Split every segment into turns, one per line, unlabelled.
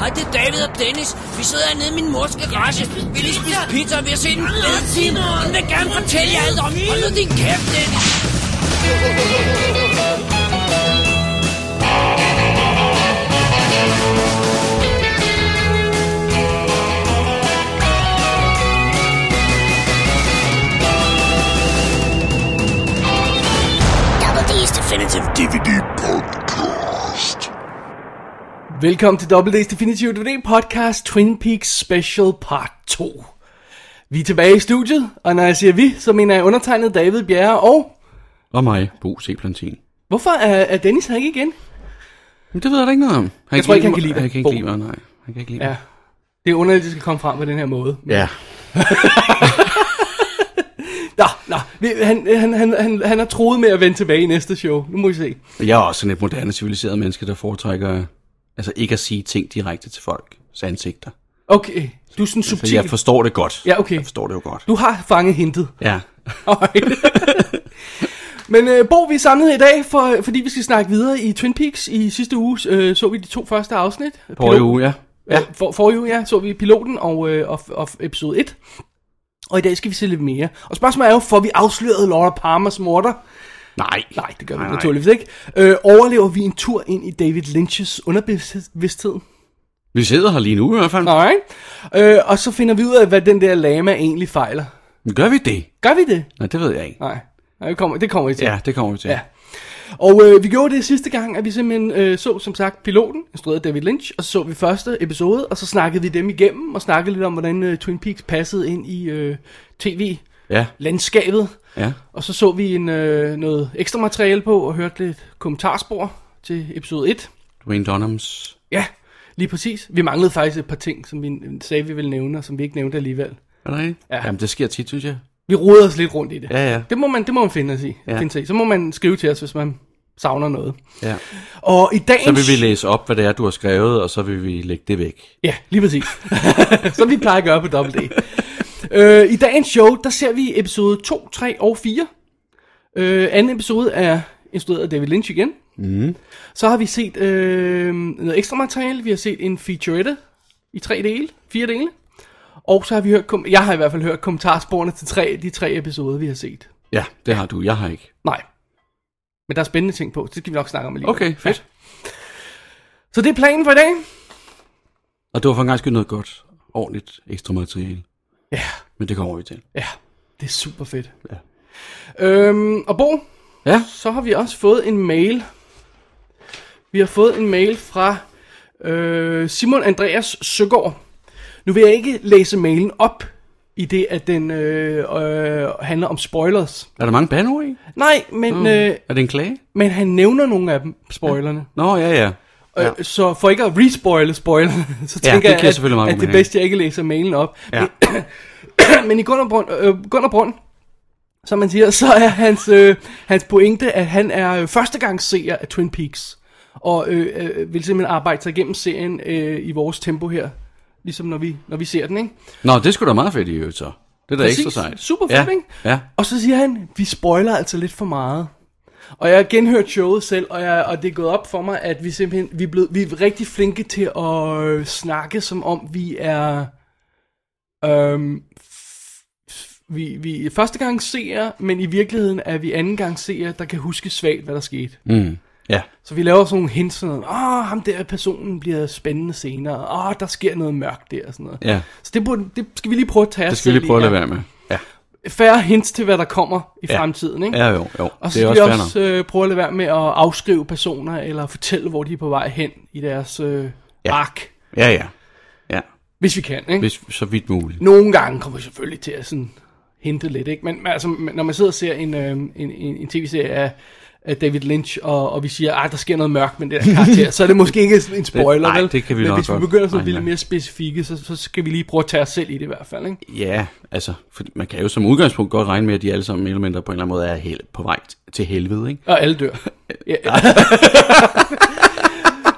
Hej, det er David og Dennis. Vi sidder hernede i min mors garage. Vi lige spise pizza, og vi har set en fed time. Hun vil gerne fortælle jer alt om. Hold nu din kæft, Dennis.
Double D's Definitive DVD Podcast.
Velkommen til WD's Definitive DVD Podcast Twin Peaks Special Part 2. Vi er tilbage i studiet, og når jeg siger vi, så mener jeg undertegnet David Bjerre, og
Og mig, Bo C. Plantin.
hvorfor er, er Dennis her ikke igen?
Men det ved jeg da ikke noget om. Han
tror ikke, han kan lide
Han
dig,
kan ikke
Bo.
lide mig, nej. Han kan ikke lide
Ja. Det er underligt, at det skal komme frem på den her måde.
mig. Ja.
Nå, nå, vi- han, han, han, han, han har troet med at vende tilbage i næste show. Nu må vi se.
Og Jeg er også sådan et moderne, civiliseret menneske, der foretrækker altså ikke at sige ting direkte til folks ansigter.
Okay, du er sådan
Så
subtil.
Altså, jeg forstår det godt.
Ja, okay.
Jeg forstår det jo godt.
Du har fanget hintet.
Ja.
Alright. Men øh, Bo, vi er samlet her i dag, for, fordi vi skal snakke videre i Twin Peaks. I sidste uge øh, så vi de to første afsnit.
På
Pilot-
jo, ja.
Ja. For, forrige uge, ja, så vi piloten og, øh, og, og episode 1. Og i dag skal vi se lidt mere. Og spørgsmålet er jo, får vi afsløret Laura Palmers morter?
Nej.
Nej, det gør vi
Nej,
nej,
nej.
naturligvis ikke. Øh, overlever vi en tur ind i David Lynch's underbevidsthed?
Vi sidder her lige nu i hvert fald.
Nej. Øh, og så finder vi ud af, hvad den der lama egentlig fejler.
Men Gør vi det?
Gør vi det?
Nej, det ved jeg ikke.
Nej, nej det, kommer, det kommer vi til.
Ja, det kommer vi til.
Ja. Og øh, vi gjorde det sidste gang, at vi simpelthen øh, så, som sagt, piloten, instrueret af David Lynch, og så så vi første episode, og så snakkede vi dem igennem, og snakkede lidt om, hvordan øh, Twin Peaks passede ind i øh, tv-landskabet.
Ja. ja.
Og så så vi en, øh, noget ekstra materiale på, og hørte lidt kommentarspor til episode 1.
Dwayne Dunhams.
Ja, lige præcis. Vi manglede faktisk et par ting, som vi øh, sagde, vi ville nævne, og som vi ikke nævnte alligevel.
Er det rigtigt?
Ja.
Jamen, det sker tit, synes jeg.
Vi roder os lidt rundt i det.
Ja, ja.
Det må man, det må man finde, os i,
Ja.
finde sig i. Så må man skrive til os, hvis man savner noget.
Ja.
Og i dagens...
Så vil vi læse op, hvad det er, du har skrevet, og så vil vi lægge det væk.
Ja, lige præcis. Som vi plejer at gøre på Double D. øh, I dagens show, der ser vi episode 2, 3 og 4. Øh, anden episode er instrueret af David Lynch igen. Mm. Så har vi set øh, noget ekstra materiale. Vi har set en featurette i tre dele, fire dele. Og så har vi hørt, kom- jeg har i hvert fald hørt kommentarsporene til tre, de tre episoder, vi har set.
Ja, det har du. Jeg har ikke.
Nej. Men der er spændende ting på, så det skal vi nok snakke om alligevel.
Okay, fedt.
Ja. Så det er planen for i dag.
Og det var for en gang skyld noget godt, ordentligt ekstra materiale.
Ja.
Men det kommer vi til.
Ja, det er super fedt.
Ja.
Øhm, og Bo,
Ja,
så har vi også fået en mail. Vi har fået en mail fra øh, Simon Andreas Søgaard. Nu vil jeg ikke læse mailen op, i det at den øh, øh, handler om spoilers.
er der mange banord i?
Nej, men, mm. øh,
Er det en klage?
men han nævner nogle af dem, spoilerne.
Nå, ja, ja.
Ja. Øh, så for ikke at respoile spoilerne, så
Ja,
tænker
det
jeg,
giver
at,
selvfølgelig meget
at
god
det er
mening.
bedst, jeg ikke læser mailen op.
Ja.
Men i grund og grund, øh, grund, og grund som man siger, så er hans, øh, hans pointe, at han er øh, førstegangsseer af Twin Peaks. Og øh, øh, vil simpelthen arbejde sig igennem serien øh, i vores tempo her. Ligesom når vi, når vi ser den, ikke?
Nå, det skulle da meget fedt i øvrigt så. Det er da ekstra sejt.
Super
ja.
fedt, ikke?
Ja.
Og så siger han, vi spoiler altså lidt for meget. Og jeg har genhørt showet selv, og, jeg, og det er gået op for mig, at vi simpelthen vi er, blevet, vi er rigtig flinke til at øh, snakke, som om vi er... Øhm, f- f- vi, vi er første gang seer, men i virkeligheden er vi anden gang seer, der kan huske svagt, hvad der skete.
Mm. Ja.
Så vi laver sådan nogle hints, sådan noget, åh, ham der personen bliver spændende senere, åh, der sker noget mørkt der, og sådan noget.
Ja.
Så det, burde, det skal vi lige prøve at tage
Det skal vi lige prøve at lade være med. Ja.
færre hints til, hvad der kommer i
Ja.
fremtiden, ikke?
Ja, jo, jo.
Og så
det er
skal
også
vi
fair
også øh, prøve at lade være med at afskrive personer, eller fortælle, hvor de er på vej hen i deres øh,
Ja.
ja. ark,
nok. Ja, ja. Ja,
hvis vi kan. Ikke?
hvis, så vidt muligt.
Nogle gange kommer vi selvfølgelig til at sådan hente lidt, ikke? Men altså, men når man sidder og ser en, øh, en, en, en tv-serie af, af David Lynch, og, og vi siger, at der sker noget mørkt med den der karakter, så er det måske ikke sådan en spoiler,
nej,
vel?
det kan vi
Men
nok
hvis
godt
vi begynder sådan at
regne
blive
med.
mere specifikke, så, så skal vi lige prøve at tage os selv i det i hvert fald, ikke?
Ja, altså, for man kan jo som udgangspunkt godt regne med, at de alle sammen elementer på en eller anden måde er hel- på vej t- til helvede, ikke?
Og alle dør. Ja.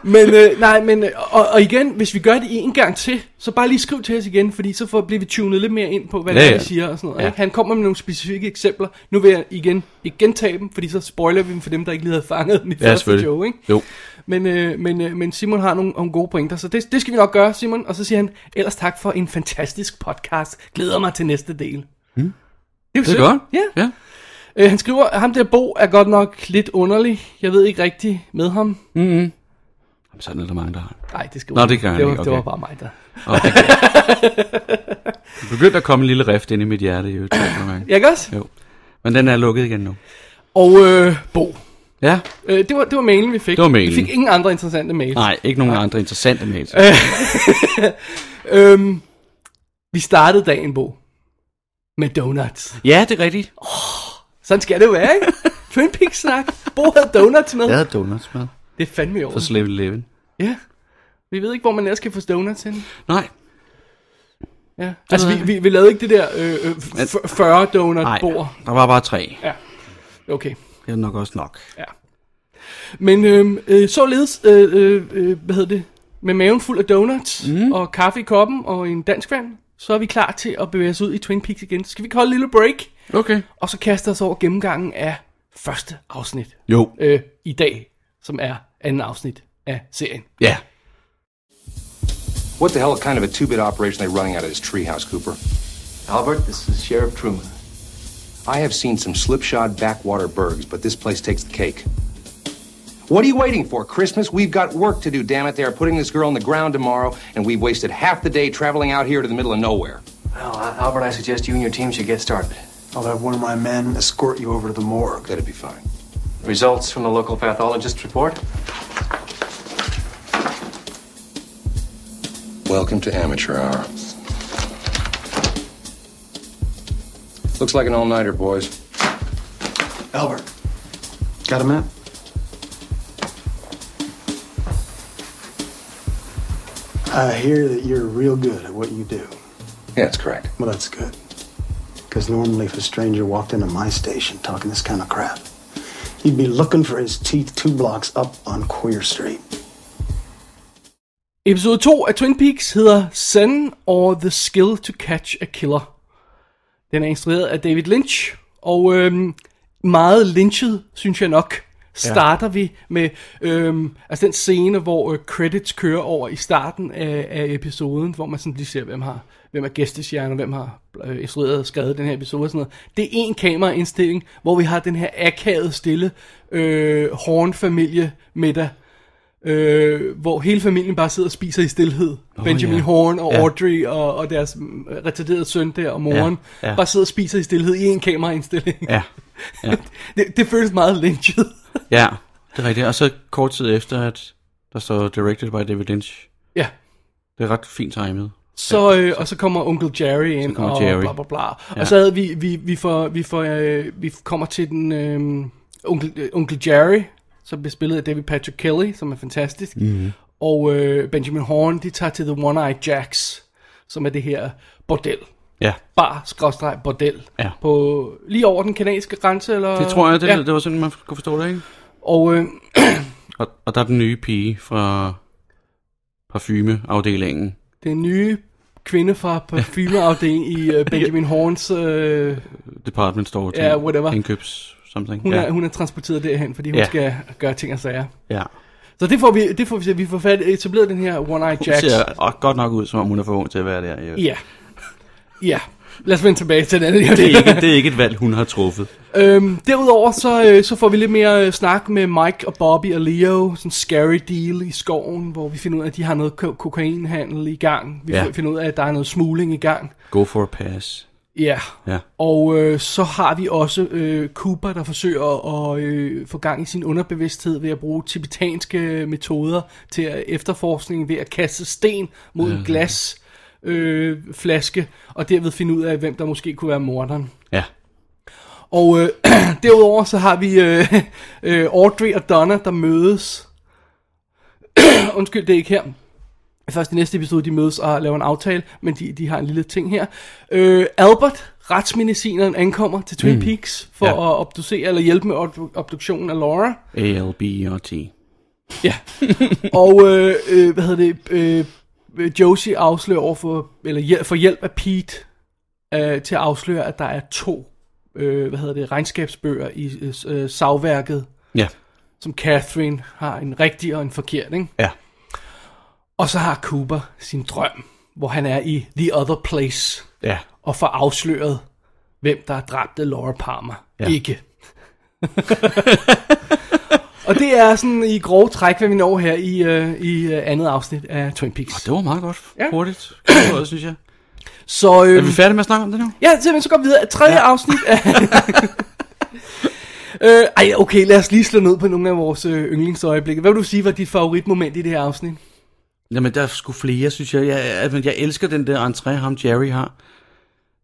men øh, nej, men øh, og, og igen, hvis vi gør det en gang til, så bare lige skriv til os igen, fordi så får, bliver vi tunet lidt mere ind på, hvad
Ja,
ja, det er,
ja.
vi siger og sådan noget.
Ja.
Ja. Han kommer med nogle specifikke eksempler. Nu vil jeg igen ikke gentage dem, fordi så spoiler vi dem for dem, der ikke lige havde fanget dem i
Ja,
første
selvfølgelig.
show, ikke?
Jo.
Men, øh, men, øh, men Simon har nogle, nogle gode pointer, så det, det skal vi nok gøre, Simon. Og så siger han, ellers tak for en fantastisk podcast. Glæder mig til næste del. Hmm. Det er, jo
Det er
sødt.
godt.
Ja.
Ja.
Øh, han skriver, at ham der Bo er godt nok lidt underlig. Jeg ved ikke rigtigt med ham.
Mm-hmm. Jamen, sådan er der mange, der har.
Nej, det skriver
Nå,
han
det gør han
det var,
ikke,
det
okay.
var bare mig, der...
Begyndte at komme en lille rift ind i mit hjerte, i øvrigt. nogle gange.
Ja, ikke også?
Jo. Men den er lukket igen nu.
Og øh, Bo.
Ja.
Øh, det, var, det var mailen, vi fik.
Det var mailen.
Vi fik ingen andre interessante mails.
Nej, ikke nogen andre interessante mails.
Øhm, vi startede dagen, Bo. Med donuts.
Ja, det er rigtigt.
Sådan skal det jo være, ikke? Twin Peaks-snak. Bo havde donuts med.
Jeg
Ja.
havde donuts med.
Det er fandme i orden.
Og Slave Eleven.
Ja. Vi ved ikke, hvor man ellers kan få donuts henne.
Nej,
Ja. Altså,
ved
vi, vi, vi lavede ikke det der øh, øh, f- 40
nej.
donut-bord.
Der var bare tre.
Okay.
Det er nok også nok.
Ja. Men øhm, øh, således, øh, øh, øh, hvad hedder det, med maven fuld af donuts mm. og kaffe i koppen og en dansk fan, så er vi klar til at bevæge os ud i Twin Peaks igen. Så skal vi ikke holde en lille break,
Okay.
og så kaste os over gennemgangen af første afsnit
Jo.
øh, i dag, som er anden afsnit af serien.
Ja.
What the hell kind of a two-bit operation are they running out of this treehouse, Cooper?
Albert, this is Sheriff Truman.
I have seen some slipshod backwater burgs, but this place takes the cake. What are you waiting for? Christmas? We've got work to do, damn it. They are putting this girl on the ground tomorrow, and we've wasted half the day traveling out here to the middle of nowhere.
Well, Al- Albert, I suggest you and your team should get started.
I'll have one of my men escort you over to the morgue.
That'd be fine.
Results from the local pathologist's report?
Welcome to Amateur Hour. Looks like an all-nighter, boys.
Albert, got a map? I hear that you're real good at what you do.
Yeah, that's correct.
Well, that's good. Because normally, if a stranger walked into my station talking this kind of crap, he'd be looking for his teeth two blocks up on Queer Street.
Episode 2 af Twin Peaks hedder Sun or the Skill to Catch a Killer. Den er instrueret af David Lynch, og øhm, meget lynchet, synes jeg nok, starter ja. vi med øhm, altså den scene, hvor øh, credits kører over i starten af, af episoden, hvor man sådan lige ser, hvem har hvem er gæstestjerner, hvem har øh, instrueret og skrevet den her episode og sådan noget. Det er en kameraindstilling, hvor vi har den her akavede stille øh, hornfamilie middag, øh, hvor hele familien bare sidder og spiser i stillhed. Oh, Benjamin
ja.
ja. Horn og
Ja.
Audrey og, og deres mm, retarderede søn der og moren,
Ja,
ja,
ja.
ja. bare sidder og spiser i stillhed i en kameraindstilling.
Ja. Ja.
det, det føles meget lynchet.
Ja, det er rigtigt. Og så kort tid efter, at der står directed by David Lynch.
ja.
Det er ret fint timet.
Så, øh, og så kommer onkel Jerry ind,
kommer
og
Jerry.
bla bla bla. Ja.
Ja.
Og så havde vi, vi, vi, får, vi, får, øh, vi kommer til den øh, onkel, øh, onkel Jerry, som bliver spillet af David Patrick Kelly, som er fantastisk.
Mhm.
Mm-hmm. Og øh, Benjamin Horn, de tager til The One Eye Jacks, som er det her bordel.
Ja.
Bar, skråstreg, bordel.
Ja.
På, lige over den kanadiske grænse, eller?
Det tror jeg, det, ja.
ja.
det var sådan, man kunne forstå det, ikke?
Og øh,
Og, og der er den nye pige fra parfumeafdelingen.
den nye kvinde fra parfumeafdelingen i øh, Benjamin Horns... Øh,
Department store ting.
Ja, whatever.
Indkøbs something.
hun,
ja.
ja. er, hun er transporteret derhen, fordi hun
Ja.
ja. skal gøre ting og sager.
ja.
Så det får vi, det får vi, vi får fat, etableret den her One Eye
Hun
Jacks.
ser og godt nok ud, som om hun er for ung til at være der. Ja.
Ja. Ja. Lad os vende tilbage til den anden.
Det, er ikke, det er ikke et valg, hun har truffet.
øhm, derudover så, øh, så får vi lidt mere øh, snak med Mike og Bobby og Leo. Sådan en scary deal i skoven, hvor vi finder ud af, at de har noget ko- kokainhandel i gang. Vi
Ja.
ja. finder ud af, at der er noget smugling i gang.
Go for a pass.
Ja.
Ja.
Og øh, så har vi også øh, Cooper, der forsøger at øh, få gang i sin underbevidsthed ved at bruge tibetanske metoder til at- efterforskning ved at kaste sten mod en glas øh, flaske, og derved finde ud af, hvem der måske kunne være morderen.
Ja.
Og øh, derudover så har vi øh, øh, Audrey og Donna, der mødes. Undskyld, det er ikke her. Først i næste episode, de mødes og laver en aftale, men de, de har en lille ting her. Øh, Albert, retsmedicineren, ankommer til Twin mm. Peaks for ja.
Ja.
at obducere eller hjælpe med obdu- obduktionen af Laura.
ALB og T.
Ja. og øh, øh, hvad hedder det? Øh, øh, Josie afslører over for, eller hjælp, for hjælp af Pete øh, til at afsløre, at der er to øh, hvad hedder det, regnskabsbøger i øh, savværket,
Ja.
som Catherine har en rigtig og en forkert. Ikke?
Ja.
Og så har Cooper sin drøm, hvor han er i The Other Place
Ja.
og får afsløret, hvem der dræbte Laura Palmer. Ja.
Ja.
Ikke. og det er sådan i grove træk, hvad vi når her i, øh, i øh, andet afsnit af Twin Peaks.
Det var meget godt.
Ja.
Ja. Hurtigt. Godt, synes jeg.
Så,
Er
øh,
vi færdige med at snakke om det nu?
ja, simpelthen så går vi videre. Tredje ja. afsnit af... øh, ej, okay, lad os lige slå ned på nogle af vores øh, yndlingsøjeblikke. Hvad vil du sige var dit favoritmoment i det her afsnit?
Jamen, der er sgu flere, synes jeg. Jeg, jeg, jeg elsker den der entré, ham Jerry har,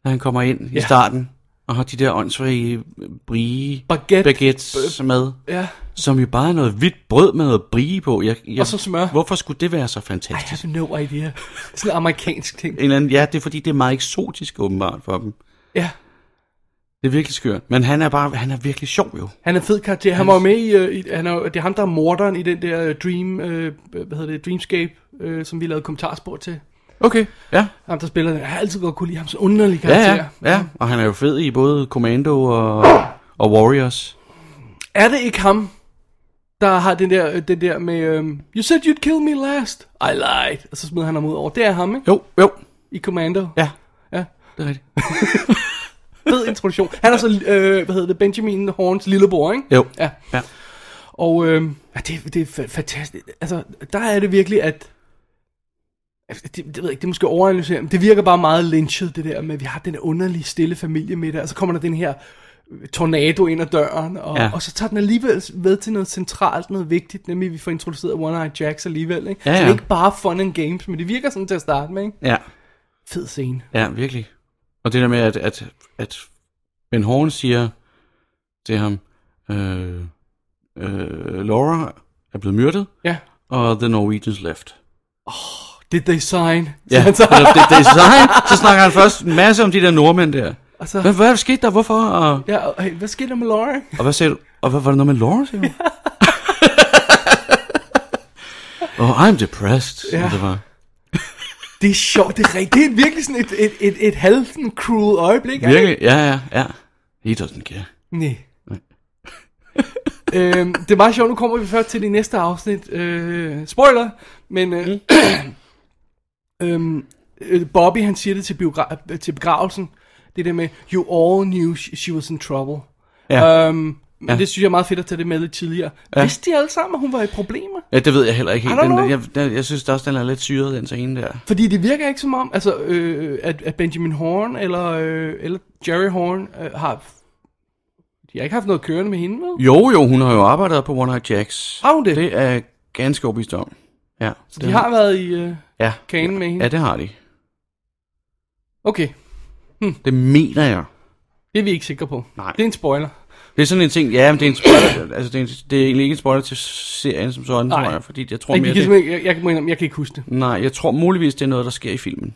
når han kommer ind ja. i starten, og har de der åndssvage brie
Baguette.
baguettes med,
Ja,
som jo bare er noget hvidt brød med noget brie på. Jeg, jeg,
Og så smør.
Hvorfor skulle det være så
I
fantastisk?
have no idea. Sådan en amerikansk ting.
En eller anden, ja, det er fordi, det er meget eksotisk åbenbart for dem.
Ja,
Det er virkelig skørt. Men han er bare, han er virkelig sjov jo.
Han er en fed karakter. Han var jo med i, øh, i han er, jo- det er ham, der er morderen i den der øh, Dream, øh, hvad hedder det, Dreamscape, øh, som vi lavede kommentarspor til.
Okay. Ja,
Ham, der spiller den. Jeg har altid godt kunne lide ham, så underlig
ja,
karakter.
ja, ja. Og han er jo fed i både Commando og, og Warriors.
Er det ikke ham, der har den der, øh, den der med, øh, You said you'd kill me last. I lied. Og så smider han ham ud over. Det er ham, ikke?
Jo, jo.
I Commando.
Ja,
ja.
det er rigtigt.
Fed introduktion. Han er så, øh, hvad hedder det, Benjamin Horns lillebror, ikke?
Jo.
Ja.
Ja.
Og øh, ja, det, det er fa- fantastisk. Altså, der er det virkelig, at... altså, Det, det, ved jeg ikke, det er måske overanalyserende, men det virker bare meget lynchet, det der med, at vi har den der underlige, stille familiemiddag, og så kommer der den her øh, tornado ind ad døren, og, ja.
Ja.
og så tager den alligevel med til noget centralt, noget vigtigt, nemlig at vi får introduceret One Eye Jacks alligevel, ikke?
Ja,
Så det er
ja.
ikke bare fun and games, men det virker sådan til at starte med, ikke?
Ja.
Fed scene.
Ja, virkelig. Og det der med, at, at, at Ben Horn siger til ham, øh, øh, Laura er blevet myrdet,
Ja.
og The Norwegians left.
Did they sign?
Ja,
Så-
det, det, det er design. Så snakker han først en masse om de der nordmænd der.
Og så,
Hvad, hvad skete der? Hvorfor? Og,
ja, og, hey, hvad skete der med Laura?
og hvad sagde du? Og hvad var der noget med Laura, siger du? oh, I'm depressed.
Ja.
Ja. Det var.
Det er sjovt, det er rigtigt. Det er virkelig sådan et, et, et, et halvt sådan cruel øjeblik. er det
Virkelig, ja, ja, ja. He doesn't care.
Nej. øhm, det er meget sjovt, nu kommer vi først til det næste afsnit. Øh, spoiler, men... Øh, øhm, øh, Bobby, han siger det til, biogra- øh, til begravelsen. Det der med, you all knew she, she was in trouble.
Ja.
Øhm, men ja.
Ja.
det synes jeg er meget fedt at tage det med lidt tidligere. Ja. Vidste de alle sammen, at hun var i problemer?
Ja, det ved jeg heller ikke
I
helt.
don't
Den,
know.
jeg, jeg, jeg synes da også, den er lidt syret, den scene der.
Fordi det virker ikke som om, altså, øh, at, at Benjamin Horn eller, øh, eller Jerry Horn øh, har... De har ikke haft noget kørende med hende, vel?
Jo, jo, hun har jo arbejdet på One Eye Jacks.
Har hun det?
Det er ganske overbevist om. Ja.
Så de har været i øh,
ja.
kagen med hende?
Ja, det har de.
Okay,
Det mener jeg.
det er vi ikke sikre på.
Nej.
Det er en spoiler.
Det er sådan en ting, ja, men det er en spoiler, altså det er, en, det er egentlig ikke en spoiler til serien som sådan,
Nej.
tror jeg, fordi jeg tror
Jeg,
mere,
jeg,
det,
jeg, jeg, jeg, må indrømme, jeg kan ikke huske det.
nej, jeg tror muligvis, det er noget, der sker i filmen.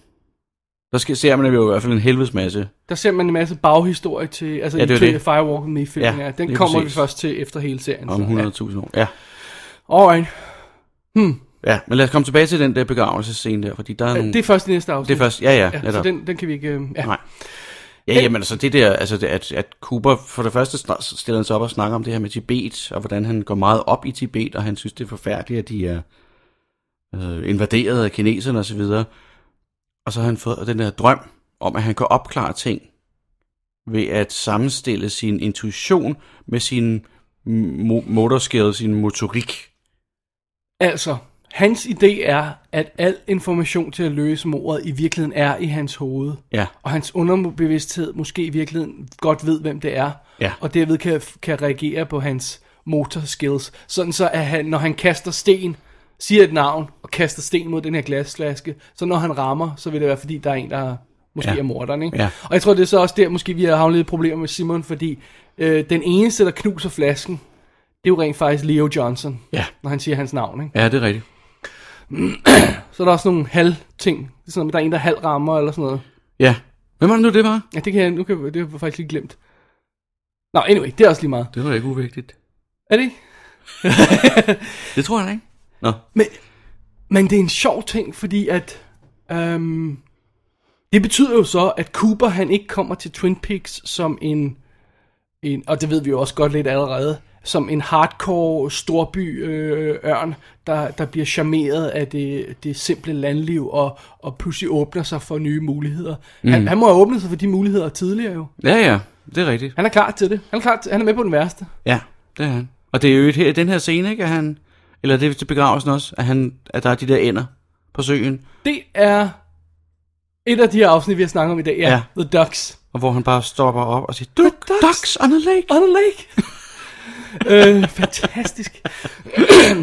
Der sker, ser man jo i hvert fald en helvedes masse.
Der ser man en masse baghistorie til, altså ja,
Ja,
i
det er
Trail
det.
Firewalk med i filmen.
Ja,
Ja, den
lige
kommer
præcis.
vi først til efter hele serien.
Om
så,
100.000 år. Ja.
Ja. Alright,
ja, men lad os komme tilbage til den der begravelsescene der, fordi der er nogle...
det er først i næste afsnit.
det er først, ja, ja,
Ja, så
netop.
den, den kan vi ikke... Øh, ja.
Nej. Ja, jamen altså det der, altså det, at, at Cooper for det første snak- stiller han sig op og snakker om det her med Tibet, og hvordan han går meget op i Tibet, og han synes det er forfærdeligt, at de er øh, invaderet af kineserne osv. Og, og så har han fået den der drøm om, at han kan opklare ting ved at sammenstille sin intuition med sin mo- motorskade, sin motorik.
Altså, Hans idé er, at al information til at løse mordet i virkeligheden er i hans hoved.
Ja.
Og hans underbevidsthed måske i virkeligheden godt ved, hvem det er.
Ja.
Og derved kan, kan reagere på hans motorskills. Sådan så, at han, når han kaster sten, siger et navn og kaster sten mod den her glasflaske, så når han rammer, så vil det være, fordi der er en, der måske
Ja.
er morderen. Ikke?
Ja.
Og jeg tror, det er så også der, måske vi har havnet lidt problemer med Simon, fordi øh, den eneste, der knuser flasken, det er jo rent faktisk Leo Johnson,
Ja.
når han siger hans navn. Ikke?
Ja, det er rigtigt.
Så er der også nogle halv ting. Sådan noget, med, der er en, der halv rammer eller sådan noget.
Ja. Hvem var det nu, det var?
Ja, det kan jeg, nu kan, det har jeg faktisk lige glemt. Nå, anyway, det er også lige meget.
Det var ikke uvigtigt.
Er det ikke?
Det tror jeg da ikke. Nå.
Men, men det er en sjov ting, fordi at... Øhm, det betyder jo så, at Cooper han ikke kommer til Twin Peaks som en, en... Og det ved vi jo også godt lidt allerede. Som en hardcore storby øh, ørn, der, der bliver charmeret af det, det simple landliv og, og pludselig åbner sig for nye muligheder. Mm. Han, han må have åbnet sig for de muligheder tidligere jo.
Ja, ja. Det er rigtigt.
Han er klar til det. Han er, klar til, han er med på den værste.
Ja, det er han. Og det er jo et her, den her scene, ikke? At han, eller det er til begravelsen også, at, han, at der er de der ender på søen,
Det er et af de her afsnit, vi har snakket om i dag. Ja,
Ja.
ja. The Ducks.
og hvor han bare stopper op og siger, Duck,
ducks.
ducks on the lake.
On a lake. øh, fantastisk.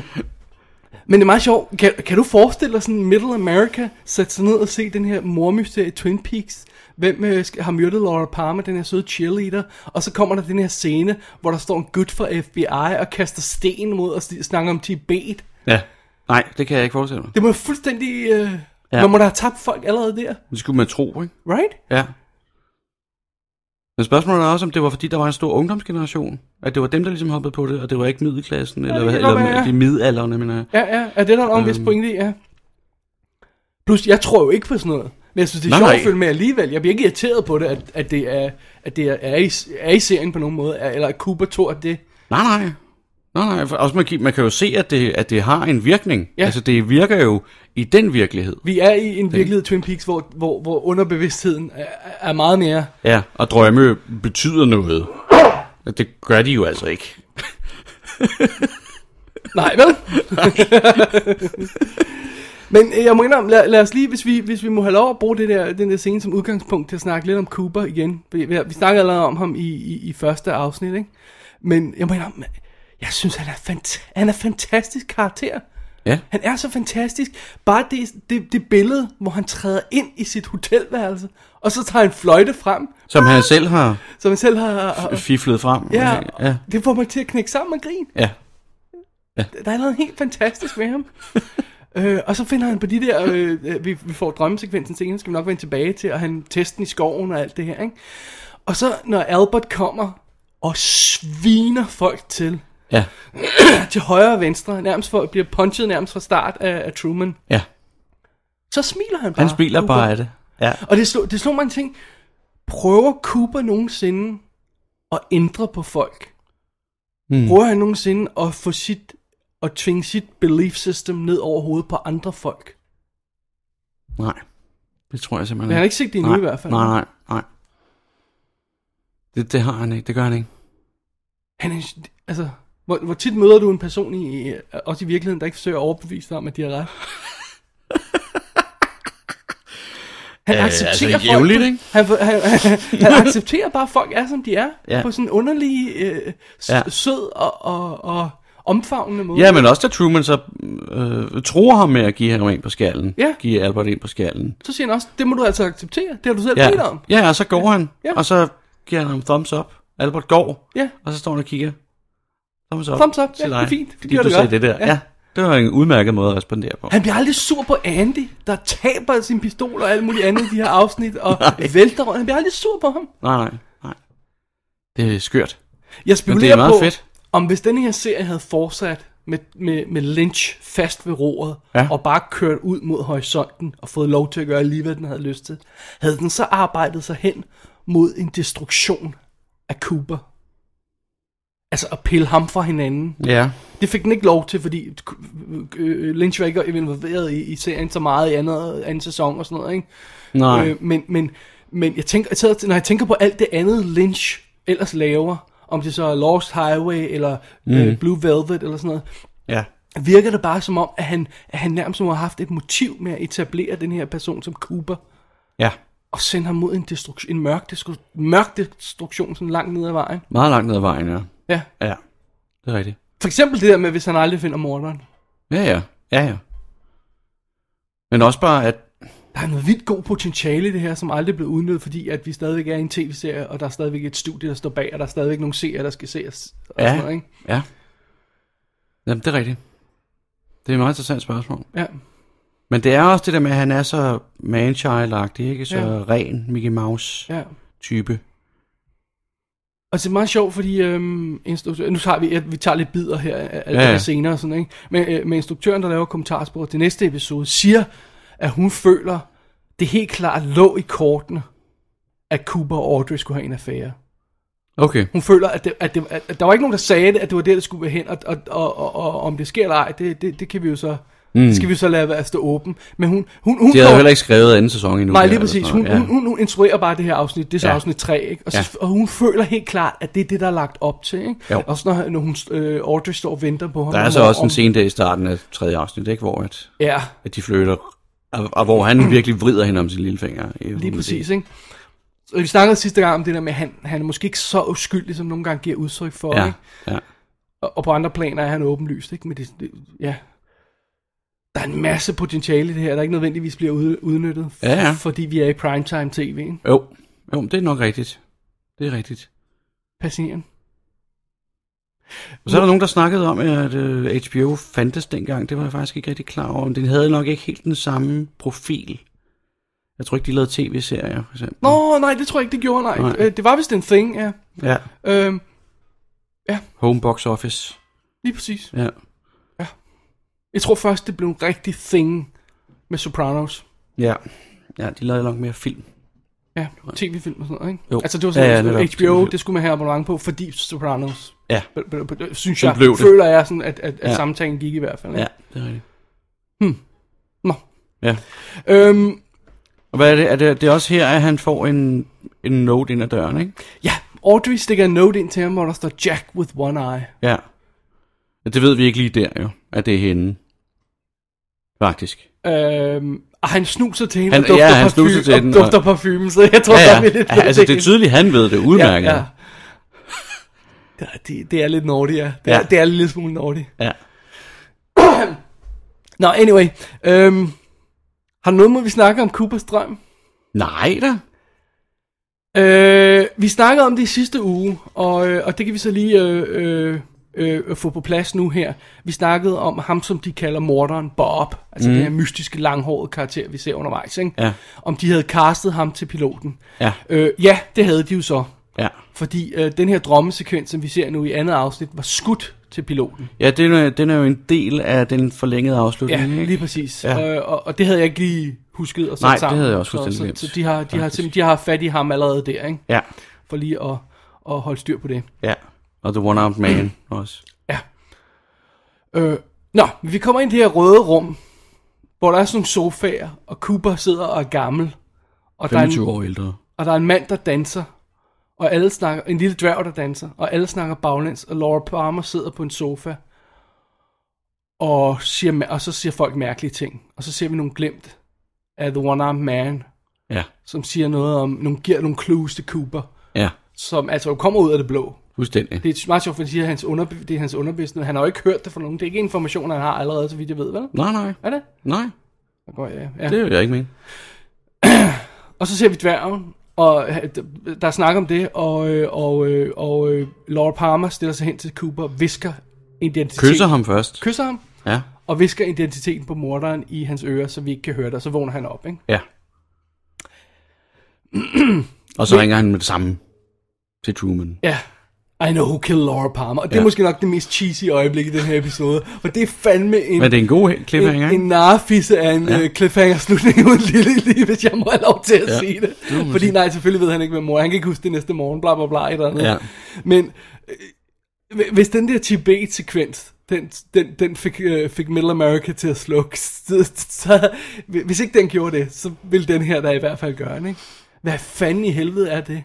Men det er meget sjovt. Kan, kan du forestille dig sådan Middle America sætte sig ned og se den her mormysterie i Twin Peaks? Hvem øh, skal- har myrdet Laura Palmer, den her søde cheerleader? Og så kommer der den her scene, hvor der står en gut fra FBI og kaster sten mod og sn- snakker om Tibet.
Ja. Nej, det kan jeg ikke forestille mig.
Det må jo fuldstændig... Øh,
Ja.
ja. Man må da have tabt folk allerede der,
Det skulle man tro, ikke?
right?
Ja. Men spørgsmålet er også, om det var fordi, der var en stor ungdomsgeneration. At det var dem, der ligesom hoppede på det, og det var ikke middelklassen, eller,
det kan
eller
godt være, ja.
de midalderne, øh, mener jeg.
Ja, ja, ja det er der nok en vis
Øhm.
pointe i, ja. Plus, jeg tror jo ikke på sådan noget. Men jeg synes, det er
Nej,
sjovt at
nej.
følge med alligevel. Jeg bliver ikke irriteret på det, at, at det, er, at det er, er, i, er i serien på nogen måde. er- Eller at Cooper tror, at det...
Nej, nej. Nej, nej. For Også man, kan- man kan jo se, at det, at det har en virkning. Ja.
Ja.
Altså, det virker jo i den virkelighed.
Vi er i en virkelighed Twin Peaks, hvor, hvor, hvor underbevidstheden er, er meget mere...
Ja, og drømme betyder noget. Det gør de jo altså ikke.
Nej, vel? Men øh, jeg må indrømme, lad, lad os lige, hvis vi, hvis vi må have lov at bruge det der, den der scene som udgangspunkt til at snakke lidt om Cooper igen. Vi, vi, vi snakkede allerede om ham i, i, i første afsnit, ikke? Men jeg må indrømme, jeg synes, han er, fant- han er fantastisk karakter.
Ja.
Han er så fantastisk. Bare det, det, det billede, hvor han træder ind i sit hotelværelse, og så tager han fløjte frem,
Som han selv har
som han selv har... har har-
fiflet frem.
ja,
ja.
ja, det får mig til at knække sammen og grine
ja.
der er noget helt fantastisk ved ham. øh, og så finder han på de der, øh, øh, vi, vi får drømmesekvensen senere, skal vi nok vende tilbage til, og han testen i skoven og alt det her, ikke? Og så når Albert kommer og sviner folk til,
Ja.
til højre og venstre, nærmest for, bliver punchet nærmest fra start af, af Truman,
ja.
så smiler han bare.
Han smiler
Cooper.
bare af det. Ja.
Og det slog, det slog mig en ting, prøver Cooper nogensinde at ændre på folk? Mm. Prøver han nogensinde at få sit, at tvinge sit belief system ned over hovedet på andre folk?
Nej. Det tror jeg simpelthen
Men han har ikke set det endnu
nej.
i hvert fald.
Nej, nej, nej. Det, det har han ikke. Det gør han ikke.
Han er, altså, hvor, hvor tit møder du en person, i, i- også i virkeligheden, der ikke forsøger at overbevise dig om, at de har ret? Han
Øh,
accepterer
altså,
folk,
jævnligt,
på-
ikke?
Han, han, han, han accepterer bare, at folk er, som de er.
Ja.
Ja. På sådan en underlig, øh,
Ja.
ja. sød og, og, og omfavnende måde.
Ja, men også da Truman så øh, tror ham med at give ham ind på skallen.
Ja.
Give Albert ind på skallen.
Så siger han også, det må du altså acceptere. Det har du selv
Ja,
bedt om.
ja og så går han.
Ja.
Og så giver han ham thumbs up. Albert går.
Ja.
Og så står han og kigger. Thumbs up.
Thumbs up.
til
Ja,
dig,
det er fint. Det
fordi
gjorde
du
det
sagde
godt.
det der.
Ja.
Ja. ja. Det var en udmærket måde at respondere på.
Han bliver aldrig sur på Andy, der taber sin pistol og alt muligt andet i de her afsnit, og vælter rundt. Han bliver aldrig sur på ham.
Nej, nej, nej. Det er skørt.
Jeg
Men det er
spekulerer
meget
på,
fedt.
fedt. om hvis den her serie havde fortsat med, med, med Lynch fast ved roret,
Ja.
ja. og bare kørt ud mod horisonten, og fået lov til at gøre lige, hvad den havde lyst til, havde den så arbejdet sig hen mod en destruktion af Cooper. Altså at pille ham fra hinanden.
Ja.
Det fik den ikke lov til, fordi øh, Lynch var ikke involveret i, i serien så meget i andet, anden sæson og sådan noget, ikke?
Nej.
Øh, men, men, men jeg tænker, jeg sidder- når jeg tænker på alt det andet Lynch ellers laver, om det så er Lost Highway eller mm. øh, Blue Velvet eller sådan noget,
Ja.
virker det bare som om, at han, at han nærmest må have haft et motiv med at etablere den her person som Cooper,
Ja,
og sende ham mod en, destruk- en mørk, destru- mørk destruktion sådan langt ned ad vejen.
meget langt ned ad vejen, ja.
Ja.
Ja, det er rigtigt.
For eksempel det der med, hvis han aldrig finder morderen.
Ja, ja, ja, ja. Men også bare, at
Der er noget vildt god potentiale i det her, som aldrig blev udnyttet, fordi at vi stadigvæk er i en tv-serie, og der er stadigvæk et studie, der står bag, og der er stadigvæk nogle seere, der skal ses. Og
Ja.
sådan noget, ikke?
Ja. Jamen, det er rigtigt. Det er et meget interessant spørgsmål.
Ja.
Men det er også det der med, at han er så manchild ikke? Så
Ja.
ja. ren Mickey Mouse-type.
ja. Og det er meget sjovt, fordi øhm, instruktøren, nu tager vi, vi tager lidt bidder her af af
Ja,
det
ja.
her senere og sådan, ikke? Men, øh, men instruktøren, der laver kommentarsporet til næste episode, siger, at hun føler, det helt klart lå i kortene, at Cooper og Audrey skulle have en affære.
Okay.
Hun føler, at, det, at, det, at, at der var ikke nogen, der sagde det, at det var der, det skulle være hen, og, og, og, og, og om det sker eller ej, det, det, det kan vi jo så, mm. skal vi jo så lade være stå åben. Men hun, hun, hun
De havde jo
går-
heller ikke skrevet anden sæson endnu.
Nej,
der,
lige
eller
præcis.
sådan
Hun,
noget.
hun, hun, hun instruerer bare det her afsnit. Det er så ja.
Ja.
afsnit 3, ikke? Og, så, ja.
Ja.
og hun føler helt klart, at det er det, der er lagt op til, ikke?
Jo.
Også når, når hun, øh, Audrey står og venter på ham.
Der er
om-
så også
om-
en scene der i starten af tredje afsnit, ikke? Hvor, at,
Ja,
at de flytter, og, og hvor han virkelig vrider hende om sin lille finger.
lige præcis, ikke? Så vi snakkede sidste gang om det der med, at han, han er måske ikke så uskyldig, som nogle gange giver udtryk for,
Ja,
ikke?
ja.
Og, og på andre planer er han åbenlyst, ikke? Men det, det, ja. Der er en masse potentiale i det her, der ikke nødvendigvis bliver ude, udnyttet, f-
Ja, ja.
fordi vi er i primetime tv. Ikke?
Jo. jo, det er nok rigtigt. Det er rigtigt.
Fascinerende.
Og så er der nogen, der snakkede om, at øh, HBO fandtes dengang. Det var jeg faktisk ikke rigtig klar over. Men den havde nok ikke helt den samme profil. Jeg tror ikke, de lavede tv-serier, for eksempel.
Nå, nej, det tror jeg ikke, det gjorde, nej.
Nej.
nej. Det var vist en thing, ja.
Ja.
Øhm,
Home Box Office.
Lige præcis.
Ja.
Jeg tror først, det blev en rigtig thing med Sopranos.
Ja. Ja, de lavede nok mere film.
Ja, tv-film og sådan noget, ikke?
Jo.
Altså, det var sådan,
Ja, ja,
ja, ja,
netop.
HBO, det skulle man have abonnement på, fordi Sopranos,
Ja.
b- b- b- synes
Sådan
jeg,
blev det.
føler jeg sådan, at, at, at ja.
Ja.
samtalen gik i hvert fald.
Ja,
ikke?
det er rigtigt.
Nå.
Ja.
Øhm,
Og hvad er det? Er det, det er også her, at han får en, en note ind ad døren, ikke?
ja, Audrey stikker en note ind til ham, hvor der står Jack with one eye.
Ja. Ja, Det ved vi ikke lige der, jo. At det er hende. Faktisk.
Øhm, og han snuser til hende,
Han-
og dufter,
ja, han
parfume,
snuser til
og
den, og-
dufter parfume, så jeg tror, der er lidt...
ja. Altså, det er
hende.
tydeligt, han ved det udmærket.
Ja, ja. Det- Det, det er lidt naughty, ja. Det, ja. Er,
Ja.
det er lidt smule naughty.
ja.
Nå, anyway. Øhm, har du noget med, vi snakker om Coopers drøm?
Nej da.
Øh, vi snakkede om det i sidste uge, og, øh, og det kan vi så lige øh, øh, øh, få på plads nu her. Vi snakkede om ham, som de kalder morderen Bob, altså mm. den her mystiske, langhårede karakter, vi ser undervejs, ikke?
Ja.
om de havde castet ham til piloten.
Ja.
Øh, ja, det havde de jo så,
Ja.
fordi øh, den her drømmesekvens, som vi ser nu i andet afsnit, var skudt til piloten.
Ja, den er, den er jo en del af den forlængede
Ja,
afslutning, ikke?
lige præcis. Ja.
Ja.
Øh, og, og det havde jeg ikke lige husket at sætte
Nej, det
sammen.
havde jeg også
så,
fuldstændig
så,
glemt,
så de har, de har
faktisk.
simpelthen de har fat i ham allerede der, ikke?
Ja,
For lige at, at holde styr på det.
ja. Og The One Armed Man også.
Ja. Øh, nå, vi kommer ind i det her røde rum, hvor der er sådan nogle sofaer, og Cooper sidder og er gammel. Og der er,
25
en,
år ældre.
og der er en mand, der danser. Og alle snakker, en lille dværg, der danser, og alle snakker baglæns, og Laura Palmer sidder på en sofa, og, siger, ma- og så siger folk mærkelige ting. Og så ser vi nogle glemt af The One-Armed Man,
Ja,
som siger noget om, nogle, giver nogle clues til Cooper,
ja.
som altså kommer ud af det blå.
Fuldstændig.
Det er meget sjovt, fordi han siger, at hans underbe- det er hans underbevidsthed. Han har jo ikke hørt det fra nogen. Det er ikke information, han har allerede, så vidt jeg ved, vel?
Nej, nej.
Er det?
Nej,
Der Går, ja. ja.
det vil jeg ikke mene.
Og så ser vi dværgen, og øh, d- der er snak om det, og, øh, og, øh, og øh, Laura Palmer stiller sig hen til Cooper, visker identiteten.
Kysser ham først.
Kysser ham,
Ja,
og visker identiteten på morderen i hans ører, så vi ikke kan høre det, og så vågner han op, ikke?
ja. Og så ringer han med det samme til Truman.
Ja. I know who killed Laura Palmer. Og det er ja.
Ja.
måske nok det mest cheesy øjeblik i den her episode. Og det er fandme en...
Men det er en god cliffhanger,
en, en
ikke?
narfisse af en
Ja.
ja. cliffhanger-slutning uden lille lige, hvis jeg må have lov til at ja.
Ja,
sige det.
det må man
Fordi
sige.
nej, selvfølgelig ved han ikke, hvad mor. Han kan ikke huske det næste morgen, bla bla bla, et eller andet.
Ja.
Men øh, hvis den der Tibet-sekvens, den, den, den fik, øh, fik Middle America til at slukke, så, så, hvis ikke den gjorde det, så ville den her da i hvert fald gøre det, ikke? Hvad fanden i helvede er det?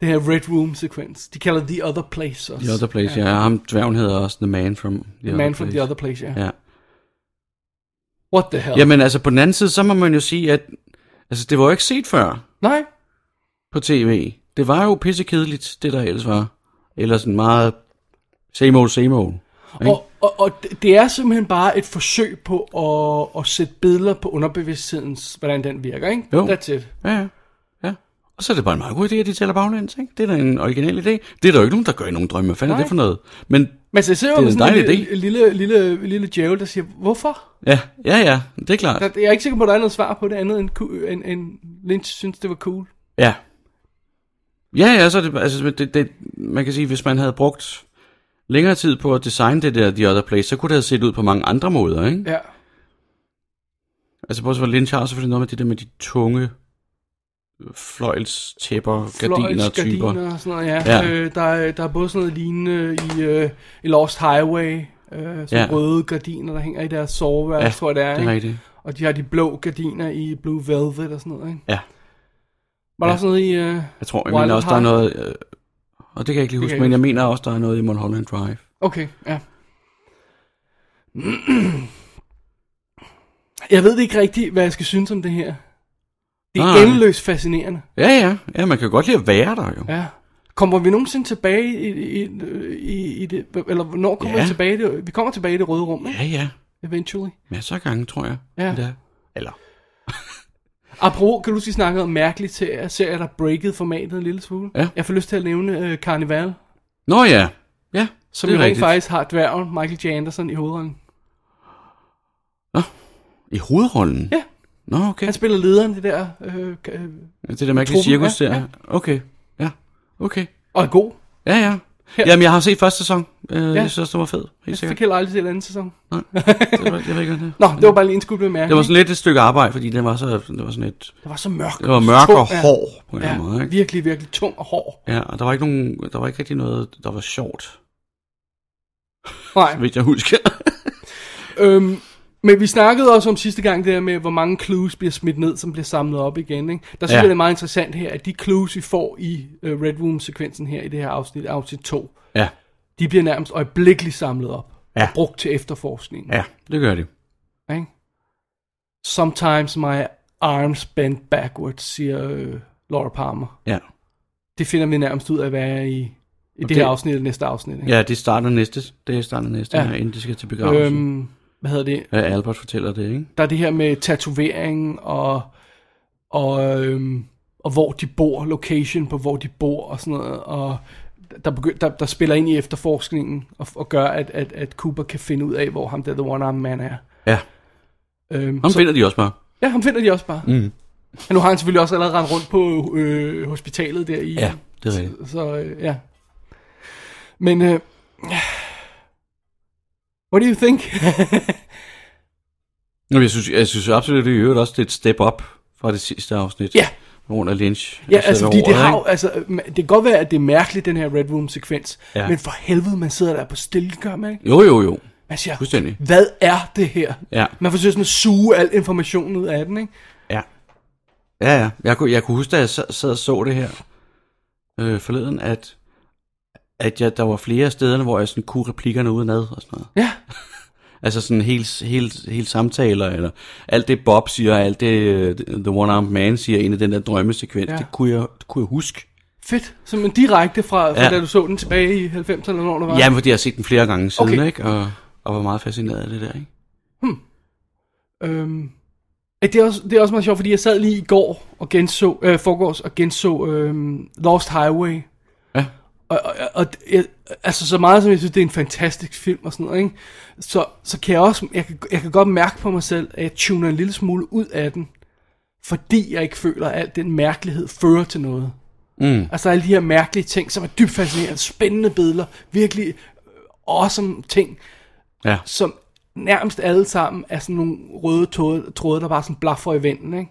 Det her Red Room sekvens. De kalder det The Other Place også.
The Other Place, ja. ja. Ham dværgen hedder også The Man from The,
The Man from The Other Place, ja.
Ja.
What the hell?
Jamen altså, på den anden side, så må man jo sige, at altså, det var jo ikke set før
Nej,
på tv. Det var jo pissekedeligt, det der ellers var. Eller sådan meget same old, same old. Ikke?
Og, og, og det- det er simpelthen bare et forsøg på at, at sætte billeder på underbevidsthedens, hvordan den virker, ikke?
Jo.
That's it.
Ja, ja. ja. Og så er det bare en meget god idé, at de taler baglæns, ikke? Det er da en original idé. Det er der jo ikke nogen, der gør i nogen drømme. Hvad fanden er
Nej.
det for noget? Men
Men så ser
Det er
man
en
sådan en
dejlig
lille, lille, lille, lille djævel, der siger, hvorfor?
ja, ja, ja, det er klart.
Der, jeg er ikke sikker på, at der er noget svar på det andet, end, ku- end, end Lynch synes, det var cool.
Ja. Ja, ja, så er det, altså, det, det, man kan sige, hvis man havde brugt længere tid på at designe det der The Other Place, så kunne det have set ud på mange andre måder, ikke?
Ja.
Altså, bortset fra Lynch har selvfølgelig noget med det der med de tunge fløjlstæpper, gardiner
Fløjls,
typer.
Gardiner og sådan noget, ja.
Ja.
ja. Øh, der, er- der er både sådan noget lignende i, øh, i Lost Highway, øh, sådan
Ja.
ja. røde gardiner, der hænger i deres soveværelse,
Ja,
tror jeg det er,
det
ikke?
er rigtigt.
Og de har de blå gardiner i Blue Velvet og sådan noget, ikke?
Ja.
Var der også noget i... Øh,
Jeg tror, jeg
Wild
mener også, der er
Heart?
noget... Øh, og det kan jeg ikke lige
Det
huske,
kan jeg
men
ikke
jeg mener også, der er noget i Mulholland Drive.
Okay, ja. jeg ved ikke rigtigt, hvad jeg skal synes om det her. Det er
Nej.
endeløst fascinerende.
Ja, ja. Ja, man kan godt lide at være der jo. Ja.
Ja. Kommer vi nogensinde tilbage i, i, i, i det, eller hvornår kommer
Ja.
vi tilbage i det? Vi kommer tilbage i det røde rum, ikke?
ja, ja.
Eventually.
Masser af gange, tror jeg.
Ja.
Endda. Eller...
Apropos, kan du sige snakke om mærkeligt serier, serier der breakede formatet en lille smule?
Ja.
Jeg får lyst til at nævne øh, Carnival,
Nå ja. Ja,
som
det
jo
er
rent
rigtigt.
faktisk har dværgen Michael J. Anderson i hovedrollen.
I hovedrollen?
Ja.
Nå, okay.
Han spiller lederen, det der, øh, ka- øh,
Det der mærkelige
Truppen,
cirkus
ja,
der.
ja.
Okay. Ja. Okay.
og er god.
Ja, ja.
Her.
Jamen, jeg har set første sæson. Øh, ja. Jeg
Ja.
synes, det var fed. Helt
Jeg fik
sikkert.
heller aldrig set anden sæson.
Det var, jeg ved ikke, hvad det
Nå, det var bare lige en skudt bemærkning.
det var sådan lidt et stykke arbejde, fordi den var så, det var sådan et,
det var så mørk.
det var mørk
tung,
og
ja.
hård på en eller
Ja,
anden måde, ikke?
virkelig, virkelig tung og hård.
Ja, og der var ikke nogen, der var ikke rigtig noget, der var sjovt,
Nej.
hvis jeg husker.
Øhm, men vi snakkede også om sidste gang det der med, hvor mange clues bliver smidt ned, som bliver samlet op igen. Ikke? Der synes
Ja.
ja. jeg, det er meget interessant her, at de clues, vi får i øh, Red Room-sekvensen her i det her afsnit, afsnit 2,
ja,
de bliver nærmest øjeblikkeligt samlet op
Ja.
og brugt til efterforskningen.
ja, det gør det.
Ikke? Sometimes my arms bend backwards, siger øh, Laura Palmer.
Ja.
Det finder vi nærmest ud af, hvad er i, i det,
det-
her afsnit eller næste afsnit. Ikke?
ja, det starter næste, det starter næste, ja.
Ja.
her, inden de skal til begravelsen. Øhm.
øhm, hvad hedder det?
Ja, Albert fortæller det, ikke?
Der er det her med tatoveringen og, og, øhm, og hvor de bor, location på hvor de bor og sådan noget, og der, begy- der, der spiller ind i efterforskningen og, og gør, at, at, at Cooper kan finde ud af, hvor ham der The One Arm Man er.
Ja,
Øhm,
ham finder de også bare.
ja, ham finder de også bare. Mm. Men nu har han selvfølgelig også allerede rendt rundt på øh, hospitalet der i...
Ja, det er rigtigt.
Så øh, ja. Men, øh, what do you think?
Nå, Jeg synes, jeg synes absolut, det er i øvrigt også, det er et step up fra det sidste afsnit.
Ja.
På grund af Lynch.
Ja, altså,
sidder
fordi
ved
det
roret,
har jo,
ikke?
altså, ma- det kan godt være, at det er mærkeligt, den her Red Room-sekvens,
Ja.
ja. men for helvede, man sidder der på stille, gør man ikke?
Jo, jo, jo.
Man siger,
Fuldstændig.
hvad er det her?
Ja.
Man forsøger sådan at suge al informationen ud af den, ikke?
Ja. Ja, ja. Jeg kunne, jeg kunne huske, da jeg sad sad og så det her øh, forleden, at, at jeg, der var flere af stederne, hvor jeg sådan kunne replikkerne udenad og sådan noget.
Ja,
Altså sådan hele, hele, hele samtaler, eller alt det Bob siger, alt det øh, The One-Armed Man siger, ind i den der drømmesekvens, ja.
Ja.
det, kunne jeg, det kunne jeg huske.
fedt. Simpelthen direkte fra, fra
Ja.
ja. da du så den tilbage i 90'erne, eller når det var.
Ja, fordi jeg har set den flere gange siden,
Okay.
ikke? Og, og var meget fascineret af det der, ikke?
Øhm, ja, det, er også, det er også meget sjovt, fordi jeg sad lige i går og genså, øh, forgårs og genså øhm, Lost Highway.
Ja.
Og, og, og jeg, altså så meget som jeg synes, det er en fantastisk film og sådan noget, ikke? Så, så kan jeg også, jeg kan, jeg kan godt mærke på mig selv, at jeg tuner en lille smule ud af den, fordi jeg ikke føler, at al den mærkelighed fører til noget. Mm. Altså alle de her mærkelige ting, som er dybt fascinerende, spændende billeder, virkelig øh, awesome ting,
Ja.
som nærmest alle sammen er sådan nogle røde tråde, tråde der bare sådan blaffer i vinden, ikke?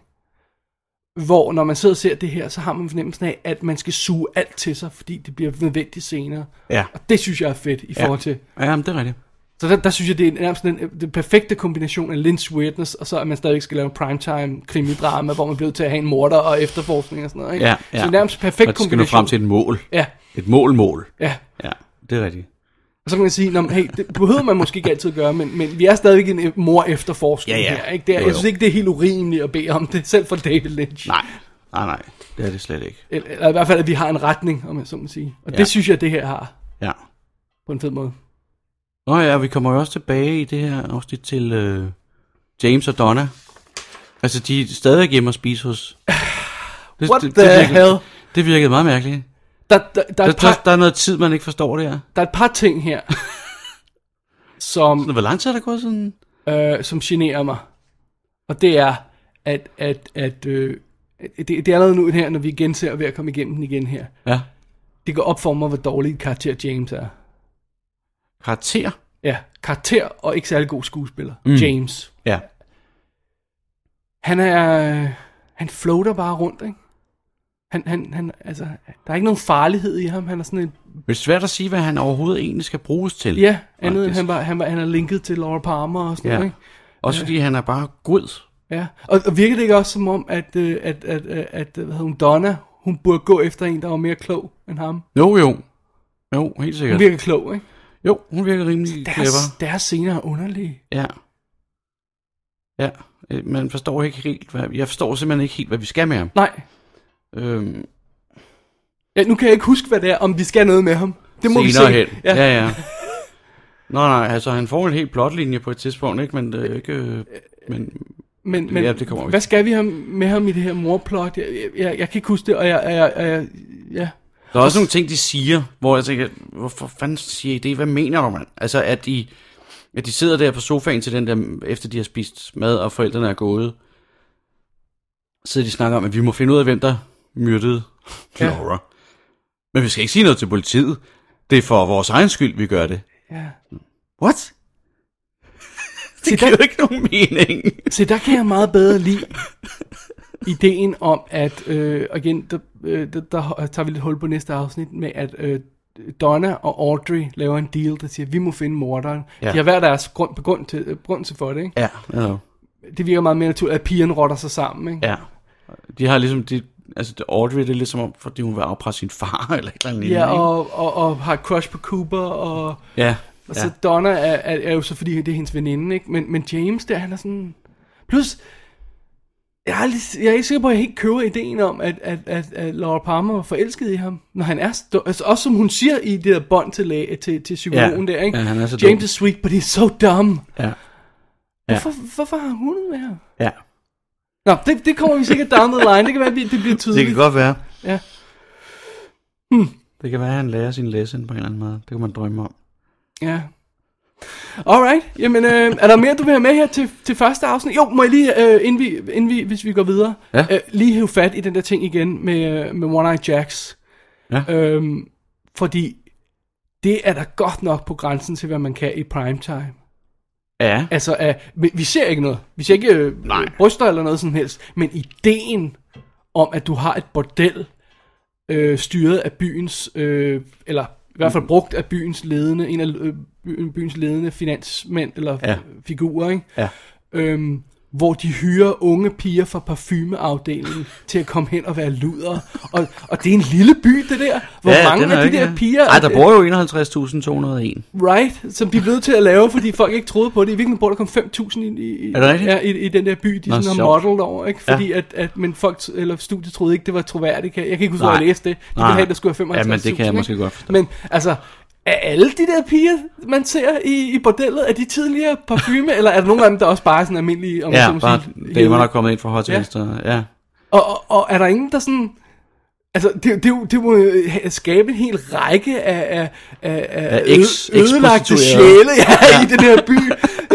Hvor når man sidder og ser det her, så har man fornemmelsen af, at man skal suge alt til sig, fordi det bliver nødvendigt senere.
Ja.
Og det synes jeg er fedt i forhold til...
Ja, men det er rigtigt.
Så der, der synes jeg, det er nærmest den, den perfekte kombination af Lynch Weirdness, og så at man stadigvæk skal lave primetime krimidrama, hvor man bliver nødt til at have en morder og efterforskning og sådan noget. Ikke?
Ja,
Så det
ja.
er nærmest perfekt
Og det skal nå
kombination.
frem til et mål.
Ja,
Et mål-mål.
ja.
Ja, det er rigtigt.
Og så kan man sige, "Nå, men hey, det behøver man måske ikke altid gøre, men, men vi er stadigvæk en øh, mor efterforskning
Ja, ja.
her. Ikke? Det er,
Jo,
jeg
jo.
synes ikke, det er helt urimeligt at bede om det, selv for David Lynch.
Nej, nej, nej. Det er det slet ikke.
Eller, eller i hvert fald, at vi har en retning, om jeg så må sige. Og ja.
Ja.
det synes jeg, det her har
Ja.
på en fed måde.
Nå ja, vi kommer jo også tilbage i det her afsnit til øh, James og Donna. Altså, de er stadig hjemme og spise hos... Det,
What the
virkede-
hell?
Det virkede meget mærkeligt.
Der, der, der, er
Der,
et par,
der, der er noget tid, man ikke forstår det her.
der er et par ting her,
Sådan,
som,
hvor lang tid er der gået sådan?
øh, som generer mig. Og det er, at, at, at øh, det, det er allerede nu her, når vi igen ser ved at komme igennem den igen her.
Ja.
Det går op for mig, hvor dårlig et karakter James er.
Karakter?
Ja, karakter og ikke særlig god skuespiller. Mm. James.
Ja.
Han er, øh, han floater bare rundt, ikke? Han, han, han, altså, der er ikke nogen farlighed i ham. Han er sådan en
Men det er svært at sige, hvad han overhovedet egentlig skal bruges til.
Ja, andet end
Faktisk.
han var, han var han er linket til Laura Palmer og sådan
Ja.
noget, ikke?
Også fordi han er bare god.
Ja. Og, og virker det ikke også som om, at, øh, at, at, at, at hvad hedder hun, Donna, hun burde gå efter en, der var mere klog end ham?
Jo, jo. Jo, helt
Hun
sikkert.
virker klog, ikke?
Jo, hun virker rimelig clever.
Deres, deres scener er underlige.
Ja. Ja, øh, man forstår ikke helt, hvad... Jeg forstår simpelthen ikke helt, hvad vi skal med ham.
Nej,
Øhm,
ja, nu kan jeg ikke huske, hvad det er, om vi skal noget med ham. Det må vi
senere
se.
hen. Ja, ja. ja. Nå, nej, altså han får en helt plotlinje på et tidspunkt, ikke? Men det er ikke... øh, Men,
Men, men
Ja, det kommer vi
hvad skal vi have med ham i det her morplot? Jeg, jeg, jeg, jeg kan ikke huske det, og jeg, jeg, jeg, jeg ja.
Der er også nogle ting, de siger, hvor jeg tænker, hvorfor fanden siger I det? Hvad mener du, mand? Altså, at de, at de sidder der på sofaen til den der, efter de har spist mad, og forældrene er gået. Sidder de og snakker om, at vi må finde ud af, hvem der myrdede Laura. Ja. Men vi skal ikke sige noget til politiet. Det er for vores egen skyld, vi gør det.
ja.
What?
Se,
Det
der,
giver jo ikke nogen mening.
Se, der kan jeg meget bedre lide ideen om, at, øh, og igen, der, øh, der, der tager vi lidt hul på næste afsnit, med at øh, Donna og Audrey laver en deal, der siger, at vi må finde morderen. Ja.
Ja.
De har hver deres grund, begrund til, øh, begrundelse for det, ikke?
Ja, ja.
Det virker meget mere naturligt, at pigerne rotter sig sammen, ikke?
ja. De har ligesom, de, altså det- Audrey, det er lidt som om, fordi hun vil afpresse sin far, eller et eller
Ja,
andet. lignende, ikke?
og, og, og har et crush på Cooper, og,
ja.
og
ja.
så Donna er, er, er jo så, fordi det er hendes veninde, ikke? Men, men James der, han er sådan... Plus, jeg er, lidt, jeg er ikke sikker på, at jeg helt køber ideen om, at, at, at, at Laura Palmer var forelsket i ham, når han er... St- altså, også som hun siger i det der bånd til, læge, til, til psykologen
Ja,
der, ikke?
ja, han er så
James
dum."
is sweet, but he's so dumb.
ja.
Hvorfor, hvorfor har hun det her?
Ja.
Nå, det, det kommer vi sikkert down the line. Det kan være, at vi- det bliver tydeligt.
Det kan godt være. Hmm.
Ja.
Det kan være, at han lærer sin lesson på en eller anden måde. Det kan man drømme om.
Ja. Alright, jamen øh, er der mere, du vil have med her til, til første afsnit? Jo, må jeg lige, øh, inden vi, inden vi, hvis vi går videre,
Ja.
øh, lige hæve fat i den der ting igen med, øh, med One Eye Jacks.
Ja.
Øhm, fordi det er da godt nok på grænsen til, hvad man kan i primetime.
Ja.
Altså, øh, vi- vi ser ikke noget. Vi ser ikke øh,
Nej.
bryster eller noget som helst. Men ideen om, at du har et bordel øh, styret af byens, øh, eller i hvert fald brugt af byens ledende, en af øh, by- byens ledende finansmænd eller ja.
Ja.
figurer, ikke?
Ja.
Øhm, hvor de hyrer unge piger fra parfumeafdelingen til at komme hen og være luder. Og, og det er en lille by, det der. Hvor
ja,
mange
den er
af de
ikke-
der piger...
Ej, der
øh,
bor jo 51.201.
Right, som de blev nødt til at lave, fordi folk ikke troede på det. I virkeligheden bor der kun 5.000 i, i,
Er det rigtigt?
ja, i, i den der by, de
Nå,
sådan har
sjovt.
modelled over. Ikke? Fordi ja. at, at, men folk, t- eller studiet troede ikke, det var troværdigt. Jeg kan ikke huske, hvor jeg
Nej.
læste det. De ville
Nej.
have, at der skulle være 55.000.
Ja, men det kan jeg
ikke?
måske godt forstå.
Men altså, er alle de der piger, man ser i, i bordellet, er de tidligere parfume, eller er der nogle af dem, der også bare er sådan almindelige, om
Ja,
man så må
bare
sige,
damer, der
heroin?
er kommet ind fra højre til
Ja.
venstre. Ja.
Og, og, og er der ingen, der sådan... Altså, det, det, det må øh, ha- skabe en hel række af, af, af, af
eks-
øde- ødelagte
eksprostituerede.
sjæle ja, i den her by.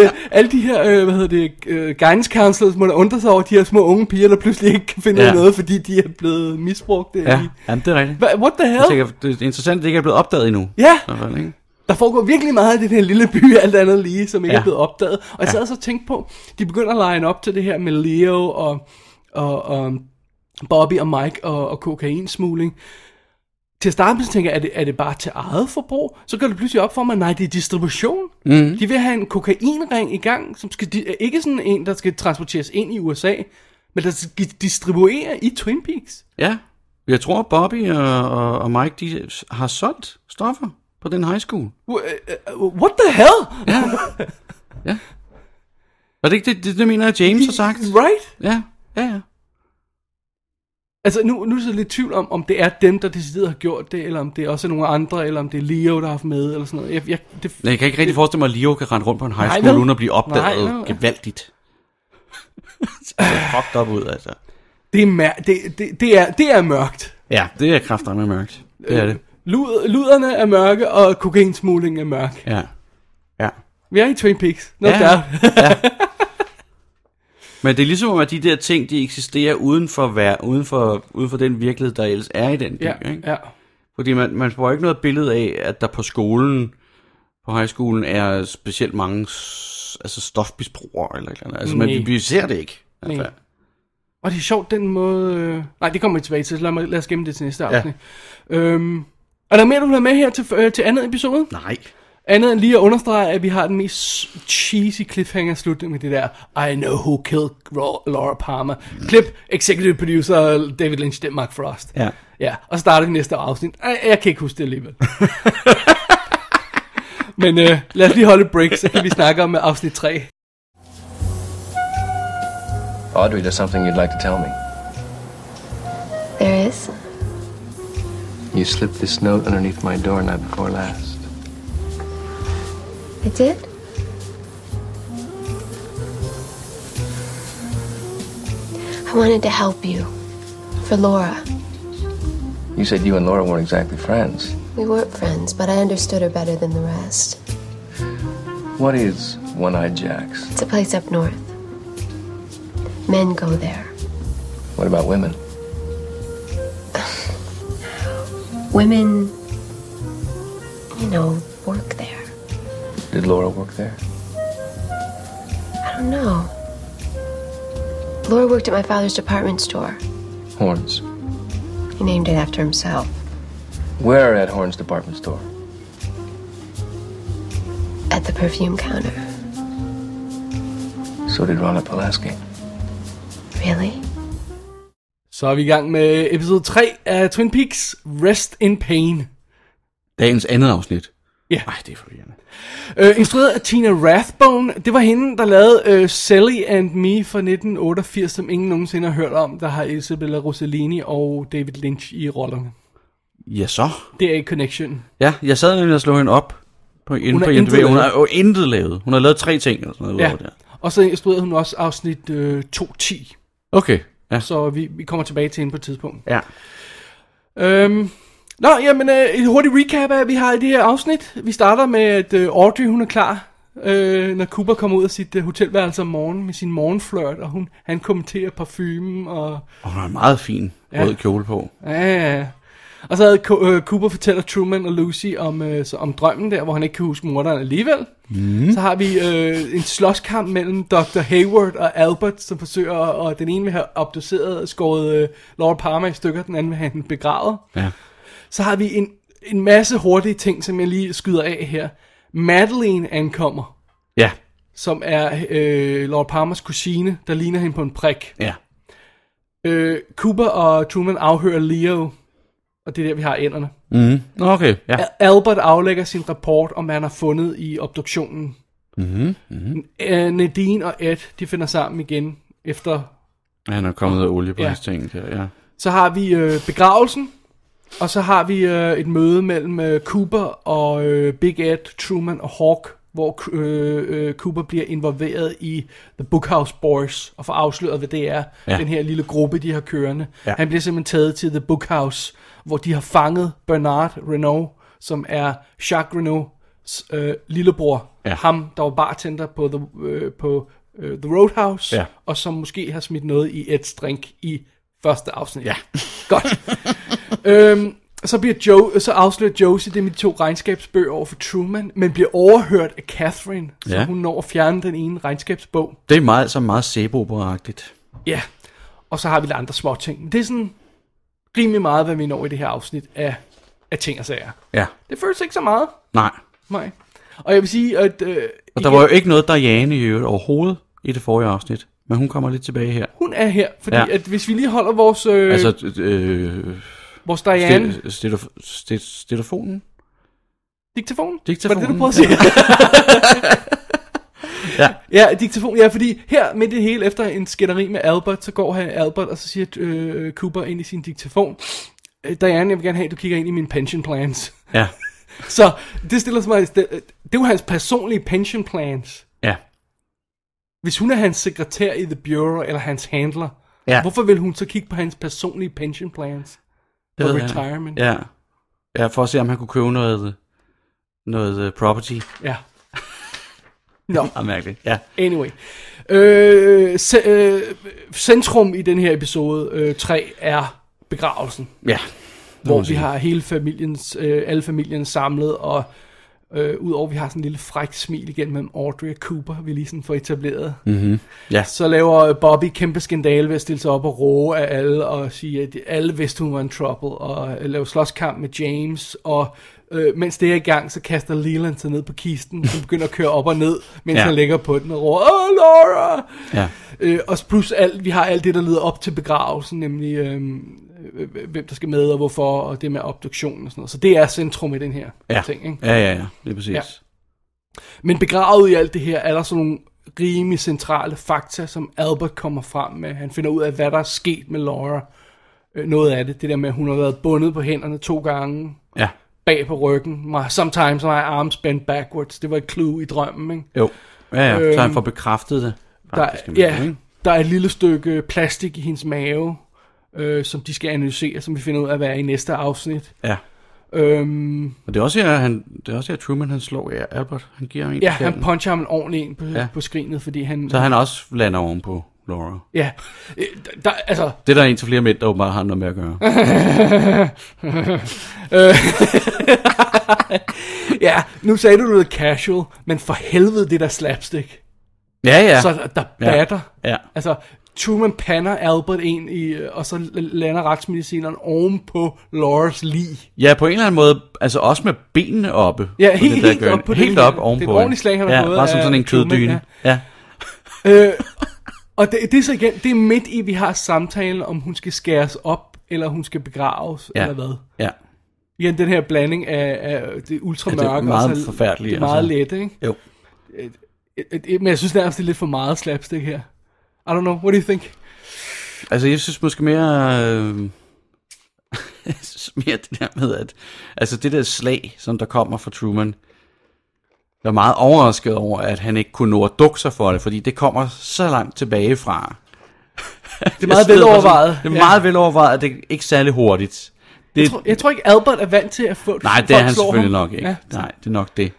Øh, Alle de her, øh, hvad hedder det, øh, guidance counselors må da undre sig over de her små unge piger, der pludselig ikke kan finde ud af
Ja.
noget, fordi de er blevet misbrugt.
Ja,
Ja.
Jamen, det er rigtigt.
What the
Jeg
hell?
tænker, det er interessant, at det ikke er blevet opdaget endnu.
Ja,
I hvert fald, ikke?
der foregår virkelig meget i den her lille by, alt andet lige, som ikke ja.
Ja.
er blevet opdaget. Og jeg sad og så tænkte på, de begynder at line op til det her med Leo og, og, og Bobby og Mike og, og kokainsmugling. til at starte med, så tænker jeg, er det, er det bare til eget forbrug? Så går det pludselig op for mig, nej, det er distribution. Mm. De vil have en kokainring i gang, som skal, di- ikke sådan en, der skal transporteres ind i USA, men der skal distribuere i Twin Peaks.
Ja, jeg tror Bobby og, og, og Mike, de har solgt stoffer på den high school.
Wh- øh, øh, What the hell?
Ja. Var det ikke det, det, det mener jeg, James har sagt?
Right?
Ja, ja, ja.
Altså, nu, nu er jeg så lidt i tvivl om, om det er dem, der decideret har gjort det, eller om det også er nogle andre, eller om det er Leo, der har haft med, eller sådan noget. Jeg, jeg, det,
Nej, Jeg kan ikke rigtig forestille mig, at Leo kan rende rundt på en high
Nej,
school,
vel?
uden at blive opdaget
Nej, vel?
gevaldigt. det er fucked op ud, altså.
det, er, mær- det, det, det, er, det er mørkt.
Ja, det er kraftedeme mørkt. Det er det.
Lud, luderne er mørke, og kokainsmuglingen er mørk.
Ja. Ja.
Vi er i Twin Peaks. No
Ja.
ja. doubt.
Men det er ligesom, at de der ting, de eksisterer uden for, vær, uden for, uden for den virkelighed, der ellers er i den by.
ja,
ikke?
ja.
Fordi man, man får ikke noget billede af, at der på skolen, på højskolen, er specielt mange s- altså stofmisbrugere eller et eller andet. Altså, man,
Nej.
vi, vi ser det ikke. i hvert
Nej.
fald.
Og det er sjovt, den måde... Øh... Nej, det kommer vi tilbage til. så Lad, mig, lad os gemme det til næste afsnit. Ja. Øhm... Er der mere, du vil have med her til, øh, til andet episode?
Nej.
Andet end lige at understrege, at vi har den mest cheesy cliffhanger-slutning med det der I know who killed Ra- Laura Palmer. Klip, executive producer David Lynch, det er Mark Frost.
Ja.
Ja, og så starter vi næste afsnit. Ej, jeg kan ikke huske det alligevel. Men øh, lad os lige holde et break, så kan vi snakke om øh, afsnit 3.
Audrey, there's something you'd like to tell me.
There is.
You slipped this note underneath my door night before last.
I did. I wanted to help you. For Laura.
You said you and Laura weren't exactly friends.
We weren't friends, but I understood her better than the rest.
What is One Eyed Jacks?
It's a place up north. Men go there.
What about women?
Women, you know, work there.
Did Laura work there?
I don't know. Laura worked at my father's department store.
Horns.
He named it after himself.
Where at Horns Department Store?
At the perfume counter.
So did Ronna Pulaski.
Really?
Så er vi i gang med episode 3 af Twin Peaks, Rest in Pain.
Dagens andet afsnit.
Ja.
Ej, det er forvirrende.
Øh, instrueret af Tina Rathbone. Det var hende, der lavede øh, Sally and Me fra 1988, som ingen nogensinde har hørt om, der har Isabella Rossellini og David Lynch i rollerne.
Ja, så.
Det er i Connection.
Ja, jeg sad nemlig og slog hende op på, inde
Hun
på
har intet
IMDb. Hun
lavet.
har jo intet lavet. Hun har lavet tre ting eller sådan noget.
Ja.
udover det.
Og så instruerede hun også afsnit øh, 210,
Okay. Ja.
så vi, vi kommer tilbage til hende på et tidspunkt.
ja.
Øhm, nå, jamen, øh, et hurtigt recap af, hvad vi har i det her afsnit. Vi starter med, at øh, Audrey, hun er klar, øh, når Cooper kommer ud af sit øh, hotelværelse om morgenen med sin morgenflirt, og hun, han kommenterer parfumen, og...
Og hun har en meget fin
Ja.
rød kjole på.
Ja, ja, ja. Og så havde Co- øh, Cooper fortæller Truman og Lucy om, øh, så, om drømmen der, hvor han ikke kan huske morderen alligevel. Mm. Så har vi øh, en slåskamp mellem Dr. Hayward og Albert, som forsøger, og den ene vil have obduceret og skåret øh, Lord Palmer i stykker, den anden vil have den begravet.
Ja.
Så har vi en, en masse hurtige ting, som jeg lige skyder af her. Madeline ankommer,
Ja.
som er øh, Lord Palmers kusine, der ligner hende på en prik.
Ja.
Øh, Cooper og Truman afhører Leo, og det er der, vi har ænderne.
Mm-hmm. Nå, okay. Ja.
Al- Albert aflægger sin rapport om, hvad han har fundet i obduktionen. Mm-hmm. Mm-hmm. Nadine og Ed, de finder sammen igen efter...
ja. Han er kommet af olie på
Ja.
hans ting. Der. Ja.
Så har vi øh, begravelsen, og så har vi øh, et møde mellem øh, Cooper og øh, Big Ed, Truman og Hawk, hvor øh, øh, Cooper bliver involveret i The Bookhouse Boys, og får afsløret, hvad det er,
Ja.
ja. den her lille gruppe, de har kørende.
Ja.
Ja. Han bliver simpelthen taget til The Bookhouse, hvor de har fanget Bernard Renault, som er Jacques Renaults øh, lillebror.
Ja.
Ham, der var bartender på The, øh, på, øh, the Roadhouse,
Ja.
og som måske har smidt noget i Eds drink i første afsnit. Ja. Godt. øhm, så, bliver Joe, så afslører Josie det med de to regnskabsbøger over for Truman, men bliver overhørt af Catherine, så
Ja.
hun når at fjerne den ene regnskabsbog.
Det er meget, så meget sæbeopera-agtigt.
Ja, og så har vi lidt andre små ting. Det er sådan rimelig meget, hvad vi når i det her afsnit af af ting og sager.
Ja.
Det føles ikke så meget.
Nej.
Nej. Og jeg vil sige, at... Øh,
Og der var jo ikke noget Diane i øvrigt overhovedet i det forrige afsnit. Men hun kommer lidt tilbage her.
Hun er her, fordi
Ja.
ja. at hvis vi lige holder vores, øh,
Altså,
altså,
øh,
vores Diane...
sti- stetof- sti- stetofonen?
Diktafon?
Diktafonen,
Var det det, du prøvede at sige?
Ja.
ja, diktafon. Ja, fordi her midt i det hele, efter en skænderi med Albert, så går han Albert, og så siger øh, Cooper ind i sin diktafon. "Øh, Diane, jeg vil gerne have, at du kigger ind i mine pension plans.
Ja.
Så det stiller sig mig... Det, det er jo hans personlige pension plans.
Ja.
Hvis hun er hans sekretær i The Bureau, eller hans handler,
Ja.
hvorfor vil hun så kigge på hans personlige pension plans?
Det
For
ved jeg.
retirement.
Ja. Ja, for at se, om han kunne købe noget, noget øh, property.
Ja. Nå,
Meget mærkeligt. Ja.
Anyway. Øh, se, øh, centrum i den her episode øh, 3 er begravelsen,
Ja.
hvor vi har hele familiens, øh, alle familien samlet, og øh, udover vi har sådan en lille fræk smil igen mellem Audrey og Cooper, vi lige sådan får etableret. Mm.
Ja.
Så laver Bobby kæmpe skandale ved at stille sig op og råge af alle, og sige, at alle vidste, hun var en trouble, og øh, lave slåskamp med James, og øh, mens det er i gang, så kaster Leland sig ned på kisten, som begynder at køre op og ned, mens
Ja.
ja. han ligger på den og råber, Åh, Laura!
Ja.
Øh, og plus alt, vi har alt det, der leder op til begravelsen, nemlig øhm, øh, hvem der skal med og hvorfor, og det med obduktionen og sådan noget. Så det er centrum i den her
Ja.
ting. Ikke?
Ja, ja, ja. Det er præcis.
Ja. Men begravet i alt det her, er der sådan nogle rimelig centrale fakta, som Albert kommer frem med. Han finder ud af, hvad der er sket med Laura. Øh, noget af det, det der med, at hun har været bundet på hænderne to gange,
Ja.
bag på ryggen. My- Sometimes my arms bent backwards. Det var et clue i drømmen, ikke?
Jo. Ja, ja. Så han
Øhm,
får bekræftet det.
Der,
Faktisk, kan man sige,
ja,
ikke?
der er et lille stykke plastik i hendes mave, øh, som de skal analysere, som vi finder ud af, hvad er i næste afsnit.
Ja.
Øhm,
Og det er også her, han, det er også her Truman han slår ja, Albert. Han giver ham en
ja,
på skallen.
han puncher ham en ordentlig ind på,
Ja.
ja. på skrinet, fordi han...
Så han også lander ovenpå Laura.
Ja, Øh, der- der, altså,
Det er der en til flere mænd, der åbenbart har noget med at gøre.
Øh, ja, nu sagde du noget casual, men for helvede det der slapstick.
ja, ja.
Ja. Så der- der
Ja.
batter.
Ja.
Altså, Truman panner Albert ind i, øh, og så l- lander retsmedicineren ovenpå Lauras lig.
ja, på en eller anden måde, altså også med benene oppe.
Ja,
på
helt-
det der
helt
gørn.
op på det
Helt
der.
op
Det er et
ovenpå.
ordentligt slag, han har
ja,
fået
bare som
af
sådan en
Truman,
køddyne.
ja.
ja.
Øh, og det, det er så igen, det er midt i, vi har samtalen, om hun skal skæres op, eller hun skal begraves,
Ja.
ja. eller hvad.
ja.
Igen, den her blanding af, af det ultramørke.
Ja, det er meget
og så,
forfærdeligt,
Det er meget
altså.
lette, ikke?
Jo.
Et- et- et- Men jeg synes nærmest, det er lidt for meget slapstick her. I don't know, what do you think?
Altså, jeg synes måske mere... Øh, jeg synes mere det der med, at... Altså, det der slag, som der kommer fra Truman, jeg er meget overrasket over, at han ikke kunne nå at dukke sig for det, fordi det kommer så langt tilbage fra.
Det er meget velovervejet.
Det er meget velovervejet, og det er ikke særlig hurtigt. Det,
Jeg tror, jeg tror ikke, Albert er vant til at få
nej, det
folk
er han
slår ham.
selvfølgelig nok ikke.
Ja,
Ja. Nej, det er nok det.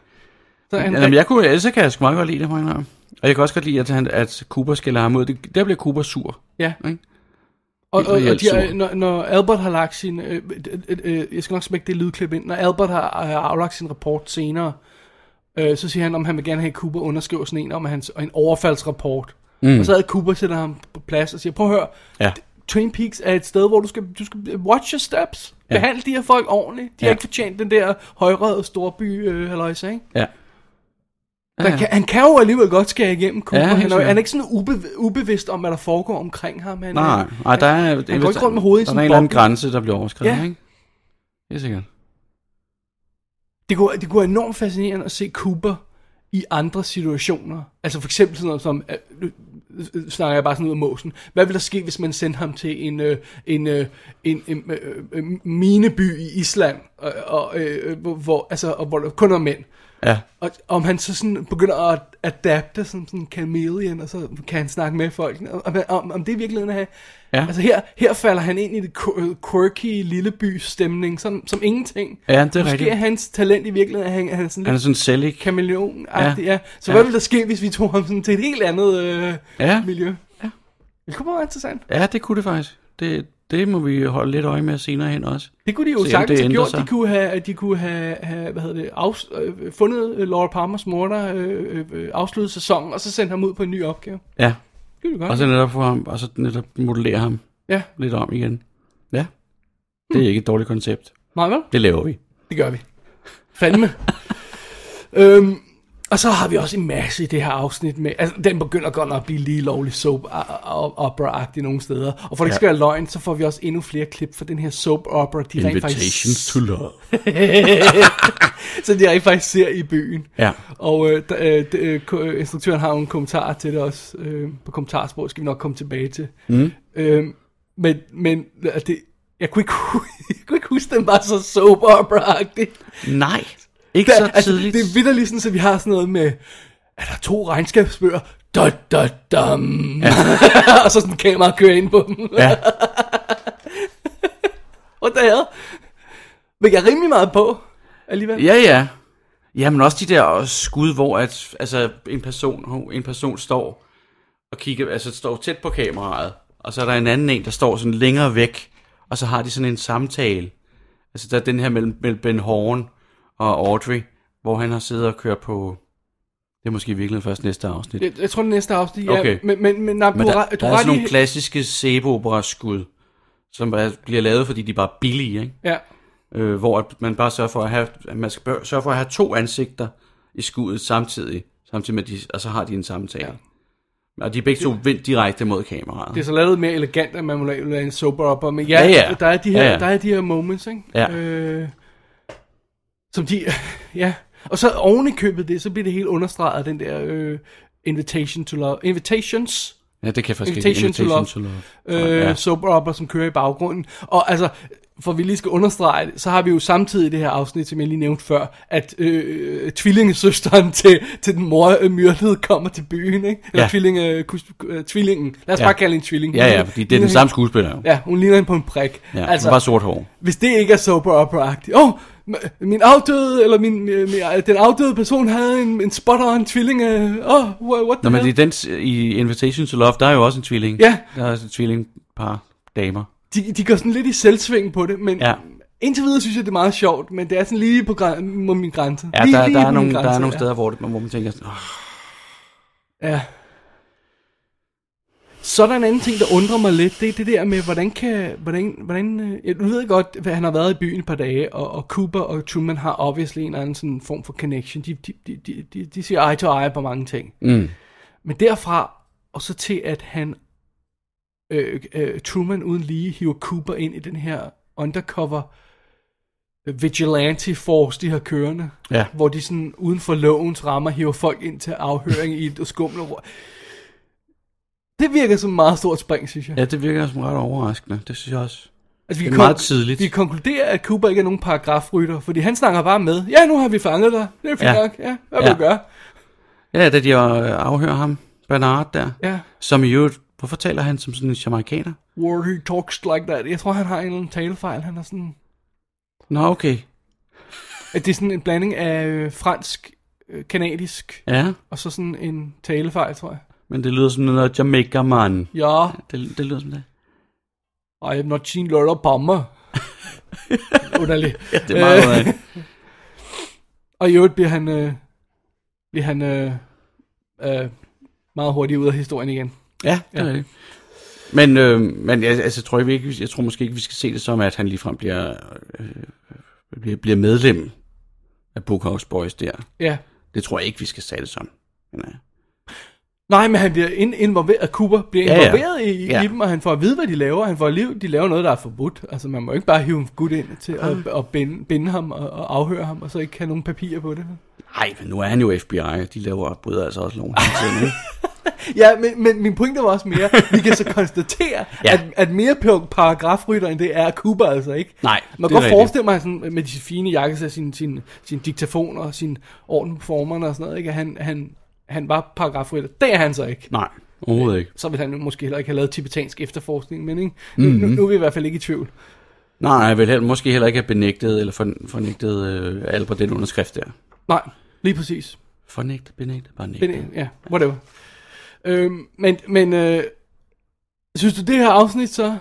så han,
Jamen, jeg kunne, ellers så kan jeg sgu meget godt lide det, Magnus. Og jeg kan også godt lide, at, han, at Cooper skælder ham ud. Det, der bliver Cooper sur.
ja.
Ikke?
Og, og, og
reelt
de, er-
sur.
når, når Albert har lagt sin... Øh, øh, øh, øh, jeg skal nok smække det lydklip ind. Når Albert har, øh, har aflagt sin rapport senere, øh, så siger han, om han vil gerne have Cooper underskriver sådan en om hans, en overfaldsrapport. Mm. Og så havde Cooper sætter ham på plads og siger, prøv at høre,
Ja.
Twin Peaks er et sted, hvor du skal, du skal watch your steps.
Ja.
Ja. Behandle de her folk ordentligt. De ja.
Ja.
har ikke fortjent den der højrøde storby øh, halløjse, ikke?
Ja.
Ja. Han, kan, han kan jo alligevel godt skære igennem Cooper.
Ja,
Ja,
helt
han, er, jo-
sikkert.
han er ikke sådan ube, ubevidst om, hvad der foregår omkring ham. Han, øh,
Nej,
er-
nej, der er...
Han går ikke rundt med hovedet i
Der er en
sådan en
eller anden
boble.
grænse, der bliver overskrevet,
Ja.
ikke? Det er sikkert.
Det kunne, det kunne være enormt fascinerende at se Cooper i andre situationer. Altså for eksempel sådan noget som, øh, nu øh, snakker jeg bare sådan ud af måsen. Hvad ville der ske, hvis man sendte ham til en, øh, en, øh, en, en øh, øh, mineby i Island, og, og, øh, øh, hvor- hvor, altså, og hvor der kun er mænd?
Ja.
Og om han så sådan begynder at adapte som sådan en chameleon, og så kan han snakke med folk. Om, om, om det i virkeligheden er...
Ja.
Altså her, her falder han ind i det qu- quirky lilleby stemning, som, som ingenting.
Ja, det er
Måske
rigtigt.
er hans talent i virkeligheden, at han, han er sådan
Han er
lidt
sådan selig.
chameleon
Ja.
ja. ja. Så
Ja.
ja. hvad ville der ske, hvis vi tog ham sådan til et helt andet øh,
Ja.
miljø? Ja. Det kunne være interessant.
Ja, det kunne det faktisk. Det, det må vi holde lidt øje med senere hen også.
Det kunne de
Se,
jo
om
sagtens
det
have
ændrer
gjort.
sig.
De kunne have, de kunne have, have hvad hedder det, afs, øh, fundet øh, Laura Palmers morder, øh, øh, afsluttet sæsonen, og så sendt ham ud på en ny opgave.
Ja.
Det kunne de godt.
Og så netop, få ham, og så netop modellere ham
Ja.
lidt om igen. Ja. Det er ikke et dårligt koncept.
Nej, vel?
Det laver vi.
Det gør vi. Fandme. øhm, og så har vi også en masse i det her afsnit med, altså den begynder godt nok at blive lige lovlig soap o- opera nogle steder. Og for det ikke skal være løgn, så får vi også endnu flere klip fra den her soap opera, de rent
Invitations
faktisk,
to love.
så de rent faktisk ser i byen.
Ja.
Og øh, d- øh, d- øh, ko- øh, instruktøren har jo en kommentar til det også, øh, på kommentarsporet skal vi nok komme tilbage til. Mm. Øh, men men øh, det, jeg, kunne ikke, hu- jeg kunne ikke huske, den var så soap opera-agtig.
Nej, ikke
Der, altså,
så tidligt.
det er vidderligt sådan, så vi har sådan noget med, er der to regnskabsbøger? Da, da, dum. Ja. og så sådan en kamera kører ind på dem.
Ja.
What the hell? Men jeg er rimelig meget på alligevel.
Ja, ja. Ja, men også de der også skud, hvor at, altså, en, person, en person står og kigger, altså står tæt på kameraet, og så er der en anden en, der står sådan længere væk, og så har de sådan en samtale. Altså der er den her mellem, mellem Ben Horn og Audrey, hvor han har siddet og kørt på, det er måske i virkeligheden først næste afsnit.
Jeg, jeg tror, det næste afsnit, ja.
Okay.
Men, men, men, nej,
Men
du,
der,
har- du
der
har
er sådan
ret i-
nogle klassiske sebo-opera-skud, som er, bliver lavet, fordi de er bare billige, ikke?
Ja,
øh, hvor at man bare sørger for at have, at man skal bør- sørge for at have to ansigter i skuddet samtidig, samtidig med, at de, og så har de en samtale. Ja. Og de er begge to vendt direkte mod kameraet.
det er så lavet mere elegant, at man må lave lave en soap opera, men ja,
Ja, ja.
Der, er de her,
Ja, ja.
der er de her moments, ikke?
Ja.
Øh, som de, ja. Og så oven i købet det, så bliver det helt understreget, den der øh, invitation to love, invitations,
ja, det kan jeg faktisk
Invitation
ikke.
to Love. øh,
ja.
ja. soap opera, som kører i baggrunden. Og altså, for at vi lige skal understrege det, så har vi jo samtidig i det her afsnit, som jeg lige nævnte før, at øh, tvillingesøsteren til, til den mor øh, myrdede kommer til byen, ikke? Eller ja.
Ja.
tvillinge, øh, kus, øh, tvillingen. Lad os ja.
Ja.
bare kalde hende tvilling.
ja, ja, fordi det er den samme skuespiller. jo.
Ja, hun ligner hende på en prik.
Ja, altså, bare sort hår.
hvis det ikke er soap opera-agtigt. Åh, oh, min afdøde, eller min, min, den afdøde person havde en, en spot on tvilling. Åh, oh, what the
Nå, men
hell?
i, den, i Invitation to Love, der er jo også en tvilling.
Ja.
Der er også en tvillingpar damer.
De, de går sådan lidt i selvsving på det, men ja.
Ja.
indtil videre synes jeg, det er meget sjovt, men det er sådan lige på, græ- mod min grænse.
Ja,
lige,
der,
lige
der,
på
er
min
nogle, der er
grænse,
nogle
ja.
steder, hvor, det, hvor man tænker sådan, oh,
Ja. Så er der en anden ting, der undrer mig lidt, det er det der med, hvordan kan, hvordan, hvordan, øh, jeg ved godt, at han har været i byen et par dage, og, og Cooper og Truman har obviously en eller anden sådan form for connection, de, de, de, de, de, de siger eye to eye på mange ting.
Mm.
Men derfra, og så til, at han, øh, øh, Truman uden lige, hiver Cooper ind i den her undercover øh, vigilante force, de har kørende
Ja.
hvor de sådan uden for lovens rammer hiver folk ind til afhøring i et skumle rum. Det virker som et meget stort spring, synes jeg.
ja, det virker som ret overraskende. Det synes jeg også.
altså,
det er meget tidligt.
Vi kan konkludere, at Cooper ikke er nogen paragrafrytter, fordi han snakker bare med. Ja, nu har vi fanget dig. Det er fint ja.
Ja.
nok. Ja, hvad vil
Ja.
du gøre?
Ja, da de øh, afhører ham, Bernard der.
Ja.
Som i øvrigt, hvorfor taler han som sådan en jamaikaner?
War he talks like that. Jeg tror, han har en eller anden talefejl. Han er sådan...
Nå, okay.
At det er sådan en blanding af øh, fransk, øh, kanadisk,
Ja,
og så sådan en talefejl, tror jeg.
men det lyder som noget Jamaica man.
Ja,
Det, det lyder som det.
I have not seen Lola Bomber. Underligt.
Ja, det er meget
Øh.
øh.
Og i øvrigt bliver han, øh, bliver han øh, øh, meget hurtigt ud af historien igen.
Ja, det er det. Men, øh, men jeg, altså, tror jeg, ikke, jeg tror måske ikke, vi skal se det som, at han ligefrem bliver, øh, bliver, bliver medlem af Bookhouse Boys der.
Ja.
Det tror jeg ikke, vi skal se det som. Men, øh,
Nej, men han bliver ind, involveret, at Cooper bliver
Ja, ja.
involveret ja, ja. I,
Ja.
i dem, og han får at vide, hvad de laver. Han får at vide, de laver noget, der er forbudt. Altså, man må ikke bare hive en gut ind til at,
Ah.
at binde, binde ham og, og afhøre ham, og så ikke have nogen papirer på det.
nej, men nu er han jo FBI. De laver bryder altså også loven. hele tiden, ikke?
Ja, men, men min pointe var også mere, vi kan så konstatere, ja.
Ja.
at, at mere på paragrafrytter end det er Cooper altså ikke.
Nej,
Man kan
det er
godt
rigtigt.
forestille mig sådan, med de fine jakkesæt, sin, sin, sin diktafon og sin orden på formerne og sådan noget, ikke? At han, han, han var paragrafrytter. Det er han så ikke.
Nej, overhovedet ikke.
Så ville han jo måske heller ikke have lavet tibetansk efterforskning, men ikke? Nu, mm-hmm. nu,
Mhm.
nu er vi i hvert fald ikke i tvivl.
Nej, nej, vil heller, måske heller ikke have benægtet eller forn- fornægtet øh, Albert den underskrift der.
Nej, lige præcis.
Fornægte, benægte, bare nægte.
Men, ja, whatever. Øhm, men men øh, synes du, det her afsnit så,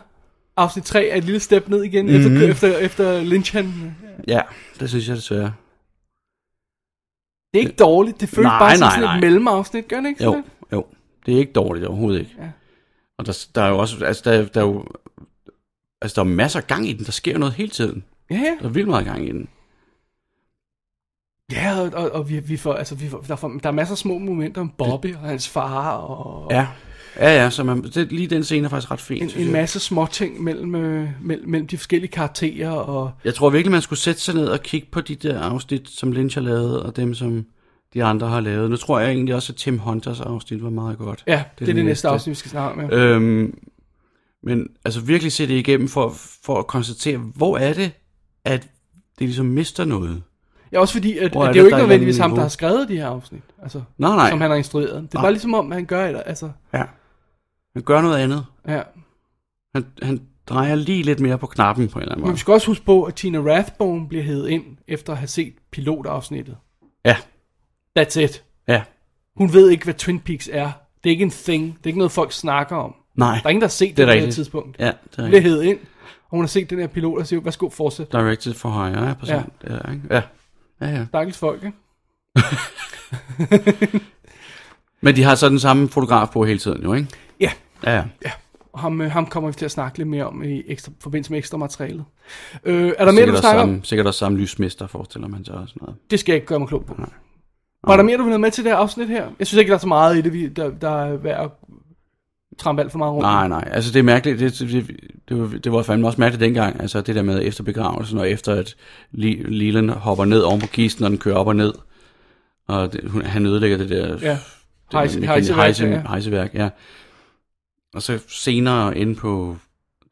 afsnit 3, er et lille step ned igen, mm-hmm.
Mhm.
efter, efter, efter Lynch, han...
Ja, det synes jeg desværre.
Det er ikke dårligt, det føles
Nej,
bare som
nej,
sådan
nej.
et mellemafsnit, gør det ikke? sådan
Jo, jo. Det er ikke dårligt overhovedet ikke.
Ja.
Og der, der er jo også, altså der, der er jo, altså der er masser af gang i den, der sker jo noget hele tiden.
Ja, ja.
Der er vildt meget gang i den.
Ja, og, og, og vi, vi får, altså, vi får, der, får, der er masser af små momenter om Bobby og hans far, og
Ja. Ja, ja, så man, det, lige den scene er faktisk ret fin,
en,
synes
en
jeg.
masse små ting mellem, øh, mellem, mellem de forskellige karakterer, og
Jeg tror virkelig, man skulle sætte sig ned og kigge på de der afsnit, som Lynch har lavet, og dem, som de andre har lavet. Nu tror jeg egentlig også, at Tim Hunters afsnit var meget godt.
ja, det, det er det næste afsnit, vi skal snakke om. Ja.
Øhm, men altså virkelig se det igennem for, for at konstatere, hvor er det, at det ligesom mister noget.
Ja, også fordi, at,
Hvor er
at det
det,
er jo ikke
der er
nødvendigvis
et eller
ham,
andet
der har
niveau?
skrevet de her afsnit, altså,
Nej, nej. Ah.
som han har instrueret. Det er bare ligesom om, han gør, eller, altså,
Ja. Han gør noget andet.
ja.
Han, han drejer lige lidt mere på knappen på en eller anden
Men
måde.
vi skal også huske på, at Tina Rathbone bliver hævet ind, efter at have set pilotafsnittet.
Ja,
That's it.
ja.
Hun ved ikke, hvad Twin Peaks er. Det er ikke en thing. Det er ikke noget, folk snakker om.
Nej,
Der er ingen, der har set
det
det
er
på det her
rigtigt.
tidspunkt.
Ja, det er
Hun bliver
rigtigt.
hævet ind, og hun har set den her pilot og siger, værsgo, fortsæt.
Directed for hire, ja, procent. Ja. ikke? ja. Ja, ja.
Stakkels folk, ikke?
Men de har så den samme fotograf på hele tiden jo, ikke?
Ja,
Ja, ja.
og ham, øh, ham kommer vi til at snakke lidt mere om i ekstra, forbindelse med ekstra materialet. Øh, er der mere,
Sikkert,
du vil
også
snakke om?
samme, sikkert også samme lysmester, forestiller man sig og sådan noget.
Det skal jeg ikke gøre mig klog på. Var der mere, du ville have med til det her afsnit her? Jeg synes ikke, der er så meget i det, vi, der, der er værd at trampe alt for meget rundt.
Nej, nej, altså det er mærkeligt, det, det, det, var, det var fandme også mærkeligt dengang, altså det der med efter begravelsen, og efter at Li- Leland hopper ned oven på kisten, og den kører op og ned, og det, hun, han ødelægger det
Ja.
der det
Hejse-
mekaniske-
hejseværk,
hejse-
ja.
hejseværk, ja. Og så senere inde på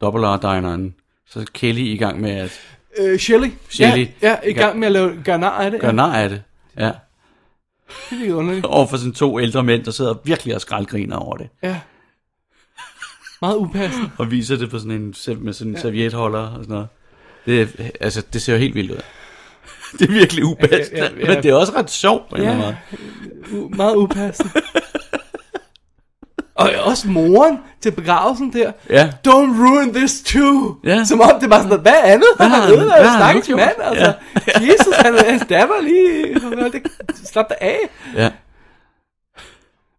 Double R-dineren, så er Kelly i gang med at
Øh, Shelley.
Shelley.
Ja, ja, i gang med at lave garnar af det.
gøre nar af det. Ja.
Ja, det er underligt.
Over for sådan to ældre mænd, der sidder virkelig og skraldgriner over det.
Ja. Meget upassende.
og viser det på sådan en serv- med sådan en ja. servietholder og sådan noget. Det, er- altså, det ser jo helt vildt ud. Det er virkelig upassende,
Ja,
ja,
ja,
ja,
ja.
ja. men det er også ret sjovt på en
Ja.
eller anden måde.
U- meget upassende. Og også moren til begravelsen der.
Ja.
Don't ruin this too.
Ja.
Som om det var sådan, hvad andet? Han
har
har
han-
ødelagt
hvad har han
stakkels
gjort?
mand. Altså, Jesus, han, han stabber lige. Det- Slap dig af.
Ja.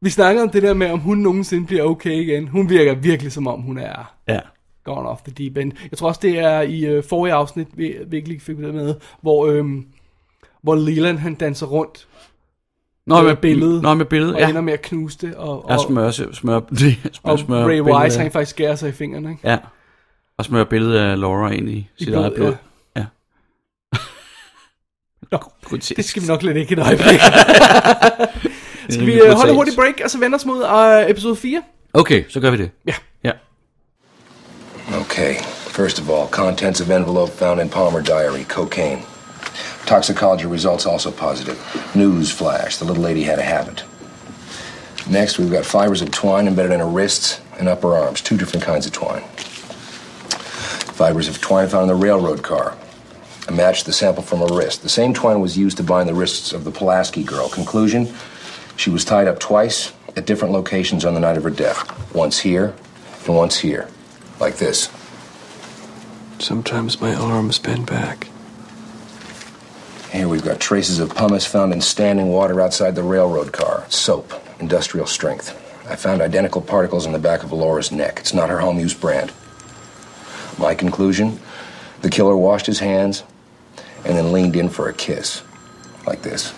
Vi snakkede om det der med, om hun nogensinde bliver okay igen. Hun virker virkelig, som om hun er
ja.
gone off the deep end. Jeg tror også, det er i øh, forrige afsnit, vi virkelig fik det med, hvor, øhm, hvor Leland han danser rundt
Nå,
med
med
billedet.
billedet. Nå, med billedet,
og
ja.
ender med at knuse det, og, og,
Ja, smør, smør, det- smør,
og
smør
Ray
billedet
Wise
af-
han faktisk skærer sig i fingrene. Ikke?
Ja. Og smør billedet af Laura ind i sit
blod,
eget blod.
ja.
Ja. ja.
Nå,
Grotesk.
det skal vi nok lidt ikke et øjeblik. skal vi øh,
Brutalt.
holde en hurtig break, og så vende os mod øh, episode 4?
Okay, så gør vi det.
Ja.
Ja.
Okay, first of all, contents of envelope found in Palmer diary cocaine. Toxicology results also positive. News flash the little lady had a habit. Next, we've got fibers of twine embedded in her wrists and upper arms, two different kinds of twine. Fibers of twine found in the railroad car. I matched the sample from her wrist. The same twine was used to bind the wrists of the Pulaski girl. Conclusion she was tied up twice at different locations on the night of her death once here and once here, like this.
Sometimes my arms bend back.
Here we've got traces of pumice found in standing water outside the railroad car. Soap, industrial strength. I found identical particles in the back of Laura's neck. It's not her home use brand. My conclusion the killer washed his hands and then leaned in for a kiss, like this.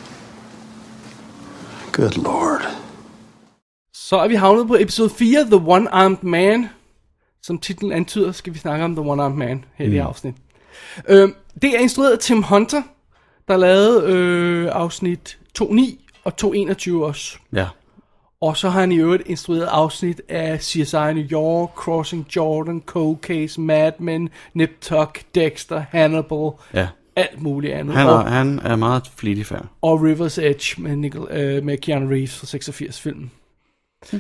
Good lord.
Så er vi havnet på episode 4, The One-Armed Man. Som titlen antyder, skal vi snakke om The One-Armed Man her i det afsnit. Øh, det er instrueret af Tim Hunter, der lavede øh, afsnit 2.9 og 2.21 også.
Ja.
Og så har han i øvrigt instrueret afsnit af CSI New York, Crossing Jordan, Cold Case, Mad Men, Nip Tuck, Dexter, Hannibal,
Ja.
alt muligt andet.
Han
og,
er, han er meget flittig færd.
og River's Edge med, Nicol, øh, med Keanu Reeves fra 86-filmen. Okay.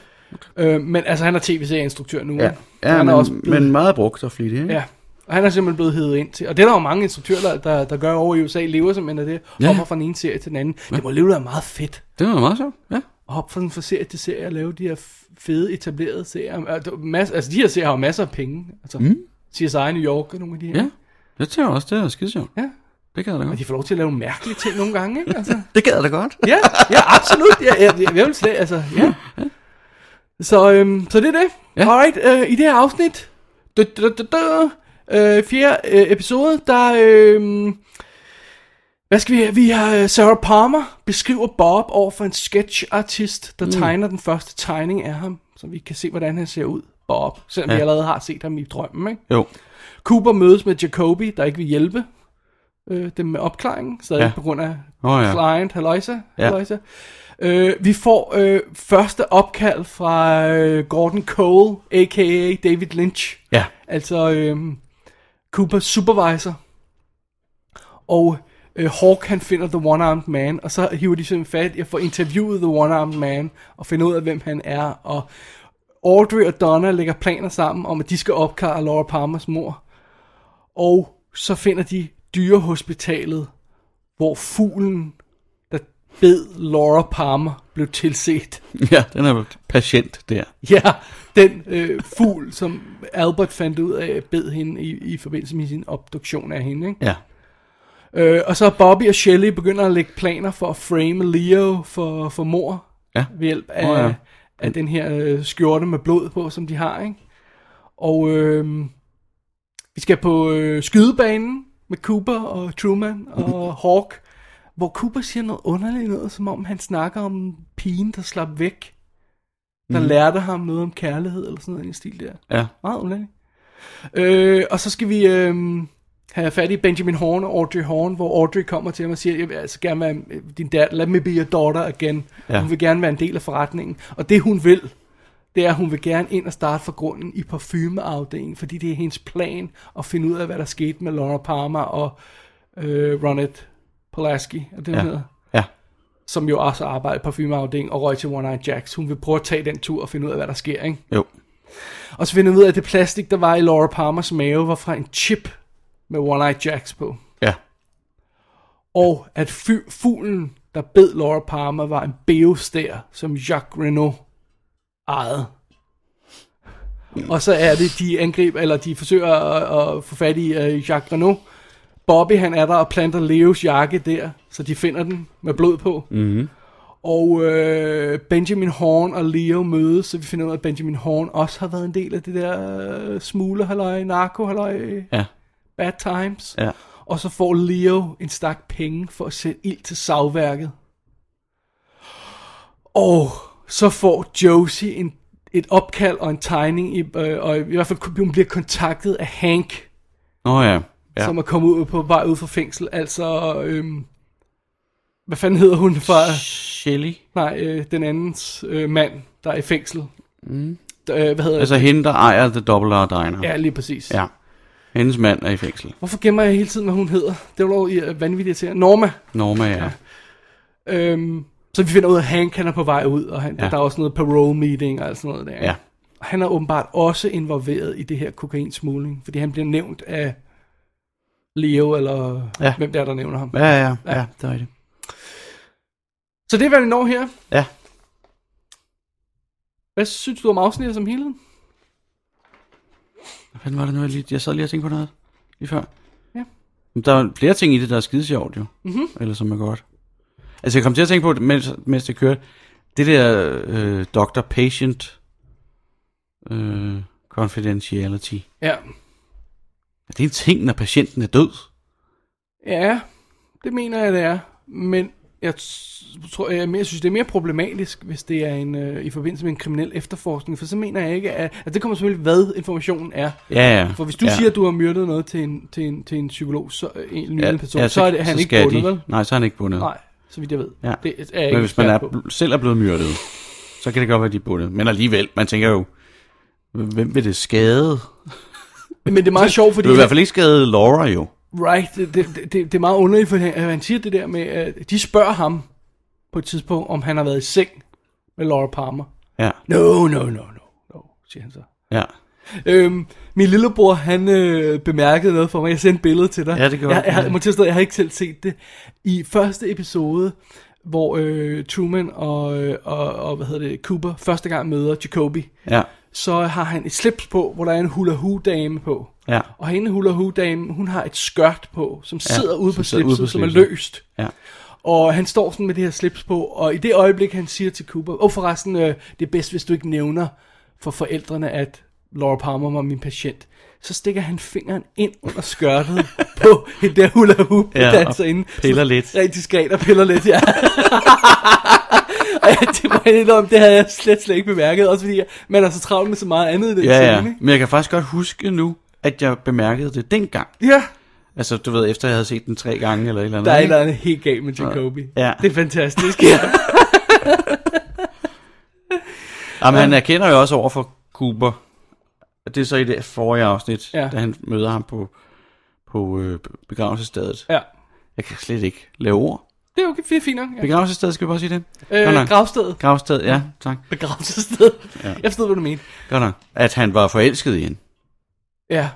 Øh, men altså, han er tv-serieinstruktør nu.
Hm. Ja,
ikke?
ja
han
men,
er også blevet,
men meget brugt og flittig, ikke?
ja, og han er simpelthen blevet hævet ind til. Og det er der jo mange instruktører, der, der, der gør over i USA, lever simpelthen af det. Ja.
Ja.
Hopper fra den ene serie til den anden. Det må alligevel være meget fedt
Det var meget sjovt, ja.
at hoppe fra, den fra serie til serie og lave de her f- fede, etablerede serier. Øh, der er Mas, altså, de her serier har jo masser af penge. Altså, mm. CSI New York og nogle af de her.
Ja, det tænker jeg også, det er skide sjovt.
ja.
Det gad jeg da
Og
godt.
de får lov til at lave mærkelige ting nogle gange, ikke? Altså.
Det gad jeg da godt.
Ja, ja, absolut. Ja, ja, ja, jeg vil slet, altså, ja. Så, øhm, så det er det. Ja.
Ja.
Alright, øh, i det her afsnit, da, da, da, da, Øh, fjerde øh, episode, der... Øh, hvad skal vi have? Vi har øh, Sarah Palmer beskriver Bob over for en sketchartist, der mm. tegner den første tegning af ham, så vi kan se, hvordan han ser ud, Bob. Selvom ja. vi
Ja.
allerede har set ham i drømmen, ikke?
Jo.
Cooper mødes med Jacoby, der ikke vil hjælpe øh, dem med opklaringen, stadig ja.
Ja.
på grund af oh,
Åh,
ja.
ja.
client, halløjsa,
Ja.
halløjsa. Øh, vi får øh, første opkald fra øh, Gordon Cole, a.k.a. David Lynch,
Ja.
altså øh, Coopers supervisor. Og øh, Hawk han finder The One-Armed Man, og så hiver de simpelthen fat i at få interviewet The One-Armed Man, og finde ud af, hvem han er, og Audrey og Donna lægger planer sammen om, at de skal opklare Laura Palmers mor. Og så finder de dyrehospitalet, hvor fuglen, der bed Laura Palmer, blev tilset.
Ja, den er jo patient der.
Ja, den øh, fugl, som Albert fandt ud af, bed hende i, i forbindelse med sin obduktion af hende. Ikke?
Ja.
Øh, og så er Bobby og Shelley begynder at lægge planer for at frame Leo for, for mor
Ja.
ved hjælp af,
Åh,
oh,
ja.
ja. af den her øh, skjorte med blod på, som de har, ikke? Og øh, vi skal på øh, skydebanen med Cooper og Truman og Hawk, hvor Cooper siger noget underligt noget, som om han snakker om pigen, der slap væk, der mm. lærte ham noget om kærlighed eller sådan noget i den stil der.
Ja.
Meget underligt. Øh, og så skal vi øh, have fat i Benjamin Horn og Audrey Horn, hvor Audrey kommer til ham og siger, jeg vil altså gerne være din datter, let me be your daughter again. Ja.
Ja.
Hun vil gerne være en del af forretningen. Og det hun vil, det er, at hun vil gerne ind og starte fra grunden i parfumeafdelingen, fordi det er hendes plan at finde ud af, hvad der skete med Laura Palmer og øh, Ronald Pulaski, er det, ja.
Ja.
hedder?
Ja.
som jo også arbejder i parfumeafdelingen og røg til One Eye Jacks. Hun vil prøve at tage den tur og finde ud af, hvad der sker, ikke?
Jo.
Og så finder vi ud af, at det plastik, der var i Laura Palmers mave, var fra en chip med One Eye Jacks på.
Ja.
Og at fy- fuglen, der bed Laura Palmer, var en beostær, som Jacques Renault ejede. Og så er det, de angriber, eller de forsøger at, at få fat i uh, Jacques Renault. Bobby, han er der og planter Leos jakke der, så de finder den med blod på. Mm-hmm. Og øh, Benjamin Horn og Leo mødes, så vi finder ud af, at Benjamin Horn også har været en del af det der øh, smuglerhalløj, narkohalløj,
Ja.
bad times.
Ja.
Og så får Leo en stak penge for at sætte ild til savværket. Og så får Josie en, et opkald og en tegning, i, øh, og i hvert fald hun bliver kontaktet af Hank,
Nå ja.
ja.
Ja.
som er kommet ud på vej ud fra fængsel. Altså, øhm, hvad fanden hedder hun fra...
Shelly.
Nej, øh, den andens øh, mand, der er i fængsel. Mm. Øh, hvad hedder
Altså hende, der ejer The Double R Diner.
Ja, lige præcis.
ja. Hendes mand er i fængsel.
Hvorfor gemmer jeg hele tiden, hvad hun hedder? Det var dog øh, vanvittigt at se. Norma.
Norma er. Ja.
Øhm, så vi finder ud af, at Hank han er på vej ud, og han, ja.
Ja.
der er også noget parole meeting og alt sådan noget der.
Ja.
Han er åbenbart også involveret i det her kokainsmugling, fordi han bliver nævnt af Leo, eller ja.
Ja.
hvem der er, der nævner ham. Ja.
Ja, ja, ja, ja, det er rigtigt.
Så det er, hvad vi når her.
Ja.
Hvad synes du om afsnittet som helhed?
Hvad fanden var det nu, jeg, lige, jeg sad lige og tænkte på noget lige før?
Ja. Mhm.
Men der er jo flere ting i det, der er skide sjovt jo. Mm-hmm. Eller som er godt. Altså jeg kom til at tænke på, det, mens, mens det kørte, det der øh, doctor-patient øh, confidentiality.
Ja.
Er det en ting, når patienten er død?
Ja, det mener jeg, det er. Men jeg t- tror, jeg, jeg synes, det er mere problematisk, hvis det er en, øh, i forbindelse med en kriminel efterforskning, for så mener jeg ikke, at, at det kommer selvfølgelig, hvad informationen er.
Ja, ja.
For hvis du
ja.
ja. siger, at du har myrdet noget til en, til en, til en psykolog, så, øh, en
ja,
ja, person, ja, så, så er det, han ikke
skal
bundet, vel?
Nej, så er han ikke bundet.
Nej, så vidt jeg ved.
Ja.
Det er jeg
Men
ikke
hvis man er,
ekspert på.
bl- selv er blevet myrdet, så kan det godt være, de er bundet. Men alligevel, man tænker jo, hvem vil det skade?
Men det er meget sjovt,
Det
fordi...
vil i hvert fald ikke skade Laura jo.
Right, det, det, det, det er meget underligt, for han, han siger det der med, at de spørger ham på et tidspunkt, om han har været i seng med Laura Palmer.
Ja,
No, no, no, no, no, siger han så.
ja.
Øhm, min lillebror, han øh, bemærkede noget for mig. Jeg sendte billedet til dig.
Ja, det gjorde
jeg, jeg,
han.
jeg, må tilstå, jeg har ikke selv set det. I første episode, hvor øh, Truman og, øh, og, og, hvad hedder det, Cooper første gang møder Jacoby,
Ja,
så har han et slips på, hvor der er en hula hoo dame på.
ja,
Og hende hula hoo dame, hun har et skørt på, som
Ja,
sidder ude på
som sidder ude
slipset,
på
som er
slipset.
løst.
ja.
Og han står sådan med det her slips på, og i det øjeblik, han siger til Cooper, åh oh, forresten, øh, det er bedst, hvis du ikke nævner for forældrene, at Laura Palmer var min patient, så stikker han fingeren ind under skørtet på en der hula hoop
Ja,
ja,
og
danser inde.
piller
Sådan
lidt.
Rigtig diskret og piller lidt, ja. og jeg, det var lidt om, det havde jeg slet, slet ikke bemærket, også fordi jeg, man er så travlt med så meget andet i den
Ja, ja.
scene, ikke?
Men jeg kan faktisk godt huske nu, at jeg bemærkede det dengang.
Ja,
Altså, du ved, efter jeg havde set den tre gange eller et eller andet.
der er et
ikke?
eller andet helt galt med Jacobi.
Ja.
Det er fantastisk. Ja.
Jamen, han erkender jo også over for Cooper, og det er så i det forrige afsnit,
Ja.
ja. da han møder ham på, på øh, begravelsesstedet.
ja.
Jeg kan slet ikke lave ord.
Det er okay, det er fint nok. Ja.
Begravelsesstedet, skal vi bare sige det? Godt
Øh,
nok.
gravstedet.
Gravsted, ja, tak.
Begravelsessted. Ja. Jeg forstod, hvad du mente.
Godt nok. At han var forelsket i hende.
Ja.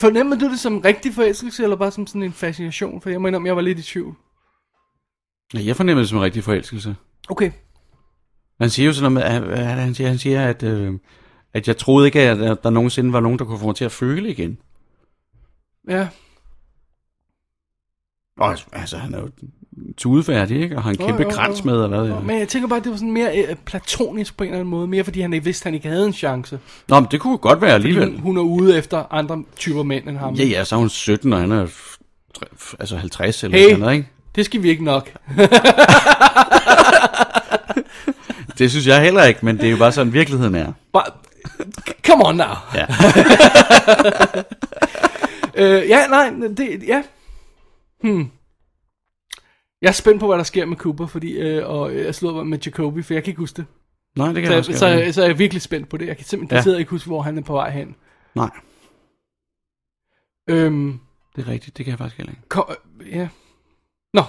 Fornemmede du det som rigtig forelskelse, eller bare som sådan en fascination? For jeg må indrømme, jeg var lidt i tvivl.
Ja, Jeg fornemmede det som en rigtig forelskelse.
Okay.
Han siger jo sådan noget med, at, hvad er det, han siger, han siger at, øh, at jeg troede ikke, at der, der nogensinde var nogen, der kunne få mig til at føle igen.
Ja.
Og altså, han er jo tudefærdig, ikke? Og har en
Jo,
kæmpe
jo, jo.
krans med, og hvad ved jeg.
Men jeg tænker bare, at det var sådan mere øh, platonisk på en eller anden måde. Mere fordi han ikke vidste, at han ikke havde en chance.
Nå, men det kunne godt være
Hun,
alligevel.
hun er ude efter andre typer mænd end ham.
Ja, ja, så er hun 17, og han er f- tre- f- altså 50 eller
Hey.
hey. noget, ikke?
Det skal vi ikke nok.
Det synes jeg heller ikke, men det er jo bare sådan, virkeligheden er.
Bare, come on now.
Ja.
øh, ja, nej, det, ja. Hmm. Jeg er spændt på, hvad der sker med Cooper, fordi, øh, og jeg slår med Jacoby, for jeg kan ikke huske det.
Nej, det kan
Så,
jeg
jeg, så,
også godt
så,
lide.
så er jeg virkelig spændt på det. Jeg kan simpelthen
Ja.
ja. ikke huske, hvor han er på vej hen.
Nej,
Øhm,
det er rigtigt, det kan jeg faktisk heller ikke.
kom, øh, ja. Nå.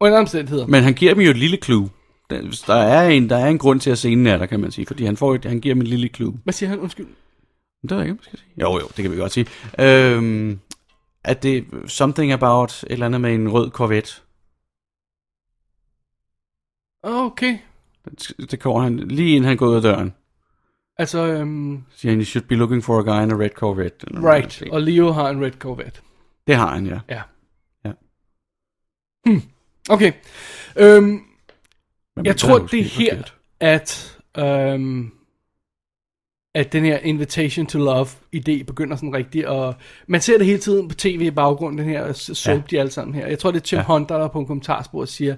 Under alle omstændigheder.
Men han giver dem jo et lille clue. Der- hvis Der er en, der er en grund til, at scenen er der, kan man sige. Fordi han, får et, han giver dem et lille clue.
Hvad siger han? Undskyld.
Det ved jeg ikke, om jeg skal sige. Jo, jo, det kan vi godt sige. Øhm, at det er something about et eller andet med en rød Corvette.
Okay.
Det kommer han lige inden han går ud af døren.
Altså, øhm,
Siger han, you should be looking for a guy in a red Corvette. Eller noget
right.
af den
Og Leo har en red Corvette.
stil. Det har han, ja.
Ja.
Ja.
Hmm. Okay. Øhm,
Men
Jeg
det
tror,
er jo
det er
helt
her,
forkert.
at, øhm, at den her invitation to love idé begynder sådan rigtig, og man ser det hele tiden på tv i baggrunden, den her s- soap, ja. de alle sammen her. Jeg tror, det er Tim ja.
Ja.
Hunter, der på en kommentarspor siger,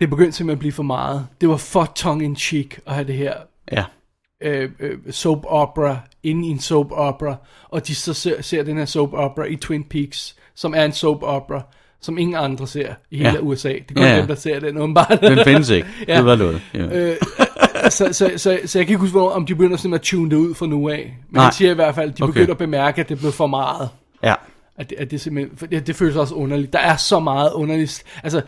det begyndte simpelthen at blive for meget. Det var for tongue-in-cheek at have det her
Ja.
øh, øh, soap opera inde i en soap opera, og de så ser, ser den her soap opera i Twin Peaks, som er en soap opera, som ingen andre ser i hele
Ja.
USA. Det er kun
Ja, ja.
dem, der ser den åbenbart.
Den findes ikke.
Ja.
ja. Det var noget. Ja. Øh,
Øh, så, så, så, så jeg kan ikke huske, hvornår, om de begynder sådan at tune det ud fra nu af. Men
Nej.
han siger i hvert fald, at de
Okay.
begynder at bemærke, at det blev for meget.
ja.
At det, at det simpelthen, for det, det føles også underligt. Der er så meget underligt. Altså,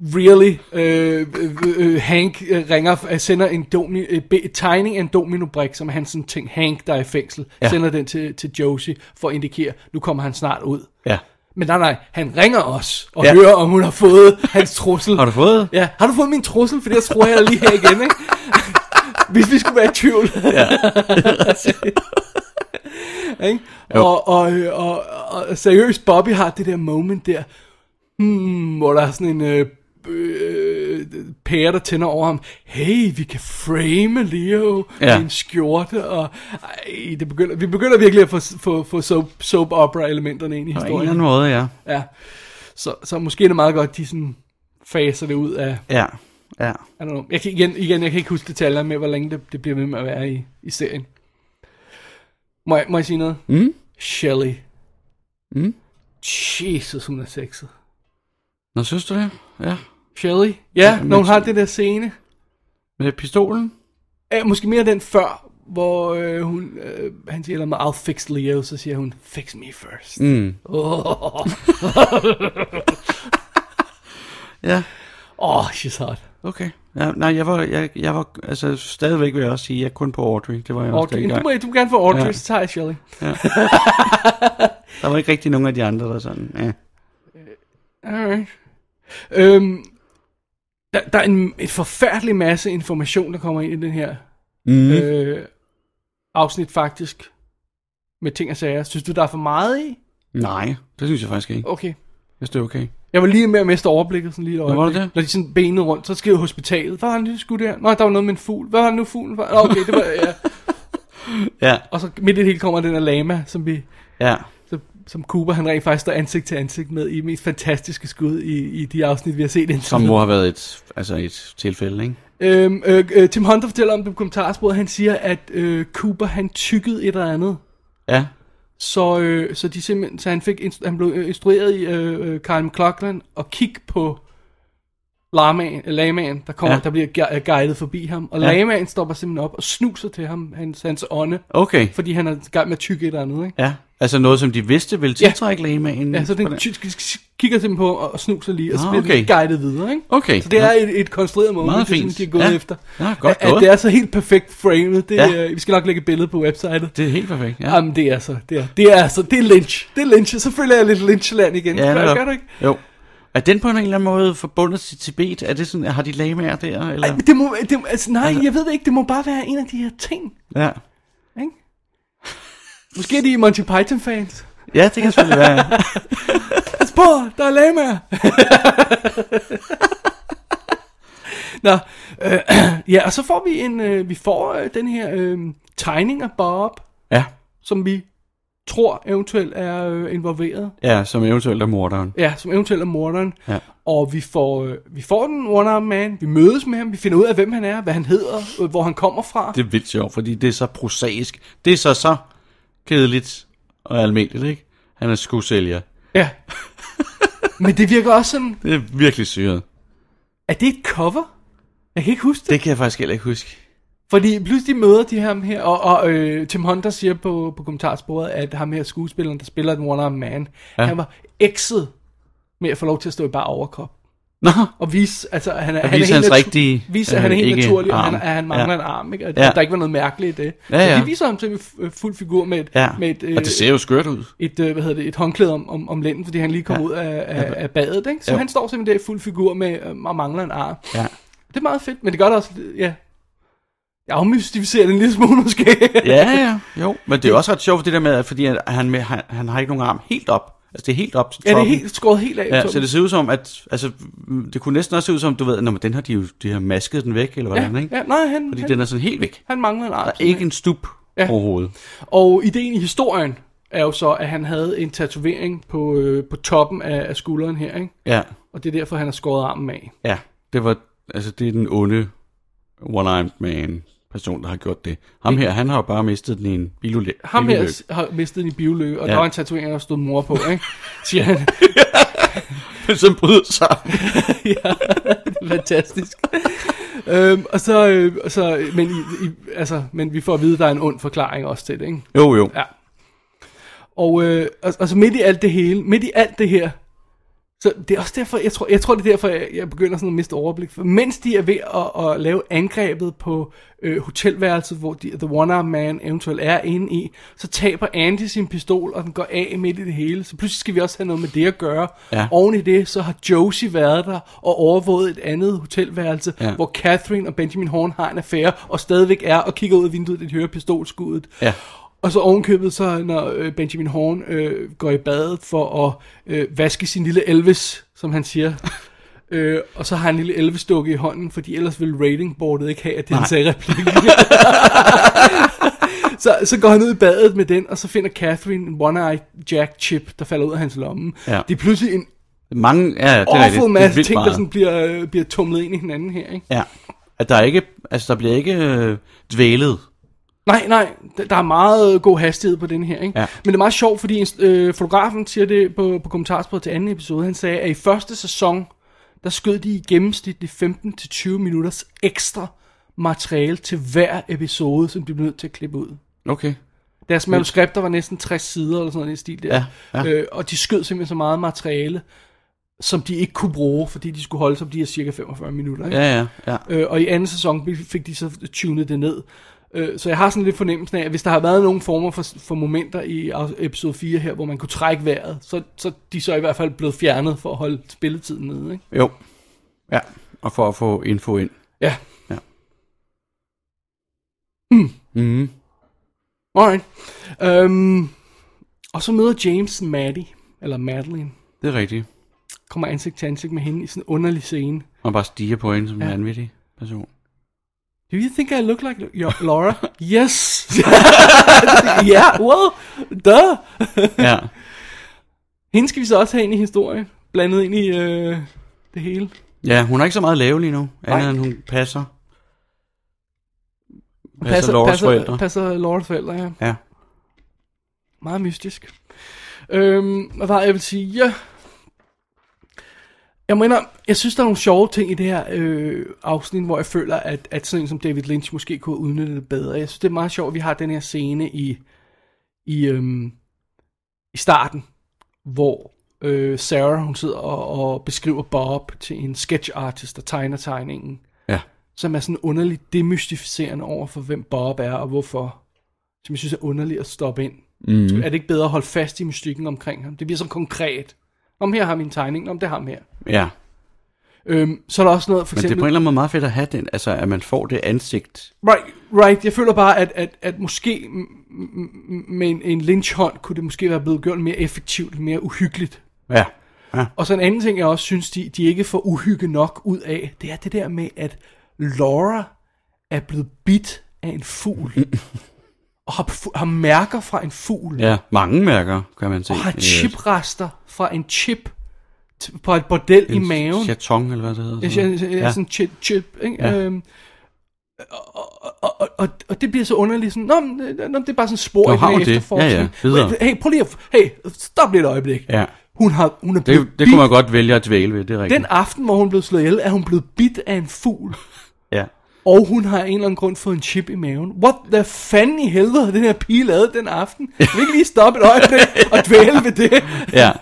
really, øh, øh, øh, Hank øh, ringer, øh, sender en domino, øh, be- tegning af en dominobrik, som er hans sådan ting, Hank, der er i fængsel, ja.
Ja.
sender den til, til Josie for at indikere, nu kommer han snart ud.
ja.
Men nej, nej, han ringer os og ja.
Ja.
hører, om hun har fået hans trussel.
Har du fået?
Ja, har du fået min trussel? Fordi jeg tror, jeg er lige her igen, ikke? Hvis vi skulle være i tvivl. Ja. ikke? Og, og, øh, og, og, og seriøst, Bobby har det der moment der, hmm, hvor der er sådan en øh, øh, pære, der tænder over ham. Hey, vi kan frame Leo ja.
Ja.
i en skjorte. Og, ej, det begynder, vi begynder virkelig at få, få, få soap, soap opera-elementerne ind i
På en eller
historien.
anden måde, ja.
Ja. Så, så måske er det meget godt, de sådan faser det ud af
Ja. Ja.
i don't know. Jeg kan, igen, igen, jeg kan ikke huske detaljerne med, hvor længe det, det bliver ved med at være i, i serien. Må jeg, må jeg sige noget?
Mm?
Shelley.
Mm?
Jesus, hun er sexet.
Nå, synes du det? Ja.
Shelley? Ja,
Ja,
når hun
men-
har det der scene.
Med pistolen?
Ja, måske mere den før, hvor øh, hun, øh, han siger, mig, I'll fix Leo, så siger hun, fix me first.
Mm.
Åh, oh,
Ja.
oh, she's hot.
Okay. Ja, nej, jeg var, jeg, jeg var, altså stadigvæk vil jeg også sige, jeg er kun på Audrey. Det var jeg også
Audrey.
dengang.
Du, må, du må gerne få Audrey,
Ja.
så tager jeg Shelley.
Der var ikke rigtig nogen af de andre, der sådan, ja.
Alright. Øhm, der, der er en et forfærdelig masse information, der kommer ind i den her
Mm. Øh.
øh, afsnit faktisk. Med ting og sager. Synes du, der er for meget i?
Nej, det synes jeg faktisk ikke.
Okay.
Jeg synes, det er okay.
Jeg var lige med at miste overblikket sådan lige et
var
øjeblik.
det det?
Når de sådan benede rundt, så skrev hospitalet. Hvad var det, de skulle der? Nå, der var noget med en fugl. Hvad var det nu, fuglen var? Nå, okay, det var... Ja.
Ja,
Og så midt i det hele kommer den her lama, som vi
ja.
som, som Cooper han rent faktisk står ansigt til ansigt med i mest fantastiske skud i, i de afsnit, vi har set indtil
Som
videre.
må have været et, altså et tilfælde, ikke?
Øhm, øh, øh, Tim Hunter fortæller om det på kommentarsporet, han siger, at øh, Cooper han tykkede et eller andet.
Ja,
Så, øh, så, de simpelthen, så han, fik, inst- han blev øh, instrueret i øh, øh, Kyle McLaughlin at kigge på lamaen, øh, lamaen der, kommer, ja.
Ja.
der bliver gu- øh, guidet forbi ham. Og ja.
Ja.
lamaen stopper simpelthen op og snuser til ham, hans, hans ånde,
okay.
fordi han er i gang med at tykke et eller andet. Ikke?
Ja, altså noget, som de vidste ville tiltrække lamaen.
Ja, så den
Hvordan-
ty- sk- sk- kigger simpelthen på og og snuser lige, og så
Nå,
bliver okay.
okay.
guidet videre. Ikke?
Okay.
Så det er et, et konstrueret moment,
Meget
det er sådan,
fint.
de er gået
Ja.
efter.
Ja, godt
at, at
gået.
det er så helt perfekt framet. Det, ja.
Ja.
øh, vi skal nok lægge et billede på websitet.
det er helt perfekt, ja.
Ja. Jamen, det er så. Det er, det er så. Det er Lynch. Det er Lynch. Så føler jeg lidt Lynchland igen.
ja,
gør,
netop.
gør du ikke?
Jo. Er den på en eller anden måde forbundet til Tibet? Er det sådan, har de lamaer der? Eller?
Ej, men det må, det, må- altså, nej, jeg ved det ikke. Det må bare være en af de her ting.
ja.
Ikke? Måske er de Monty Python-fans.
ja, det kan selvfølgelig være. ja.
Pas på, der er lamaer. Nå, øh, ja, og så får vi en, øh, vi får øh, den her øh, tegning af Bob,
Ja,
som vi tror eventuelt er øh, involveret.
ja som eventuelt er morderen.
Ja, som eventuelt er morderen.
Ja.
Og vi får, øh, vi får den One Arm Man, vi mødes med ham, vi finder ud af, hvem han er, hvad han hedder, øh, hvor han kommer fra.
Det er vildt sjovt, fordi det er så prosaisk. Det er så så kedeligt og almindeligt, ikke? Han er skosælger.
Ja. Men det virker også sådan,
Det er virkelig syret.
er det et cover? Jeg kan ikke huske det.
Det kan jeg faktisk heller ikke huske.
Fordi pludselig møder de ham her, og, og øh, Tim Hunter siger på, på kommentarsporet, at ham her skuespilleren, der spiller den One Arm Man, ja.
Ja.
han var ekset med at få lov til at stå i bare overkrop.
Nå,
Og vise, altså, han er,
Og
han
vise
er helt
hans
natu-
rigtige,
vise, at han er
øh,
helt
ikke
naturlig, og
arm.
han, at han mangler
Ja.
en arm, ikke? Og
Ja.
der er ikke var noget mærkeligt i det.
Ja,
Så
ja.
de viser ham til en f- øh, fuld figur med et,
ja.
med et, øh,
og det ser jo skørt ud.
et, øh, hvad hedder det, et håndklæde om, om, om lænden, fordi han lige kom ja. ud af, af, af badet, ikke? Så
Jo.
han står simpelthen der i fuld figur med, øh, og mangler en arm.
Ja.
Det er meget fedt, men det gør det også, ja, jeg afmystificerer det en lille smule måske.
Ja, ja, jo. Men det er jo også ret sjovt det der med, at fordi at han, med, han, han har ikke nogen arm helt op. Altså det er helt op til
Ja, det er
toppen.
helt skåret helt af.
Ja,
toppen.
så det ser ud som, at altså, mm, det kunne næsten også se ud som, du ved, nå, men den har de jo de har masket den væk, eller hvordan,
ja,
ikke?
ja, nej, han,
Fordi
han,
den er sådan helt væk.
han mangler en arm.
Der er ikke en stup
Ja.
ja. overhovedet.
Og ideen i historien er jo så, at han havde en tatovering på, øh, på toppen af, af skulderen her, ikke?
Ja,
Og det er derfor, han har skåret armen af.
ja. Det var, altså det er den onde one-armed man person, der har gjort det. Ham her, han har jo bare mistet den i en bilulykke.
Ham her s- har mistet en biulykke, og ja.
Ja.
der var en tatovering, der stod mor på, ikke? Siger han.
som bryder sig.
ja, det er fantastisk. øhm, og så, øh, og så men, i, i, altså, men vi får at vide, at der er en ond forklaring også til det, ikke?
Jo, jo.
Ja. Og, øh, og, og så midt i alt det hele, midt i alt det her, så det er også derfor, jeg tror, jeg tror det er derfor, jeg, jeg begynder sådan at miste overblik. For mens de er ved at, at lave angrebet på øh, hotelværelset, hvor de, The One Arm Man eventuelt er inde i, så taber Andy sin pistol, og den går af midt i det hele. Så pludselig skal vi også have noget med det at gøre.
Ja.
Oven i det, så har Josie været der og overvåget et andet hotelværelse,
Ja.
hvor Catherine og Benjamin Horn har en affære, og stadigvæk er og kigger ud af vinduet, og de hører pistolskuddet.
Ja.
Og så ovenkøbet, så når øh, Benjamin Horn øh, går i badet for at øh, vaske sin lille Elvis, som han siger. øh, og så har han en lille Elvis-dukke i hånden, fordi ellers ville ratingboardet ikke have, at det han sagde i replikken. så, så går han ud i badet med den, og så finder Catherine en one-eyed jack chip, der falder ud af hans lomme.
Ja.
Det er pludselig en
Mange, ja, det er rigtigt. Det
awful
er
masse
vildt
ting, der
meget.
sådan bliver, øh, bliver tumlet ind i hinanden her, ikke?
Ja. At der er ikke, altså der bliver ikke øh, dvælet.
Nej, nej, der- der er meget øh, god hastighed på den her, ikke?
Ja.
Men det er meget sjovt, fordi øh, fotografen siger det på, på kommentarsporet til anden episode, han sagde, at i første sæson, der skød de i gennemsnitligt 15-20 minutters ekstra materiale til hver episode, som de blev nødt til at klippe ud.
Okay.
Deres manuskripter var næsten 60 sider eller sådan noget i den stil der.
Ja, ja.
Øh, og de skød simpelthen så meget materiale, som de ikke kunne bruge, fordi de skulle holde sig på de her cirka 45 minutter. Ikke?
Ja, ja, ja.
Øh, og i anden sæson blev- fik de så tunet det ned. Øh, så jeg har sådan lidt fornemmelsen af, at hvis der har været nogle former for, for momenter i af- episode 4 her, hvor man kunne trække vejret, så, så er de så i hvert fald blevet fjernet for at holde spilletiden nede. Ikke?
Jo. Ja, og for at få info ind.
Ja,
Mm.
alright. Øhm, og så møder James Maddie, eller Madeline,
Det er rigtigt.
kommer ansigt til ansigt med hende i sådan en underlig scene.
Man bare stiger på hende som ja.
Ja.
en vanvittig person.
Do you think I look like your Laura? yes. yeah, well, duh.
Ja.
Hende skal vi så også have ind i historien. Blandet ind i øh, det hele.
ja, hun har ikke så meget at lave lige nu, andet
Nej.
end hun passer. Passer,
Passer-
Lauras
passer,
forældre.
Passer Lauras forældre, ja.
Ja.
Meget mystisk. Øhm, hvad var det, jeg vil sige? Ja. Jeg mener, jeg synes, der er nogle sjove ting i det her øh, afsnit, hvor jeg føler, at, at sådan en som David Lynch måske kunne udnytte det bedre. Jeg synes, det er meget sjovt, at vi har den her scene i, i, øhm, i starten, hvor øh, Sarah hun sidder og, og beskriver Bob til en sketch artist, der tegner tegningen
ja.
som er sådan underligt demystificerende over for, hvem Bob er og hvorfor. Som jeg synes er underligt at stoppe ind. Mm. Er det ikke bedre at holde fast i mystikken omkring ham? Det bliver så konkret. Om her har min tegning, om det har ham her.
Ja.
Øhm, så er der også noget, for
Men det er
eksempel...
på en eller anden måde meget fedt at have den, altså at man får det ansigt.
Right, right. Jeg føler bare, at, at, at måske m- m- m- med en, en lynchhånd kunne det måske være blevet gjort mere effektivt, mere uhyggeligt.
Ja. ja.
Og så en anden ting, jeg også synes, de, de ikke får uhygge nok ud af, det er det der med, at Laura er blevet bidt af en fugl. og har, fu- har mærker fra en fugl.
Ja, mange mærker, kan man se.
og har
Øh,
chiprester fra en chip t- på et bordel i
en
maven.
Chaton, eller hvad det hedder.
Jeg
sådan
siger,
noget.
ja. sådan chip, chip ikke?
Ja.
Øhm, og, og, og, og, og det bliver så underligt sådan, nå, men, øh, nå, det er bare sådan et spor
Nå,
i den
har
her
hun det? Ja,
efterforskning.
ja, videre.
Men, Hey, prøv lige at, hey, stop lige et øjeblik.
Ja.
Hun, har, hun er blevet
Det, det kunne
bidt
man godt vælge at dvæle ved, det er rigtigt.
den aften, hvor hun blev slået ihjel, er hun blevet bidt af en fugl,
Ja.
og hun har af en eller anden grund fået en chip i maven. What the fanden i helvede har den her pige lavet den aften? Kan vi ikke lige stoppe et øjeblik og dvæle ved det?
Ja.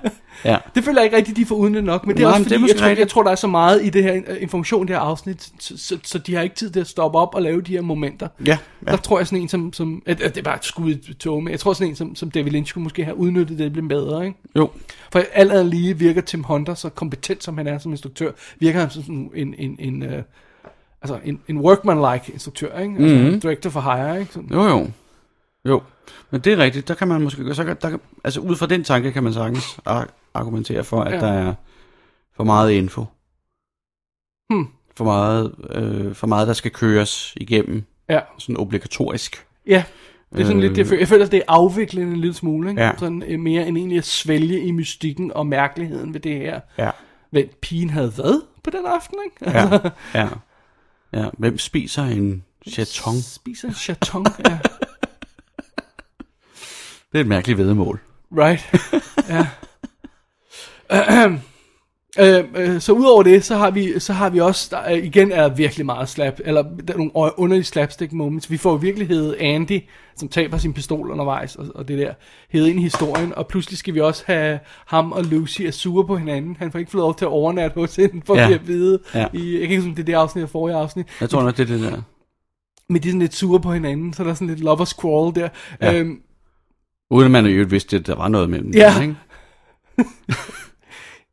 Ja.
Det føler jeg ikke rigtigt, de får udnyttet nok, men det er
Nej,
også
men det er
fordi,
måske
jeg, tror,
rigtigt.
jeg tror, der er så meget i det her øh, information, i det her afsnit, så, så, så de har ikke tid til at stoppe op og lave de her momenter.
Ja, ja.
Der tror jeg sådan en som, som at, at det er bare et skud i tog, men jeg tror sådan en som, som David Lynch kunne måske have udnyttet det, blev bedre, ikke?
Jo.
For alt andet lige virker Tim Hunter, så kompetent som han er som instruktør, virker han som sådan en, en, en, øh, altså en, en workman-like instruktør, ikke? Altså mm-hmm. director for hire, ikke? Sådan.
Mhm. Jo, jo. Jo. Men det er rigtigt. Der kan man måske... gøre- Så kan, der, kan- altså, ud fra den tanke kan man sagtens ar- argumentere for, at
Ja.
ja. der er for meget info.
Hmm.
For meget, øh, for meget, der skal køres igennem.
Ja.
Sådan obligatorisk.
ja, det er sådan øh, lidt, det, jeg, føler, jeg føler, at det er afviklende en lille smule, ikke?
Ja.
Sådan, øh, mere end egentlig at svælge i mystikken og mærkeligheden ved det her.
Ja.
Hvem pigen havde hvad på den aften, ikke? Altså,
Ja. ja. ja. Hvem spiser en chaton?
Spiser en chaton, ja.
Det er et mærkeligt vedemål.
Right. ja. Øh, øh, så udover det, så har vi, så har vi også, der, øh, igen er der virkelig meget slap, eller der er nogle ø- underlige slapstick moments. Vi får i virkeligheden Andy, som taber sin pistol undervejs, og, og det der, hed ind i historien, og pludselig skal vi også have ham og Lucy er sure på hinanden. Han får ikke fået lov til at overnatte hos hende, for
Ja.
ja. at vide.
Ja.
Ja. I, jeg kan ikke huske, om det er det afsnit eller forrige afsnit.
Jeg tror nok, det er det der.
Men de er sådan lidt sure på hinanden, så der er sådan lidt lovers quarrel der.
Ja.
Ja. Øhm,
Uden at man i øvrigt vidste, at der var noget mellem
Ja.
dem, ikke?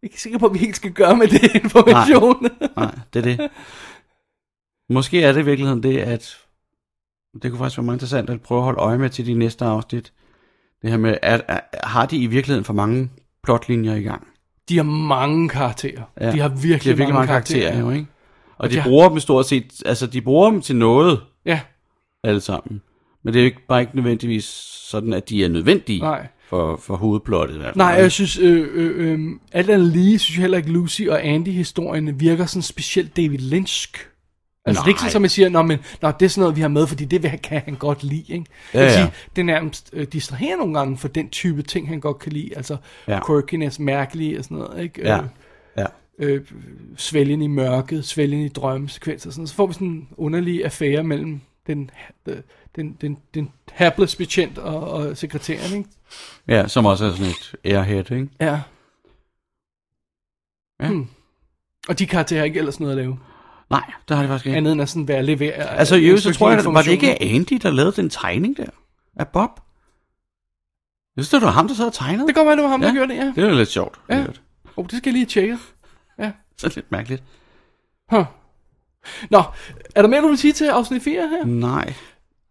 jeg er ikke sikker på, at vi helt skal gøre med det information.
Nej, det er det. Måske er det i virkeligheden det, at det kunne faktisk være meget interessant at prøve at holde øje med til de næste afsnit. Det her med, at, at, har de i virkeligheden for mange plotlinjer i gang?
De har mange karakterer. Ja. De har virkelig,
de har virkelig mange karakterer, jo, ikke? Og, og de,
de har-
bruger dem stort set, altså de bruger dem til noget
Ja,
alle sammen. Men det er jo ikke, bare ikke nødvendigvis sådan, at de er nødvendige
Nej.
For, for hovedplottet. I hvert fald,
nej,
ikke?
jeg synes, øh, øh, øh, alt andet lige, synes jeg heller ikke, Lucy og Andy-historien virker sådan specielt David Lynchsk. Altså, nej. det er ikke
Nej.
sådan, som jeg siger, nå, men, nå, det er sådan noget, vi har med, fordi det vil han- kan han godt lide, ikke? Ja,
Ja,
ja.
ja.
Sige, det er nærmest øh, distraherer nogle gange for den type ting, han godt kan lide. Altså,
Ja.
ja. quirkiness, mærkelige og sådan noget, ikke?
Ja,
Øh,
ja.
øh, svælgen i mørket, svælgen i drømmesekvenser, og sådan, så får vi sådan en underlig affære mellem den, øh, den, den, den hapless betjent og, og sekretæren, ikke?
ja, som også er sådan et airhead, ikke?
Ja.
Ja.
Hmm. Og de karakterer har ikke ellers noget at lave,
Nej, det har det faktisk ikke.
andet end at øh, sådan være levere.
Altså, i øvrigt, så tror jeg, at var det
information.
ikke Andy, der lavede den tegning der? Af Bob? Jeg synes, det var ham, der sad og tegnede.
Det kan godt være, det var ham, ja. der gjorde det, ja.
Det er lidt sjovt.
Ja.
i øvrigt.
Oh, det skal jeg lige tjekke.
Så lidt mærkeligt.
Huh. Nå, er der mere, du vil sige til afsnit 4 her?
Nej.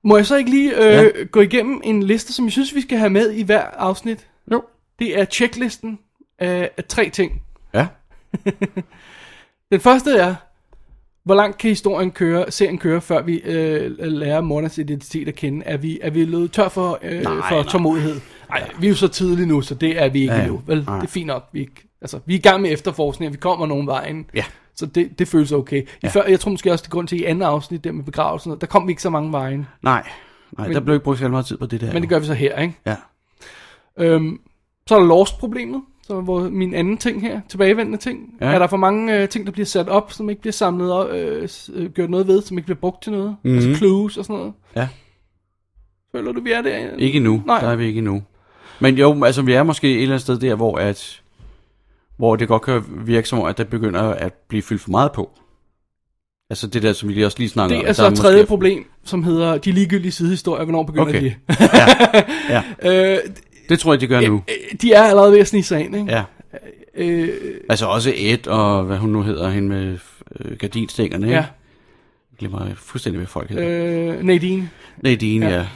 Må jeg så ikke lige øh, ja. gå igennem en liste, som jeg synes, vi skal have med i hver afsnit?
Jo.
Det er checklisten af, af tre ting.
Ja.
Den første er, Hvor langt kan historien køre, serien køre, før vi øh, lærer Mornas identitet at kende? Er vi, er vi løbet tør for, øh, nej, for tålmodighed? Nej, vi er jo så tidligt nu, så det er vi ikke ja, endnu. Vel, det er fint nok. Vi, er ikke, altså, vi er i gang med efterforskning, og vi kommer nogen vejen.
Ja.
Så det, det føles okay. I ja. før, jeg tror måske også, det er grund til, at i andet afsnit, der med begravelsen, der kom vi ikke så mange vejen.
Nej, nej men, der blev ikke brugt så meget tid på det der.
Men det gør vi så her, ikke?
Ja.
Øhm, så er der lost-problemet, så hvor min anden ting her, tilbagevendende ting. Ja.
Ja.
Er der for mange øh, ting, der bliver sat op, som ikke bliver samlet op, øh, s- øh, gjort noget ved, som ikke bliver brugt til noget? Mm-hmm. Altså clues og sådan noget.
Mhm. ja.
Føler du, vi er der?
Ikke nu.
Nej.
Nej. Der er vi ikke nu. Men jo, altså vi er måske et eller andet sted der, hvor at hvor det godt kan virke som om, at der begynder at blive fyldt for meget på. Altså det der, som vi lige også lige snakker om.
Det er
at
så
der
et tredje
måske-
problem, som hedder de ligegyldige sidehistorier. Hvornår begynder
Okay.
de?
Ja,
Øh,
det tror jeg, de gør nu.
øh, de er allerede ved at snige sig ind, ikke?
Ja.
Øh,
Altså også Ed og hvad hun nu hedder, hende med øh, gardinstængerne, ikke?
ja.
Ja. Jeg glemmer fuldstændig, hvad folk hedder. Øh.
Øh, Nadine.
Nadine, ja. ja.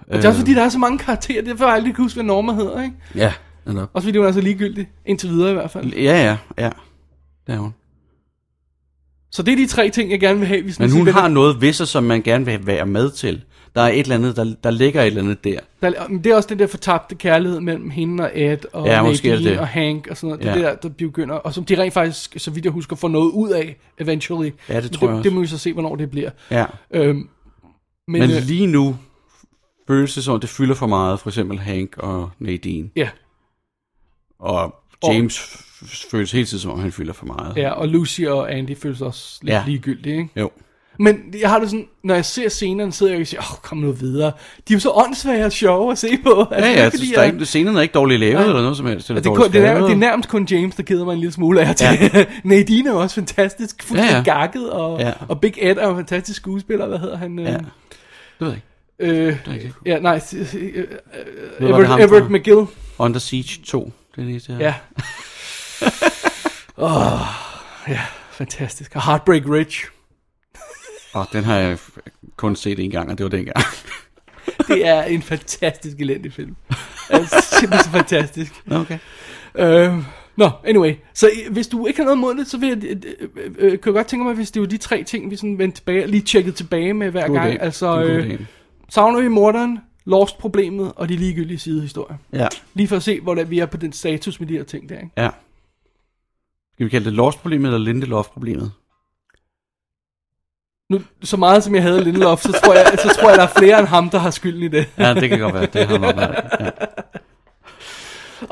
Og det er også
Øh.
fordi, der er så mange karakterer, derfor jeg aldrig kan huske, hvad Norma hedder, ikke?
Ja, netop.
Også fordi hun er så ligegyldig, indtil videre i hvert fald.
Ja, ja, ja. Det er hun.
Så det er de tre ting, jeg gerne vil have, hvis
Men hun har noget ved sig, som man gerne vil være med til. Der er et eller andet, der, der ligger et eller andet der.
Der, men det er også den der fortabte kærlighed mellem hende og Ed og
Ja, måske er det
Nadine
det.
og Hank og sådan noget. Det
Ja.
er der, der begynder, og som de rent faktisk, så vidt jeg husker, får noget ud af, eventually.
Ja, det
Men
tror jeg
det,
også.
det må vi så se, hvornår det bliver.
Ja.
Øhm, men,
Men
øh,
lige nu føles det som, om, det fylder for meget. For eksempel Hank og Nadine.
ja,
Og James f- føles hele tiden, som om han fylder for meget.
ja, og Lucy og Andy føles også lidt ja.
Ja.
ligegyldige, ikke?
Jo.
Men jeg har det sådan, når jeg ser scenerne, sidder jeg og siger, åh, oh, kom nu videre. De er jo så åndssvage og sjove at se på. Altså,
Ja,
det
ja,
er
jeg
fordi,
synes, der er ikke, scenen er ikke dårligt lavet
Nej.
eller noget som helst. Eller
Og det, er kun,
dårligt
det, er, nær-
skrevet.
det er nærmest kun James, der keder mig en lille smule af til. Ja. Nadine er også fantastisk, fuldstændig ja,
Ja,
ja.
ja.
gakket, og, ja.
Ja.
og Big Ed er en fantastisk skuespiller, hvad hedder han?
Ja. Mm. Det ved jeg ikke.
Øh,
er ikke.
ja, nej, s- s- øh, øh,
Ved, hvor det er ham
Everett,
fra?
Everett McGill.
Under Siege 2. Det er det, der.
Ja. Åh, ja, fantastisk. Og Heartbreak Ridge.
Og den har jeg f- kun set en gang, og det var dengang.
Det er en fantastisk elendig film. Altså, simpelthen så fantastisk.
Nå, okay.
Øh, Nå, no, anyway. Så øh, hvis du ikke har noget mod det, så vil jeg, øh, øh, øh, kan jeg godt tænke mig, hvis det var de tre ting, vi sådan vendte tilbage, lige tjekkede tilbage med hver
God
gang.
idé.
Altså,
Det er en god
øh,
idé.
savner vi morderen, Lost-problemet og de ligegyldige sidehistorier.
Ja.
Lige for at se, hvordan vi er på den status med de her ting der, ikke?
ja. Skal vi kalde det Lost-problemet eller Lindelof-problemet?
Nu, så meget som jeg havde Lindelof, så tror jeg, så tror jeg, der er flere end ham, der har skylden i det.
Ja, det kan godt være. Det har nok været. Ja.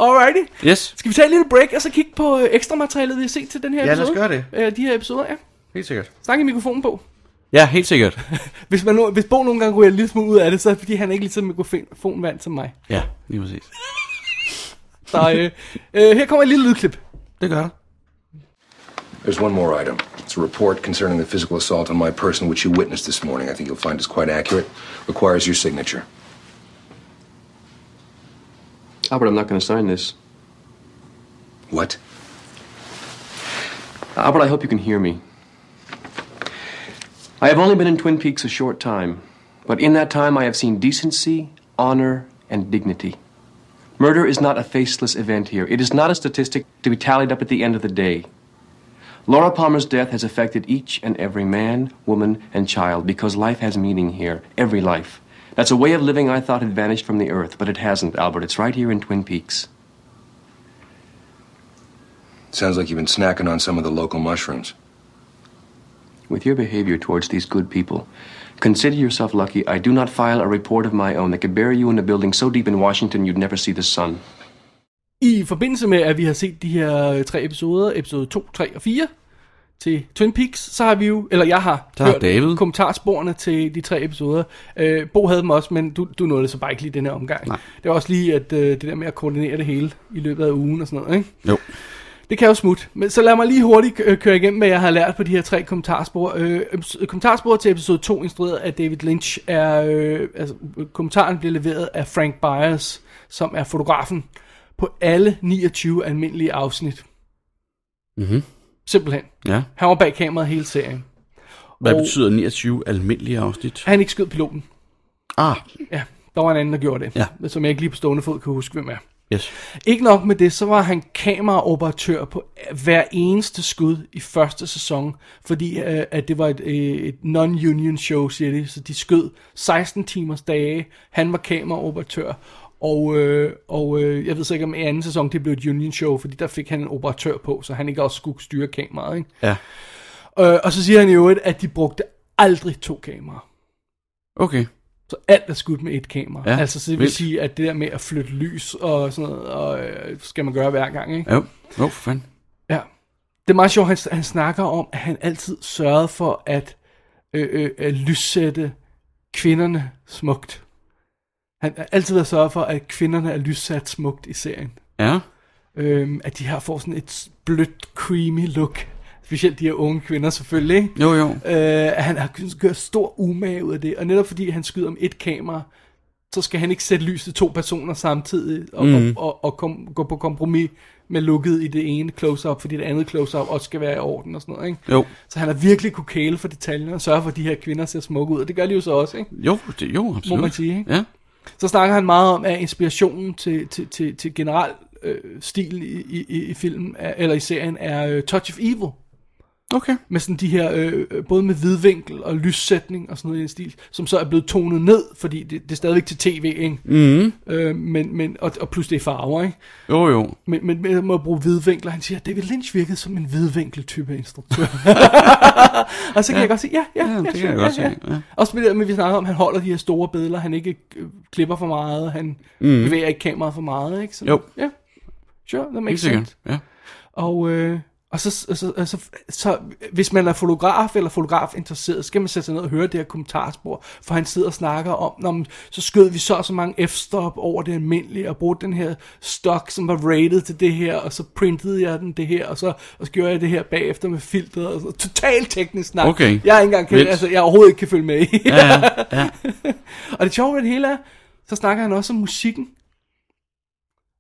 Alrighty.
Yes.
Skal vi tage et lille break, og så kigge på øh, ekstra materialet, vi har set til den her
Ja, lad os
episode?
gøre det.
Øh, de her episoder, ja.
Helt sikkert.
Snak i mikrofonen på.
Ja, helt sikkert.
Hvis, man, nu- hvis Bo nogle gange ryger en lille smule ud af det, så er det fordi, han er ikke lige så mikrofonvand som mig.
Ja, lige præcis.
Så øh, øh, her kommer et lille lydklip.
Det gør der.
There's one more item. It's a report concerning the physical assault on my person which you witnessed this morning. I think you'll find it's quite accurate. Requires your signature.
Albert, I'm not going to sign this.
What?
Albert, I hope you can hear me. I have only been in Twin Peaks a short time, but in that time I have seen decency, honor, and dignity. Murder is not a faceless event here. It is not a statistic to be tallied up at the end of the day. Laura Palmer's death has affected each and every man, woman, and child because life has meaning here, every life. That's a way of living I thought had vanished from the earth, but it hasn't, Albert. It's right here in Twin Peaks.
Sounds like you've been snacking on some of the local mushrooms.
With your behavior towards these good people, consider yourself lucky I do not file a report of my own that could bury you in a building so deep in Washington you'd never see the sun.
I forbindelse med, at vi har set de her øh, tre episoder, episode 2, 3 og 4, til Twin Peaks, så har vi jo, eller jeg har,
Der har David.
kommentarsporene til de tre episoder. Øh, Bo havde dem også, men du, du nåede det så bare ikke lige den her omgang.
Nej.
Det var også lige, at øh, det der med at koordinere det hele i løbet af ugen og sådan noget, ikke?
Jo.
Det kan jo smutte. Men så lad mig lige hurtigt øh, køre igennem, hvad jeg har lært på de her tre kommentarspor. Øh, eps- kommentarspor til episode 2, instrueret af David Lynch, er... Øh, altså, øh, kommentaren bliver leveret af Frank Byers, som er fotografen på alle 29 almindelige afsnit.
Mhm.
Simpelthen.
Ja.
Han var bag kameraet hele serien.
Hvad
Og-
betyder 29 almindelige afsnit?
Han ikke skød piloten.
Ah,
Ja, der var en anden, der gjorde det.
Ja.
Som jeg ikke lige på stående fod kan huske, hvem er.
Yes.
Ikke nok med det, så var han kameraoperatør på hver eneste skud i første sæson, fordi øh, at det var et, øh, et non-union show, siger de, så de skød 16 timers dage, han var kameraoperatør, og, øh, og øh, jeg ved så ikke om i anden sæson det blev et union show, fordi der fik han en operatør på, så han ikke også skulle styre kameraet. Ikke?
Ja.
Øh, og så siger han i øvrigt, at de brugte aldrig to kameraer.
Okay.
Så alt er skudt med et kamera.
Ja,
Ja, altså, så det vil
vildt.
sige, at det der med at flytte lys og sådan noget, og, øh, skal man gøre hver gang, ikke?
Jo, jo for fanden.
Ja. Det er meget sjovt, han, han snakker om, at han altid sørgede for at, øh, øh, at lyssætte kvinderne smukt. Han har altid været sørget for, at kvinderne er lyssat smukt i serien.
Ja.
Øhm, at de her får sådan et blødt, creamy look. Specielt de her unge kvinder selvfølgelig, ikke?
Jo, jo.
Øh, han har kun- gjort stor umage ud af det, og netop fordi han skyder om et kamera, så skal han ikke sætte lys til to personer samtidig, og, mm. og, og, og kom, gå på kompromis med lukket i det ene close-up, fordi det andet close-up også skal være i orden og sådan noget. Ikke?
Jo.
Så han har virkelig kunne kæle for detaljerne og sørge for, at de her kvinder ser smukke ud, og det gør de jo så også. Ikke?
Jo, det, jo, absolut.
man sige, ikke?
Ja.
Så snakker han meget om, at inspirationen til, til, til, til generel øh, stil i, i- i, i filmen, er- eller i serien, er øh, Touch of Evil.
Okay.
med sådan de her, øh, øh, både med hvidvinkel og lyssætning og sådan noget i den stil, som så er blevet tonet ned, fordi det, det er stadigvæk til tv, ikke?
Mm-hmm.
Mm. Øh, men, men, og, og plus det er farver, ikke?
Jo, jo.
Men, men med at bruge hvidvinkler, han siger, David Lynch virkede som en hvidvinkeltype instruktør. og så kan ja. jeg godt sige, ja, ja,
Ja,
ja,
det
ja,
kan
sure,
jeg godt
ja,
se, ja.
Også med det, med, vi snakker om, han holder de her store billeder, han ikke øh, klipper for meget, han mm. bevæger ikke kameraet for meget, ikke? Så,
Mm-hmm. Jo.
Ja, sure, that
Helt
makes
sikkert.
sense.
Ja.
Og, øh, og så, og så, og så, så, hvis man er fotograf eller fotograf interesseret, skal man sætte sig ned og høre det her kommentarspor, for han sidder og snakker om, når man, så skød vi så og så mange f-stop over det almindelige, og brugte den her stok, som var rated til det her, og så printede jeg den det her, og så, og så gjorde jeg det her bagefter med filtret, og så totalt teknisk snak.
Okay.
Jeg, er ikke engang kan,
Vildt.
altså, jeg overhovedet ikke kan følge med i.
Ja, ja. ja.
Og det sjove ved det hele er, så snakker han også om musikken.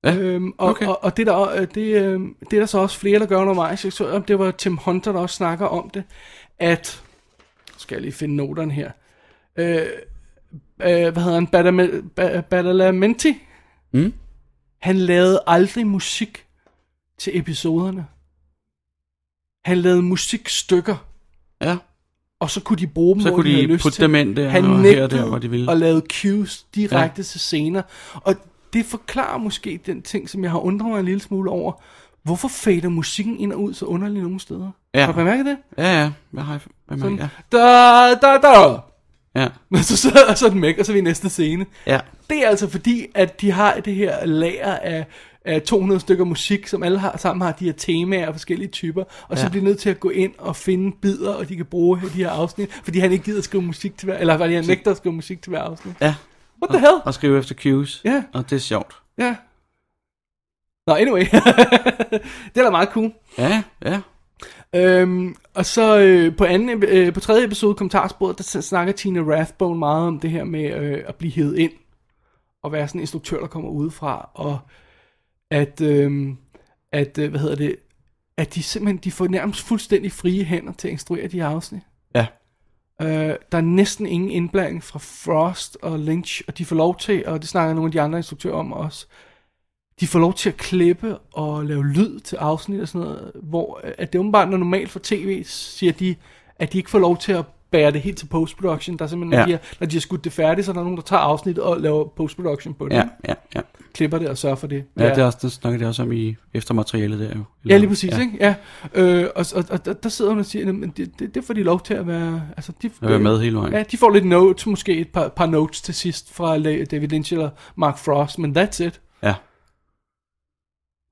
Ja,
Øhm, og,
okay.
okay. og, og det, der, øh, det, øh, det er der så også flere, der gør undervejs. Jeg så, om det var Tim Hunter, der også snakker om det, at, skal jeg lige finde noterne her, øh, øh, hvad hedder han, Badame- Ba- Badalamenti, mm. han lavede aldrig musik til episoderne. Han lavede musikstykker,
ja.
og så kunne de bruge dem,
Så
hvor
kunne de
havde lyst
putte
til.
dem ind der,
Han
og her og
nægtede
der, hvor de ville.
og lavede cues direkte ja. til scener. Og det forklarer måske den ting, som jeg har undret mig en lille smule over. Hvorfor fader musikken ind og ud så underligt nogle steder?
Ja.
Har du bemærket det?
Ja, ja. Hvad har jeg? Hvad har
Sådan,
jeg?
da, da, da.
Ja.
Men så, så, og så er den væk, og så er vi i næste scene.
Ja.
Det er altså fordi, at de har det her lager af, af 200 stykker musik, som alle har, sammen har de her temaer af forskellige typer, og så
Ja.
ja. bliver de nødt til at gå ind og finde bidder, og de kan bruge de her afsnit, fordi han ikke gider at skrive musik til hver, eller fordi han nægter at skrive musik til hver afsnit.
Ja.
What the hell?
Og skrive efter cues.
Ja.
Og det er sjovt.
Ja. Nå, anyway. det er da meget cool.
Ja, ja.
Øhm, og så øh, på, anden, øh, på tredje episode, kommentarsporet, der s- snakker Tina Rathbone meget om det her med øh, at blive hævet ind. Og være sådan en instruktør, der kommer udefra. Og at, øh, at øh, hvad hedder det, at de simpelthen de får nærmest fuldstændig frie hænder til at instruere de her afsnit.
Ja.
Øh, der er næsten ingen indblanding fra Frost og Lynch, og de får lov til, og det snakker nogle af de andre instruktører om også, de får lov til at klippe og lave lyd til afsnit og sådan noget, hvor øh, at det er åbenbart, når normalt for tv, siger de, at de ikke får lov til at bære det helt til postproduction. Der er simpelthen, ja.
Ja.
når, de har, når de har skudt det færdigt, så er der nogen, der tager afsnit og laver postproduction på det.
Ja, ja, ja.
Klipper det og sørger for det.
Ja, det er også, det snakker det også om i eftermaterialet der jo.
Ja, lige præcis, ja. ikke? Ja. Øh, og, og, og der- der sidder hun og siger, men det, det, det får de lov til at være... Altså, de,
At være med hele vejen.
Ja, de får lidt notes, måske et par, par notes til sidst fra La- David Lynch eller Mark Frost, men that's it.
Ja.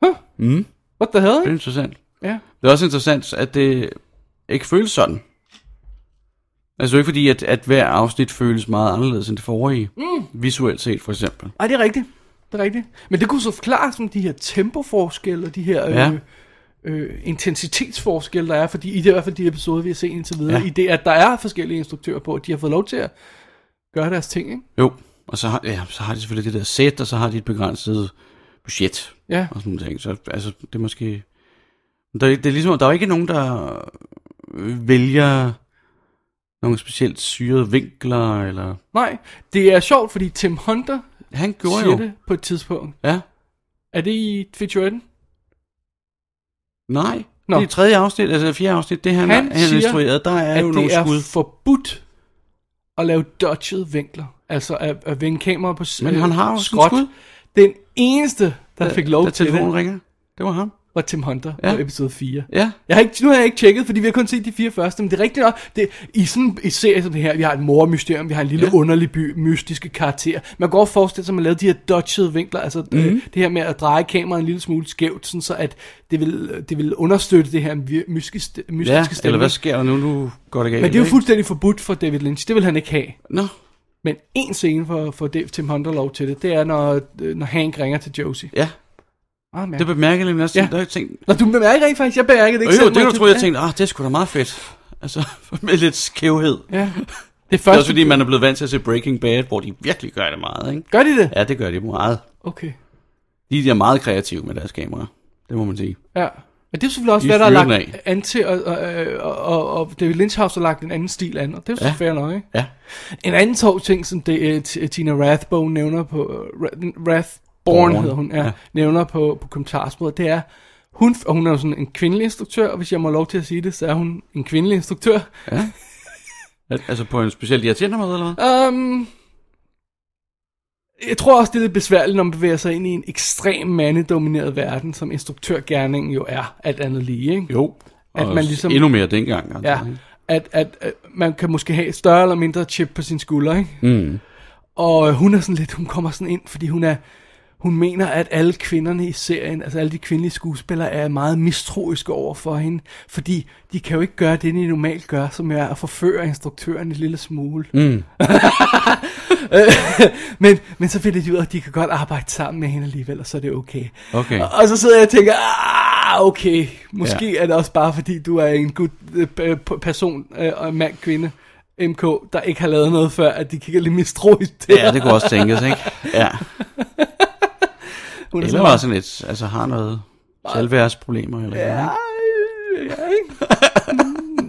Huh?
Mm,
What the hell,
det er
ikke?
interessant.
Ja.
Det er også interessant, at det ikke føles sådan. Altså ikke fordi, at, at hver afsnit føles meget anderledes end det forrige. Mm. Visuelt set, for eksempel.
Ej, det er rigtigt. Det er rigtigt. Men det kunne så forklares med de her tempoforskelle og de her
Ja.
ja. øh, øh, intensitetsforskelle, der er, fordi i det i hvert fald de episoder, vi har set indtil videre,
Ja.
ja. i det, at der er forskellige instruktører på, at de har fået lov til at gøre deres ting, ikke?
Jo, og så har, ja, så har de selvfølgelig det der sæt, og så har de et begrænset budget.
Ja.
Og sådan nogle ting. Så altså, det er måske... Der, det er ligesom, der er jo ikke nogen, der øh, vælger nogle specielt syrede vinkler, eller...
Nej, det er sjovt, fordi Tim Hunter
Han gjorde
Gjorde siger
jo.
det på et tidspunkt,
Ja,
Er det i featuretten?
Nej.
Nå.
Nå. Det er tredje afsnit, altså fjerde afsnit, det han,
Han
han,
siger,
han instrueret, der er
at
jo
det
nogle
er
skud.
forbudt at lave dodgede vinkler. Altså at, at vende kamera på s-
Men han har jo
øh,
sådan et skud.
Den eneste, der fik lov
da
til
telefonen
det,
ringer. Det var ham.
var Tim Hunter ja.
Ja.
på episode 4.
Ja.
Jeg har ikke, nu har jeg ikke tjekket, fordi vi har kun set de fire første, men det er rigtigt nok, det, i sådan en serie som det her, vi har et mormysterium, vi har en lille ja.
Ja.
underlig by, mystiske karakter. Man går og forestille sig, at man lavede de her dodgede vinkler, altså mm.
Mhm.
det, det her med at dreje kameraet en lille smule skævt, sådan så at det vil, det vil understøtte det her vir- mystiske, mystiske
Ja,
stemning.
eller hvad sker der nu? Nu går det galt.
men det er jo
ikke?
fuldstændig forbudt for David Lynch, det vil han ikke have.
Nå,
Men en scene for, for Dave Tim Hunter lov til det, det er, når, øh, når Hank ringer til Josie.
ja.
Ah, det
Det bemærker jeg nemlig også.
Ja.
Ja. Der, jeg tænkte,
Nå, du bemærker rent faktisk, jeg bemærkede det
jo,
ikke
jo, det
men
var,
du-
tror jeg, jeg
ja.
tænkte, ah, det er sgu da meget fedt. Altså, med lidt skævhed. Det
Ja. Det
er
første,
også fordi, man er blevet vant til at se Breaking Bad, hvor de virkelig gør det meget, ikke?
Gør de det?
Ja, det gør de meget.
Okay.
De de er meget kreative med deres kamera. Det må man sige.
Ja. Men det er selvfølgelig også,
De
hvad der er
fyrer den
lagt
af.
an til, og, og, og, og, og David Lynch har også lagt en anden stil an, og det er jo ja.
Ja.
fair nok, ikke?
Ja.
En anden to ting, som det, uh, T- Tina Rathbone nævner på, uh, Ra- Rathborn
Born.
hedder hun, ja, ja.
Ja.
nævner på, på kommentarsporet, det er, hun, og hun er jo sådan en kvindelig instruktør, og hvis jeg må have lov til at sige det, så er hun en kvindelig instruktør.
Al- Altså på en speciel irriterende måde, eller hvad?
Um, jeg tror også, det er lidt besværligt, når man bevæger sig ind i en ekstrem mandedomineret verden, som instruktørgærningen jo er, alt andet lige, ikke?
Jo.
At
Og
man ligesom-
Endnu mere dengang. altså,
Ja,
ikke?
at, at, at man kan måske have et større eller mindre chip på sin skulder, ikke?
Mm.
Og øh, hun er sådan lidt, hun kommer sådan ind, fordi hun er, hun mener, at alle kvinderne i serien, altså alle de kvindelige skuespillere, er meget mistroiske over for hende, fordi de kan jo ikke gøre det, de normalt gør, som er at forføre instruktøren en lille smule. Mm. men, men så finder de ud af, at de kan godt arbejde sammen med hende alligevel, og så er det okay.
Okay.
Og, og så sidder jeg og tænker, ah, okay, måske ja. er det også bare, fordi du er en god øh, p- person, øh, og en mand, kvinde, MK, der ikke har lavet noget før, at de kigger lidt mistroisk til
Ja, det kunne også tænkes, ikke? Ja.
Hun er
Eller var sådan lidt, altså har noget selvværdsproblemer, eller ja.
Ja, ja, ikke? Mm.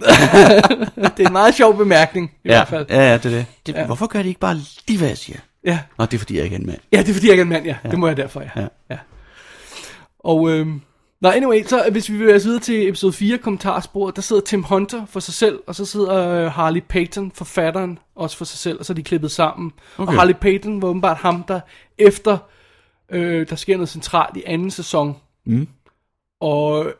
det er en meget sjov bemærkning, i ja. hvert
Ja,
fald.
ja, ja, det er det. det ja. Hvorfor gør de ikke bare lige, hvad jeg siger?
Ja.
Nå, det er fordi, jeg ikke er en mand.
ja, det er fordi, jeg ikke er en mand, ja. ja. Det må jeg derfor, ja. ja.
Ja.
ja. Og, øhm, Nå, anyway, så øh, hvis vi vil os videre til episode 4, kommentarsporet, der sidder Tim Hunter for sig selv, og så sidder øh, Harley Payton, forfatteren, også for sig selv, og så er de klippet sammen. Okay. Og
Okay.
Harley Payton var åbenbart ham, der efter, øh, der sker noget centralt i anden sæson, mm. og øh,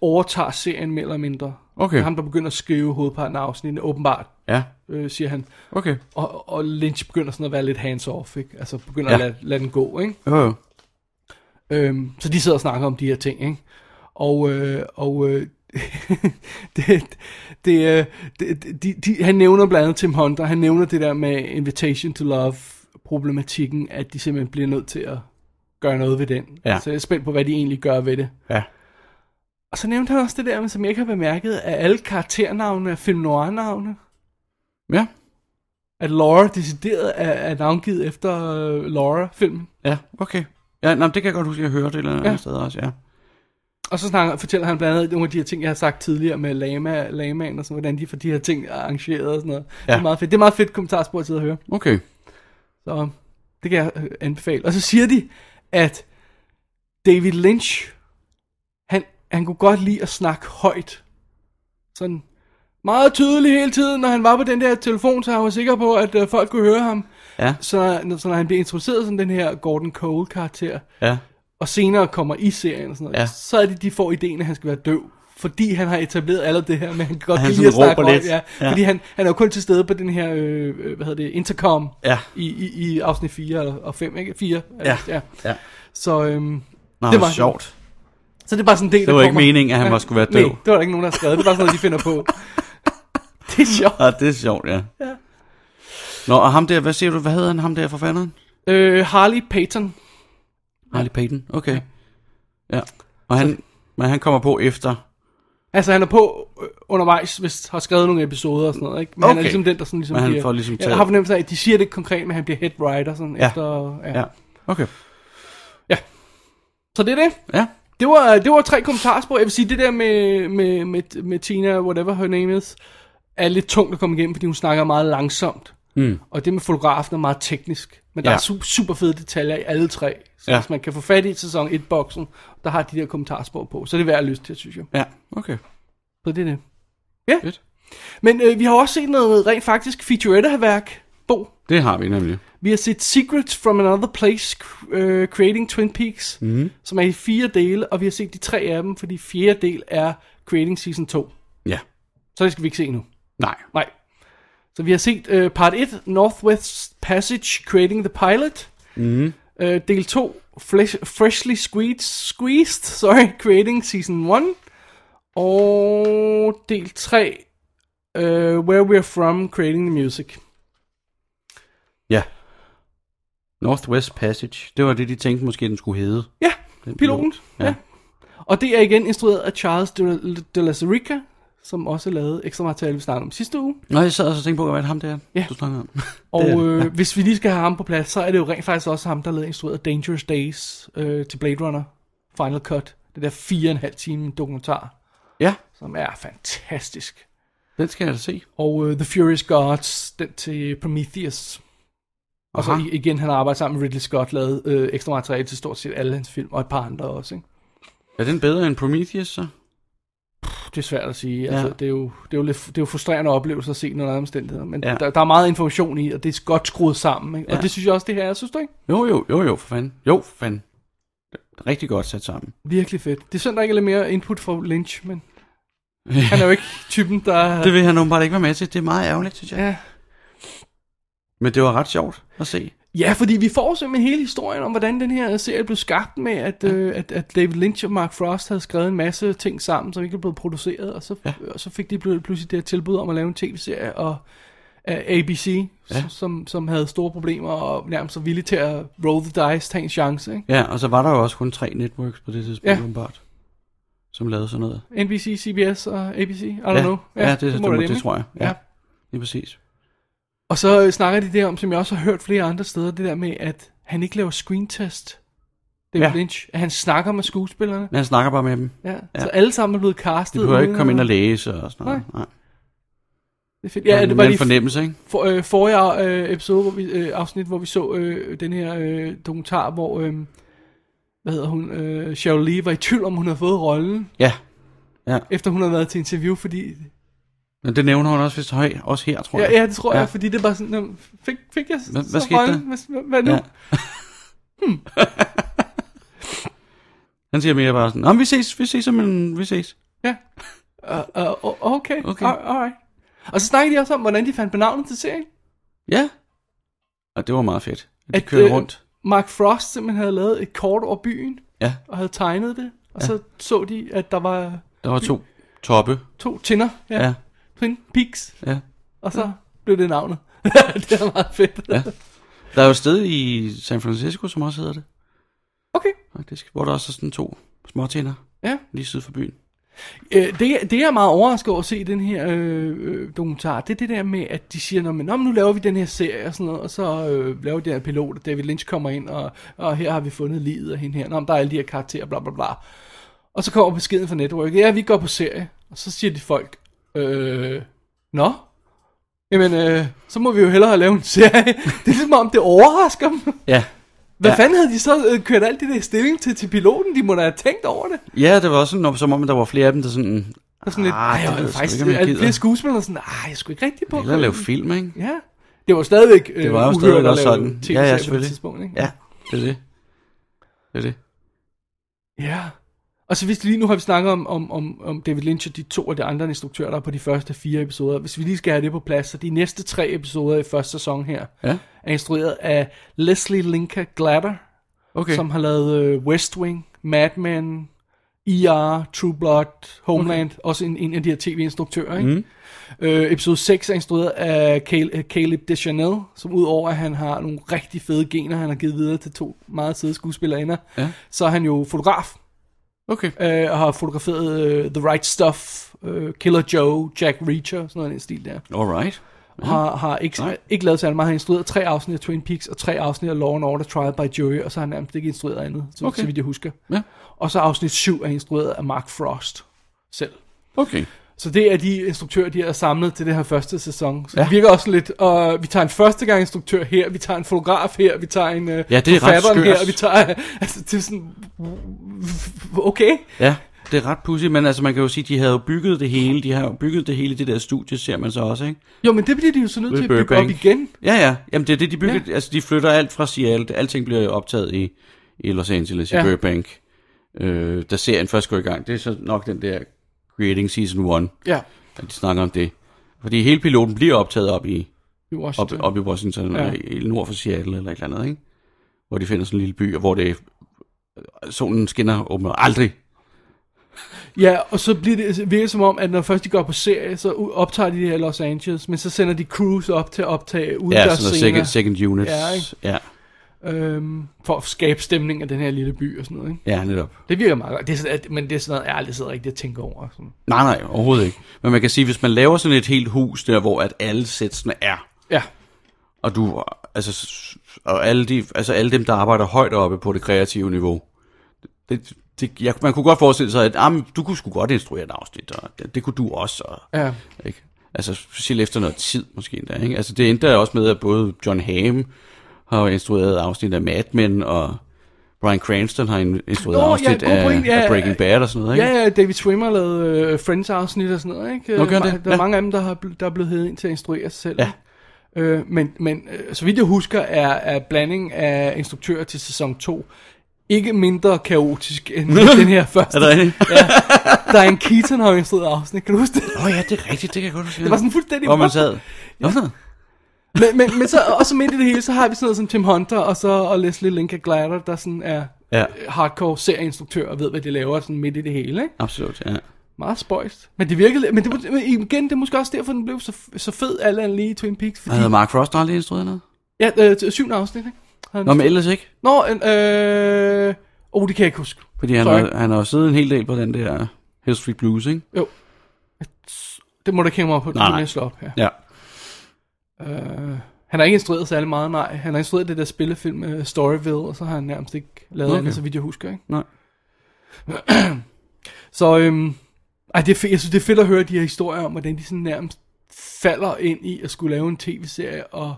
overtager serien mere eller mindre.
Okay.
Ham, der begynder at skrive hovedparten af afsnittene, åbenbart,
Ja,
øh, siger han.
okay.
Og, og Lynch begynder sådan at være lidt hands-off, ikke? Altså begynder ja.
Ja.
at lade, lade den gå, ikke?
Jo, jo.
Øhm, så de sidder og snakker om de her ting, ikke? Og, øh, og øh, det, det, øh, det, de, de, han nævner blandt andet Tim Hunter, han nævner det der med Invitation to Love problematikken, at de simpelthen bliver nødt til at gøre noget ved den.
Ja.
Så jeg er spændt på, hvad de egentlig gør ved det.
Ja.
Og så nævnte han også det der, med, som jeg ikke har bemærket, at alle karakternavne er film noir-navne.
Ja,
At Laura decideret er, er navngivet efter øh, Laura-filmen.
ja, okay. Ja, nej, det kan jeg godt huske, at jeg hørte eller andet
Ja.
ja. sted også, ja.
Og så snakker, fortæller han blandt andet nogle af de her ting, jeg har sagt tidligere med lama, lamaen og sådan, hvordan de får de her ting arrangeret og sådan noget. Ja.
Ja.
Det er meget fedt. Det er meget fedt kommentarspor at sidde og høre.
Okay.
Så det kan jeg øh, anbefale. Og så siger de, at David Lynch, han, han kunne godt lide at snakke højt. Sådan meget tydeligt hele tiden, når han var på den der telefon, så han var sikker på, at øh, folk kunne høre ham.
Ja,
Så, når- så når han bliver introduceret som den her Gordon Cole-karakter,
ja,
og senere kommer i serien og sådan noget, ja.
Ja.
så er det, de får ideen, at han skal være døv. Fordi han har etableret alt det her med, at han kan godt
Han
kan lide at
sådan
snakke
råber
højt,
lidt.
Ja. Ja.
Ja.
Fordi han, han er jo kun til stede på den her, øh, øh, hvad hedder det, intercom
ja.
i, i, i afsnit 4 eller- og 5, ikke? 4.
Ja.
ja.
ja.
Så, øhm,
Nå,
Det
det
var-
var sjovt.
så det er bare sådan en del,
Det var
der
ikke
kommer.
meningen, at han bare skulle være
Nej,
døv.
det var der ikke nogen, der har skrevet. Det var sådan noget, de finder på. det er sjovt.
Ja, det er sjovt, ja. ja. Nå, og ham der, hvad siger du, hvad hedder han, ham der forfatteren?
Øh, Harley Payton.
Harley Payton, okay. Ja, og han, men han kommer på efter.
Altså, han er på øh, undervejs, hvis har skrevet nogle episoder og sådan noget, ikke? Men han er
Okay.
ligesom den, der sådan ligesom
Men han
bliver...
får ligesom
jeg
taget-
har fornemmelse af, at de siger det konkret, men han bliver head writer sådan
Ja.
efter...
Ja, okay.
Så det er det.
Ja,
Det var, det var tre kommentarspor. Jeg vil sige, det der med, med, med, med Tina, whatever her name is, er lidt tungt at komme igennem, fordi hun snakker meget langsomt. Mm. Og det med fotografen er meget teknisk. Men der
Hmm. Ja.
er su- super fede detaljer i alle tre. Så
Ja.
ja. hvis man kan få fat i sæson 1-boksen, der har de der kommentarspor på, så er det værd at lyst til, synes jeg.
Ja, okay.
Så det er det. Ja.
Fedt.
Men øh, vi har også set noget rent faktisk featurette-værk, Bo.
Det har vi nemlig.
Vi har set Secrets from Another Place, uh, Creating Twin Peaks, mm. som er i fire dele, og vi har set de tre af dem, fordi fjerde del er Creating Season 2.
Ja.
Så det skal vi ikke se endnu.
Nej.
Nej. Så vi har set øh, part 1, Northwest Passage, Creating the Pilot. Mm. Øh, del 2, Flesh, Freshly Squeezed, Squeezed, sorry, Creating Season 1. Og del 3, øh, Where We're From, Creating the Music.
Ja. Northwest Passage. Det var det, de tænkte måske, den skulle hedde.
Ja,
Den
piloten.
pilot.
Ja. ja. Og det er igen instrueret af Charles de, de la Sarica, som også lavede ekstra materiale, vi snakkede om sidste uge.
Nå, jeg sad også og tænkte på, hvad er det ham der,
Ja.
du snakker om?
Og
Det er det,
øh, hvis vi lige skal have ham på plads, så er det jo rent faktisk også ham, der lavede instrueret Dangerous Days øh, til Blade Runner Final Cut. Det der fire og en halv time dokumentar,
ja,
som er fantastisk.
den skal jeg da se.
Og øh, The Furious Gods, den til Prometheus. Og så
Aha.
i- igen, han har arbejdet sammen med Ridley Scott, lavet øh, ekstra materiale til stort set alle hans film, og et par andre også, ikke?
Er den bedre end Prometheus, så?
det er svært at sige. Altså,
Ja.
ja. det, er jo, det, er jo lidt, det er jo frustrerende oplevelse at se under andre omstændigheder. Men
Ja.
ja. der, der, er meget information i, og det er godt skruet sammen. Ikke? Og
Ja.
det synes jeg også, det her er, synes du ikke?
Jo, jo, jo, jo, for fanden. Jo, for fanden. Rigtig godt sat sammen.
Virkelig fedt. Det er synd, der ikke er lidt mere input fra Lynch, men han er jo ikke typen, der...
Det vil han åbenbart ikke være med til. Det er meget ærgerligt, synes jeg.
Ja.
Men det var ret sjovt at se.
ja, fordi vi får simpelthen hele historien om, hvordan den her serie blev skabt med, at, ja. øh, at, at David Lynch og Mark Frost havde skrevet en masse ting sammen, som ikke er blevet produceret, og så,
Ja.
ja. og så fik de pl- pludselig det her tilbud om at lave en tv-serie, og af ABC,
Ja.
ja. som, som havde store problemer, og nærmest var villige til at roll the dice, tage en chance. Ikke?
Ja, og så var der jo også kun tre networks på det tidspunkt,
Ja.
åbenbart, som lavede sådan noget.
NBC, CBS og ABC, I don't
ja.
know.
Ja, det, det, det,
må være
det,
dem,
det
ikke?
tror jeg. Ja. ja.
Ja.
Lige præcis.
Og så øh, snakker de der om, som jeg også har hørt flere andre steder, det der med, at han ikke laver screen test. David
Ja.
ja. Lynch. At han snakker med skuespillerne.
Men han snakker bare med dem.
Ja.
Ja.
ja. Så alle sammen er blevet
De
castet.
behøver
uden
ikke komme
at-
ind og læse og sådan noget. Nej.
Det er fedt. Ja, det var
Mere en
lige for,
fornemmelse, ikke?
for, øh, forrige øh, episode, hvor vi, øh, afsnit, hvor vi så øh, den her øh, dokumentar, hvor, øh, hvad hedder hun, øh, Cheryl Lee var i tvivl om, hun havde fået rollen,
Ja.
efter hun havde været til interview, fordi
Men det nævner hun også, hvis høj, også her, tror jeg.
Ja, ja, det tror
Ja.
ja. jeg, fordi det var sådan, "Nå, fik, fik jeg
Hvad-
så
hvad skete
rollen?
der?"
Hvad, hvad nu? Hmm.
Ja.
Ja.
Han siger mere bare sådan, Nå, men vi ses, vi ses om en, vi ses.
ja. Uh, uh, o- okay,
Okay.
okay. All, all right. Og så snakkede de også om, hvordan de fandt på navnet til serien.
Ja. Og det var meget fedt. At de
At,
kørte
øh,
rundt.
Mark Frost simpelthen havde lavet et kort over byen,
Ja,
og havde tegnet det. Og ja. så så de, at der var
der var to toppe.
to tinder, ja,
Ja,
ja. twin peaks,
ja.
og så ja. blev det navnet. det er meget fedt. Ja.
Der er jo et sted i San Francisco, som også hedder det,
Okay,
faktisk. Hvor der også er sådan to små tænder
ja.
lige syd for byen.
Øh, det, det jeg er meget overrasket over at se i den her øh, øh, dokumentar, det er det der med, at de siger, "Nå, men, nå, men nu laver vi den her serie og sådan noget, og så øh, laver vi den her pilot, og David Lynch kommer ind, og, og her har vi fundet livet af hende her, nå, men der er alle de her karakterer, bla bla bla. Og så kommer beskeden fra network, ja, vi går på serie, og så siger de folk, øh, nå, jamen, øh, så må vi jo hellere lave en serie. det er ligesom om, det overrasker dem.
Ja.
Hvad
Ja.
ja. fanden havde de så øh, kørt alt det der stilling til, til piloten? De må da have tænkt over det.
Ja, det var også sådan, som om der var flere af dem, der sådan,
Og sådan lidt,
Ah,
ej,
det ved
jeg,
jeg
jeg
sgu
faktisk,
ikke, om jeg
ikke, alle
gider."
flere skuespillere sådan, ej, jeg skulle ikke rigtig på.
hellere lave film, ikke?
Ja, det var stadigvæk øh,
Det var jo
uhørt
stadig
at
også
lave
sådan.
tv-serier
Ja, ja,
på det
selvfølgelig.
tidspunkt, ikke?
Ja, det er det. Det er det.
ja. Og så hvis lige nu har vi snakket om, om, om, om David Lynch og de to af de andre instruktører, der er på de første fire episoder. Hvis vi lige skal have det på plads, så de næste tre episoder i første sæson her,
Ja.
er instrueret af Leslie Linka Glatter,
Okay.
som har lavet øh, West Wing, Mad Men, ER, True Blood, Homeland, okay. også en, en af de her tv-instruktører. Ikke? Mm. Øh, episode 6 er instrueret af Cal- øh, Caleb Deschanel, som udover at han har nogle rigtig fede gener, han har givet videre til to meget søde skuespillerinder,
Ja.
så er han jo fotograf,
Okay.
øh, og har fotograferet øh, The Right Stuff, øh, Killer Joe, Jack Reacher, sådan noget i den stil der.
Alright.
Har, har ikke,
Nej.
ikke lavet særlig meget. Han har instrueret tre afsnit af Twin Peaks og tre afsnit af Law and Order Trial by Jury, og så har han nærmest ikke instrueret andet, så,
Okay.
okay. så vidt jeg husker.
Ja.
Og så afsnit 7 er instrueret af Mark Frost selv.
Okay.
Så det er de instruktører, de har samlet til det her første sæson. Så ja.
Ja.
det virker også lidt, og vi tager en første gang instruktør her, vi tager en fotograf her, vi tager en øh,
Ja, det er ret
forfatteren
skørt.
her, vi tager, altså det er sådan, okay.
Ja, det er ret pudsigt, men altså man kan jo sige, de havde jo bygget det hele, de har jo bygget det hele i det der studie, ser man så også, ikke?
Jo, men det bliver de jo så nødt
Ude
til
i
at bygge op
Burbank.
igen.
Ja, ja, jamen det er det, de bygger, ja. altså de flytter alt fra Seattle, alting bliver jo optaget i, i Los Angeles, i
Ja.
ja. Burbank, øh, der serien først går i gang, det er så nok den der Creating Season 1,
Ja,
at de snakker om det. Fordi hele piloten bliver optaget op i,
i Washington.
op, op i Washington,
Ja.
ja. eller nord for Seattle, eller et eller andet, ikke? Hvor de finder sådan en lille by, og hvor det solen skinner åbner aldrig.
Ja, og så bliver det så virker det som om, at når først de går på serie, så u- optager de det her Los Angeles, men så sender de crews op til at optage ude
Ja,
der
sådan noget
scener,
second, second units.
Ja, ikke?
ja,
øhm, for at skabe stemning af den her lille by og sådan noget. Ikke?
ja, netop.
Det virker meget godt, det er sådan, at, men det er sådan noget, jeg aldrig sidder rigtig og tænker over. Sådan.
Nej, nej, overhovedet ikke. Men man kan sige, hvis man laver sådan et helt hus der, hvor at alle sætsene er,
Ja,
og du, altså, s- og alle, de, altså alle dem, der arbejder højt oppe på det kreative niveau, det, det, jeg, man kunne godt forestille sig, at ah, men du kunne sgu godt instruere et afsnit, og det, det kunne du også, og
ja.
Ikke? Altså specielt efter noget tid måske endda. Ikke? Altså det endte også med, at både John Hamm har jo instrueret afsnit af Mad Men, og Bryan Cranston har in- instrueret
Nå, ja,
afsnit
god
af,
point, ja,
af Breaking Bad og sådan noget. Ikke?
Ja, ja, David Schwimmer lavede øh, Friends-afsnit og sådan noget, ikke?
Nå, gør han
Øh,
det?
Der er
Ja.
mange af dem, der, har, bl- der er blevet heddet ind til at instruere sig selv.
Ja.
Øh, men men øh, så vidt jeg husker, er, er blanding af instruktører til sæson 2 ikke mindre kaotisk end den her første.
Er det rigtigt?
Der er en Keaton, har jo instrueret afsnit, kan du huske det?
Åh oh, ja, det er rigtigt, det kan jeg godt huske.
Det var sådan fuldstændig...
Hvor man sad. Ja.
Men, men, men så, og så midt i det hele, så har vi sådan noget som Tim Hunter, og så og Leslie Linka Glatter, der sådan er
ja,
hardcore serieinstruktør og ved, hvad de laver sådan midt i det hele, ikke?
absolut. Ja.
Meget spøjst. Men det virkede... Men, det, må- men igen, det er måske også derfor, den blev så, så fed, alt andet lige i Twin Peaks. Fordi,
Og havde Mark Frost aldrig instrueret noget?
ja, øh, til syvende afsnit, ikke? Havde
Nå,
han-
men ellers ikke.
Nå, en, øh... Oh, det kan jeg ikke huske.
Fordi han,
Sorry.
har, han har jo siddet en hel del på den der Hill Street Blues, ikke?
Det må du kende mig op på, det
Nej,
må
nej.
jeg slå op her.
Ja.
Øh, han har ikke instrueret særlig meget, nej. Han har instrueret det der spillefilm uh, Storyville, og så har han nærmest ikke lavet okay.
Okay.
andet, så vidt jeg husker, ikke?
Nej.
Så, øhm, ej, det er fedt, jeg synes, det er fedt at høre de her historier om, hvordan de sådan nærmest falder ind i at skulle lave en tv-serie og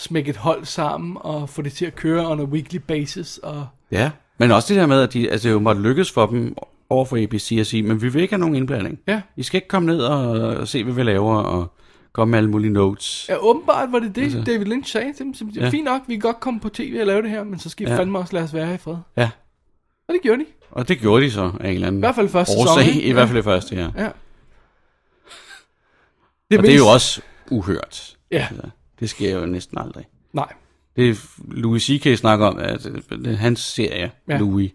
smække et hold sammen og få det til at køre on a weekly basis. Og,
Ja, men også det der med, at de, altså, det jo måtte lykkes for dem over for ABC at sige, men vi vil ikke have nogen indblanding.
Ja.
I skal ikke komme ned og, og se, hvad vi laver, og komme med alle mulige notes.
ja, åbenbart var det det, altså, David Lynch sagde til dem. Så, ja.
Ja.
Fint nok, vi kan godt komme på tv og lave det her, men så skal I ja.
Ja.
fandme også lade os være her i fred.
Ja.
Og det gjorde de.
Og det gjorde de så af en eller anden
I hvert fald første
årsag.
sæson, ikke?
I hvert fald det første, ja.
Ja.
Det og det er
mest-
jo også uhørt.
Ja,
Altså, det sker jo næsten aldrig.
nej.
Det er- Louis C.K. snakker om, at øh, hans serie,
Ja.
ja. Louis,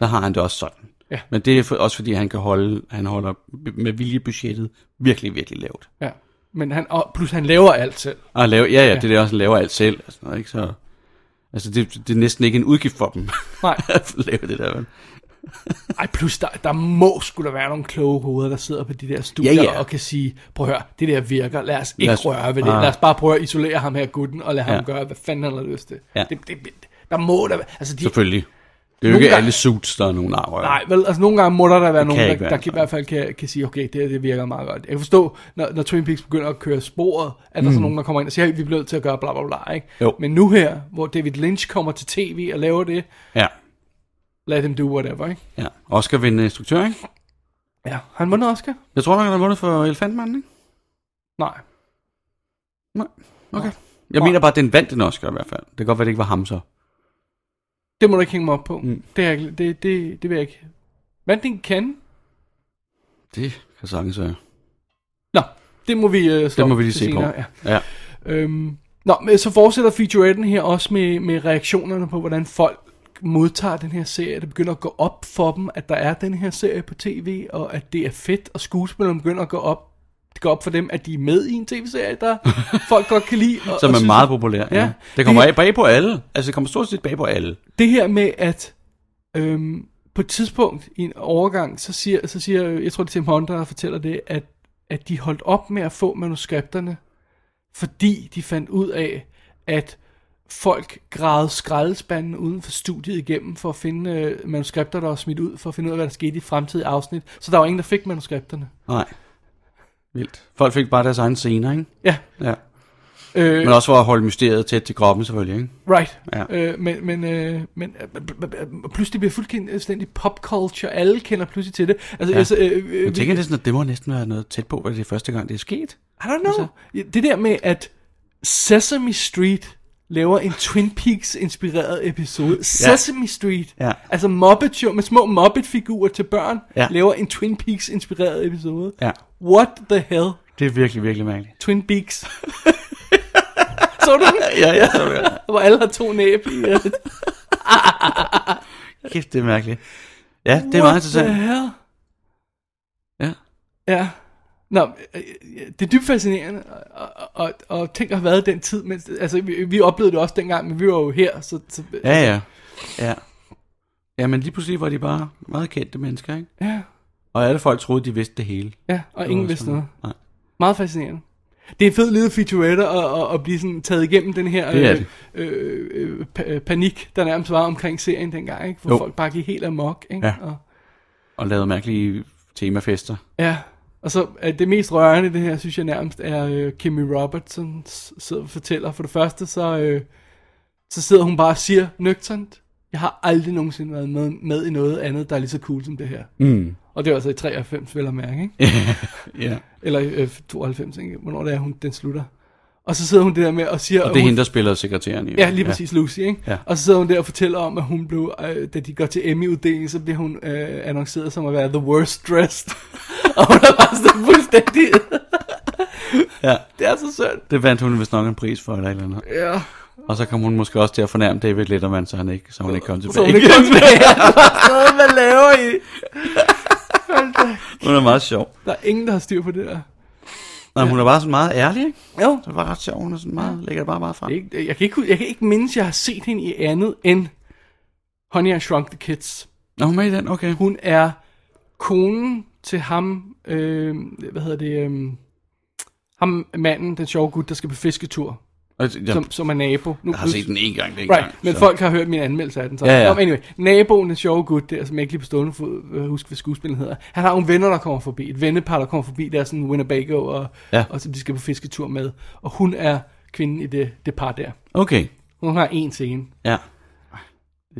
der har han det også sådan.
Ja.
Men det er for, også fordi, han kan holde, han holder b- med viljebudgettet virkelig, virkelig lavt.
Ja. Men han, og plus han laver alt selv.
Og lave, ja, ja, det er det også, han laver alt selv. Og sådan noget, ikke? Så, altså, det, det er næsten ikke en udgift for dem
Nej.
at lave det der. vel?
Ej, plus der, der må skulle der være nogle kloge hoveder, der sidder på de der studier
Ja, ja.
og kan sige, prøv at høre, det der virker, lad os ikke
Lad os-
røre ved det.
Ah.
Lad os bare prøve at isolere ham her gutten, og lade ham
Ja.
gøre, hvad fanden han har lyst til.
Ja.
Det, det, der må der være, altså de,
Selvfølgelig. Det er jo
Nogle
ikke
gange-
alle suits, der er nogen arver.
Nej, vel, altså nogle gange må der da være nogen,
kan
der,
ikke være
der kan, i
sådan.
hvert fald kan, kan sige, okay, det, her, det virker meget godt. Jeg kan forstå, når, når Twin Peaks begynder at køre sporet, at der mm. så nogen, der kommer ind og siger, hey, vi bliver nødt til at gøre bla bla bla, ikke?
Jo.
Men nu her, hvor David Lynch kommer til tv og laver det,
Ja,
let him do whatever, ikke?
ja. Oscar vinder instruktør, ikke?
Ja, han vundet Oscar?
Jeg tror nok, han har vundet for Elefantmanden, ikke?
Nej.
Nej. Okay. Jeg mener bare, at den vandt en Oscar i hvert fald. Det kan godt være, det ikke var ham så.
Det må du ikke hænge mig op på. Mm.
Mm.
Det, er, jeg ikke- det, det, det vil jeg ikke. Vandt den kan?
Det kan sagtens være.
Nå, det må vi øh, slå
Det må
op
vi lige
til
se på.
senere, Ja.
Ja.
Øhm, nå, men så fortsætter featuretten her også med, med reaktionerne på, hvordan folk modtager den her serie. Det begynder at gå op for dem, at der er den her serie på tv, og at det er fedt, og skuespillerne begynder at gå op det går op for dem, at de er med i en tv-serie, der folk godt kan lide. Og,
Som
og
er
synes,
meget
at-
populær. Ja.
Ja.
ja. Det kommer
Det-
af bag på alle. Altså, det kommer stort set bag på alle.
det her med, at øhm, på et tidspunkt i en overgang, så siger, så siger jeg tror det er Tim Hunter, der fortæller det, at, at de holdt op med at få manuskripterne, fordi de fandt ud af, at folk gravede skraldespanden uden for studiet igennem for at finde øh, manuskripter, der var smidt ud, for at finde ud af, hvad der skete i fremtidige afsnit. Så der var ingen, der fik manuskripterne.
Nej.
Vildt.
Folk fik bare deres egne scener, ikke?
Ja.
Ja.
Øh,
Men også for at holde mysteriet tæt til kroppen, selvfølgelig, ikke?
Right.
Ja.
Øh, men men, øh, men øh, b- b- b- pludselig bliver fuldstændig øh, pop culture. Alle kender pludselig til det. Altså, ja. altså øh, øh,
Jeg tænker næsten, at det må næsten være noget tæt på, at det er første gang, det er sket.
I don't know. Altså, det der med, at Sesame Street laver en Twin Peaks-inspireret episode. Sesame Street,
Ja.
altså Muppet Show med små Muppet-figurer til børn,
Ja.
laver en Twin Peaks-inspireret episode.
Ja.
What the hell?
Det er virkelig, virkelig mærkeligt.
Twin Peaks. Så du den?
Ja, ja.
Hvor alle har to næb i. øh,
Kæft, det er mærkeligt. Ja, det
What
er meget interessant.
the hell?
Ja.
Ja. Nå, øh, øh, det er dybt fascinerende, og, og, og, og tænk at have været den tid, mens, altså vi, vi oplevede det også dengang, men vi var jo her, så, så
Ja, ja. Ja. Ja, men lige pludselig var de bare meget kendte mennesker, ikke?
ja.
Og alle folk troede, de vidste det hele.
Ja, og ingen vidste noget.
Nej.
Meget fascinerende. Det er en fed lille featurette at, at, at blive sådan taget igennem den her
Det er
øh,
det.
øh, øh, pa- øh, panik, der nærmest var omkring serien dengang, ikke? hvor
Jo.
folk bare gik helt amok. Ikke?
Ja.
Og,
Og lavede mærkelige temafester.
ja. og så er det mest rørende i det her, synes jeg nærmest, er øh, Kimmy Robertson s- sidder og fortæller. For det første, så, øh, så sidder hun bare og siger nøgternt, jeg har aldrig nogensinde været med, med i noget andet, der er lige så cool som det her.
Mm.
Og det var altså i 93, vel at mærke, ikke?
Ja.
Eller øh, 92, ikke? hvornår det er, hun, den slutter. Og så sidder hun det der med og siger...
Og det er
hun,
hende, der spiller sekretæren i.
Ja, lige præcis, ja. Lucy, ikke?
Ja.
Og så sidder hun der og fortæller om, at hun blev, øh, da de går til Emmy-uddelingen, så bliver hun øh, annonceret som at være the worst dressed. og hun er bare sådan fuldstændig...
Ja.
det er så sødt.
Det vandt hun vist nok en pris for, eller et eller andet.
Ja.
Og så kom hun måske også til at fornærme David Letterman, så han ikke, så hun ikke kom tilbage.
Så hun ikke kom tilbage. Hvad- Hvad laver I?
hun er meget sjov.
Der er ingen, der har styr på det der.
Nej, hun er bare sådan meget ærlig, ikke?
Jo.
Det var ret sjov, hun er sådan meget, lægger det bare meget frem.
Det er ikke- Jeg kan ikke, jeg kan ikke mindes, at jeg har set hende i andet end Honey, I Shrunk the Kids.
Nå, hun er med i den, okay.
Hun er konen til ham, øh, hvad hedder det, øh, ham manden, den sjove gut, der skal på fisketur,
Og det-
ja.
Jeg
som, som er nabo. Nu,
har
nu-
set den en gang, det er ikke
Right,
engang,
men
så-
folk har hørt min anmeldelse af den. Så.
Ja, ja.
Nå, men anyway, naboen, den sjove gut der, som jeg ikke lige på stående fod øh, husker, hvad skuespillet hedder. Han har nogle venner, der kommer forbi. Et vennepar, der kommer forbi, der er sådan Winnebago, og,
Ja.
og som de skal på fisketur med. Og hun er kvinden i det, det par der.
Okay,
Hun har en scene,
ja.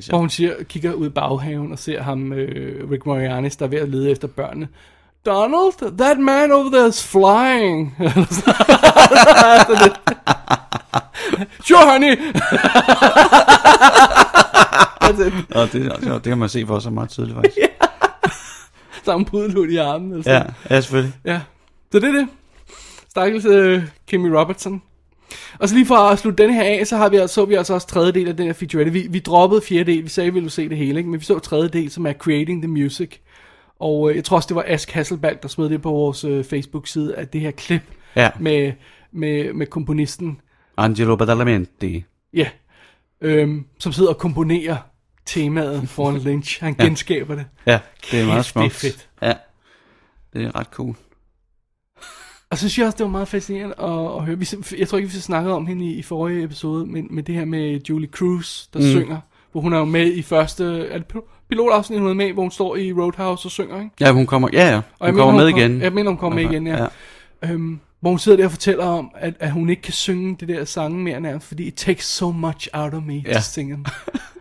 hvor hun siger, kigger ud i baghaven og ser ham, øh, Rick Moranis, der er ved at lede efter børnene. Donald, that man over there is flying. Eller sådan noget. sure, honey. That's it.
Og det, og det kan man se for sig meget tidligt, faktisk.
Så har hun pudelhud i armen. Eller
ja,
sådan.
ja, selvfølgelig.
ja. Så det er det. Stakkels øh, Kimmy Robertson. Og så lige for at slutte den her af, så har vi, altså- så vi altså også tredje del af den her featurette. Vi, vi droppede fjerde del, vi sagde, vi ville se det hele, ikke? men vi så tredje del, som er Creating the Music. Og øh, jeg tror også, det var Ask Hasselbalg, der smed det på vores øh, Facebook-side, at det her klip
Ja.
med, med, med komponisten,
Angelo Badalamenti.
ja, øhm, som sidder og komponerer temaet foran Lynch. Han genskaber det.
Ja, det er meget
Kæft, det er
smukt.
fedt.
Ja, det er ret cool.
Og så synes jeg også, det var meget fascinerende at, at høre. Vi, sim- jeg tror ikke, vi snakkede om hende i, i forrige episode, men med det her med Julie Cruz, der mm. synger. Hvor hun er jo med i første... Er det pil- pilotafsnit, hun er med i, hvor hun står i Roadhouse og synger, ikke?
Ja, hun kommer, ja, ja. Hun
jeg mener,
kommer
hun
med
kom-
igen.
jeg mener, hun kommer med igen, ja. Øhm, hvor hun sidder der og fortæller om, at, at hun ikke kan synge det der sange mere nærmest, fordi it takes so much out of me ja. to
Ja.
sing them.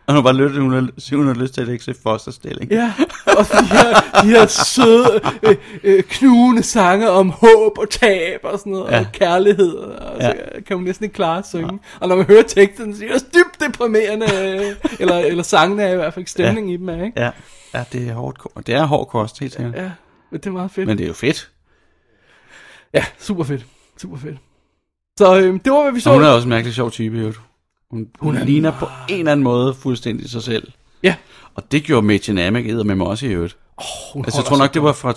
Og hun har bare lyst, hun har, hun har lyst til at lægge sig i fosterstilling.
Ja, og de her, de her søde, øh, øh, knugende sange om håb og tab og sådan noget, ja.
Ja.
og kærlighed, og så
Ja.
kan hun næsten ikke klare at synge. Og når man hører teksten, så er det også dybt deprimerende, øh, eller, eller sangene er i hvert fald ikke stemning ja. i dem, er, ikke?
ja. Ja, det er hårdt kost. Det er hård kost, helt sikkert.
Ja. ja. Men det er meget fedt.
Men
Men...
det er jo fedt.
Ja, super fedt, super fedt. Så øh, det var, hvad vi så.
Og hun er også en mærkelig sjov type, jo. Hun, hun ligner på en eller anden måde fuldstændig sig selv.
Ja,
Og det gjorde Mitch Namek æder med mig også i øvrigt.
hun
Altså, jeg tror nok, det var fra,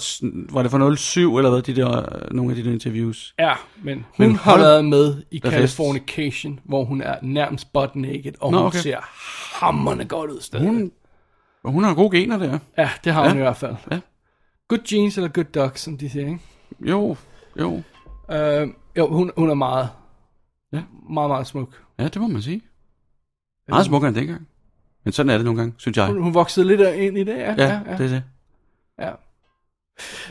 var det fra 07 eller hvad, de der, nogle af de der interviews.
Ja, men hun men
Men
har
hold
været med i
da fest.
Californication, hvor hun er nærmest butt naked, og Nå,
Nå,
hun okay.
okay.
ser hammerne godt ud stadig.
Hun, hun har gode gener der.
Ja, det har hun
Ja.
i hvert fald.
Ja.
Good jeans eller good duck, som de siger, ikke?
Jo, jo.
Øh, jo, hun, hun er meget,
Ja.
meget, meget smuk.
Ja, det må man sige. Meget smukkere end dengang. Men sådan er det nogle gange, synes jeg.
Hun, hun voksede lidt ind i det, ja.
Ja, det er det.
ja.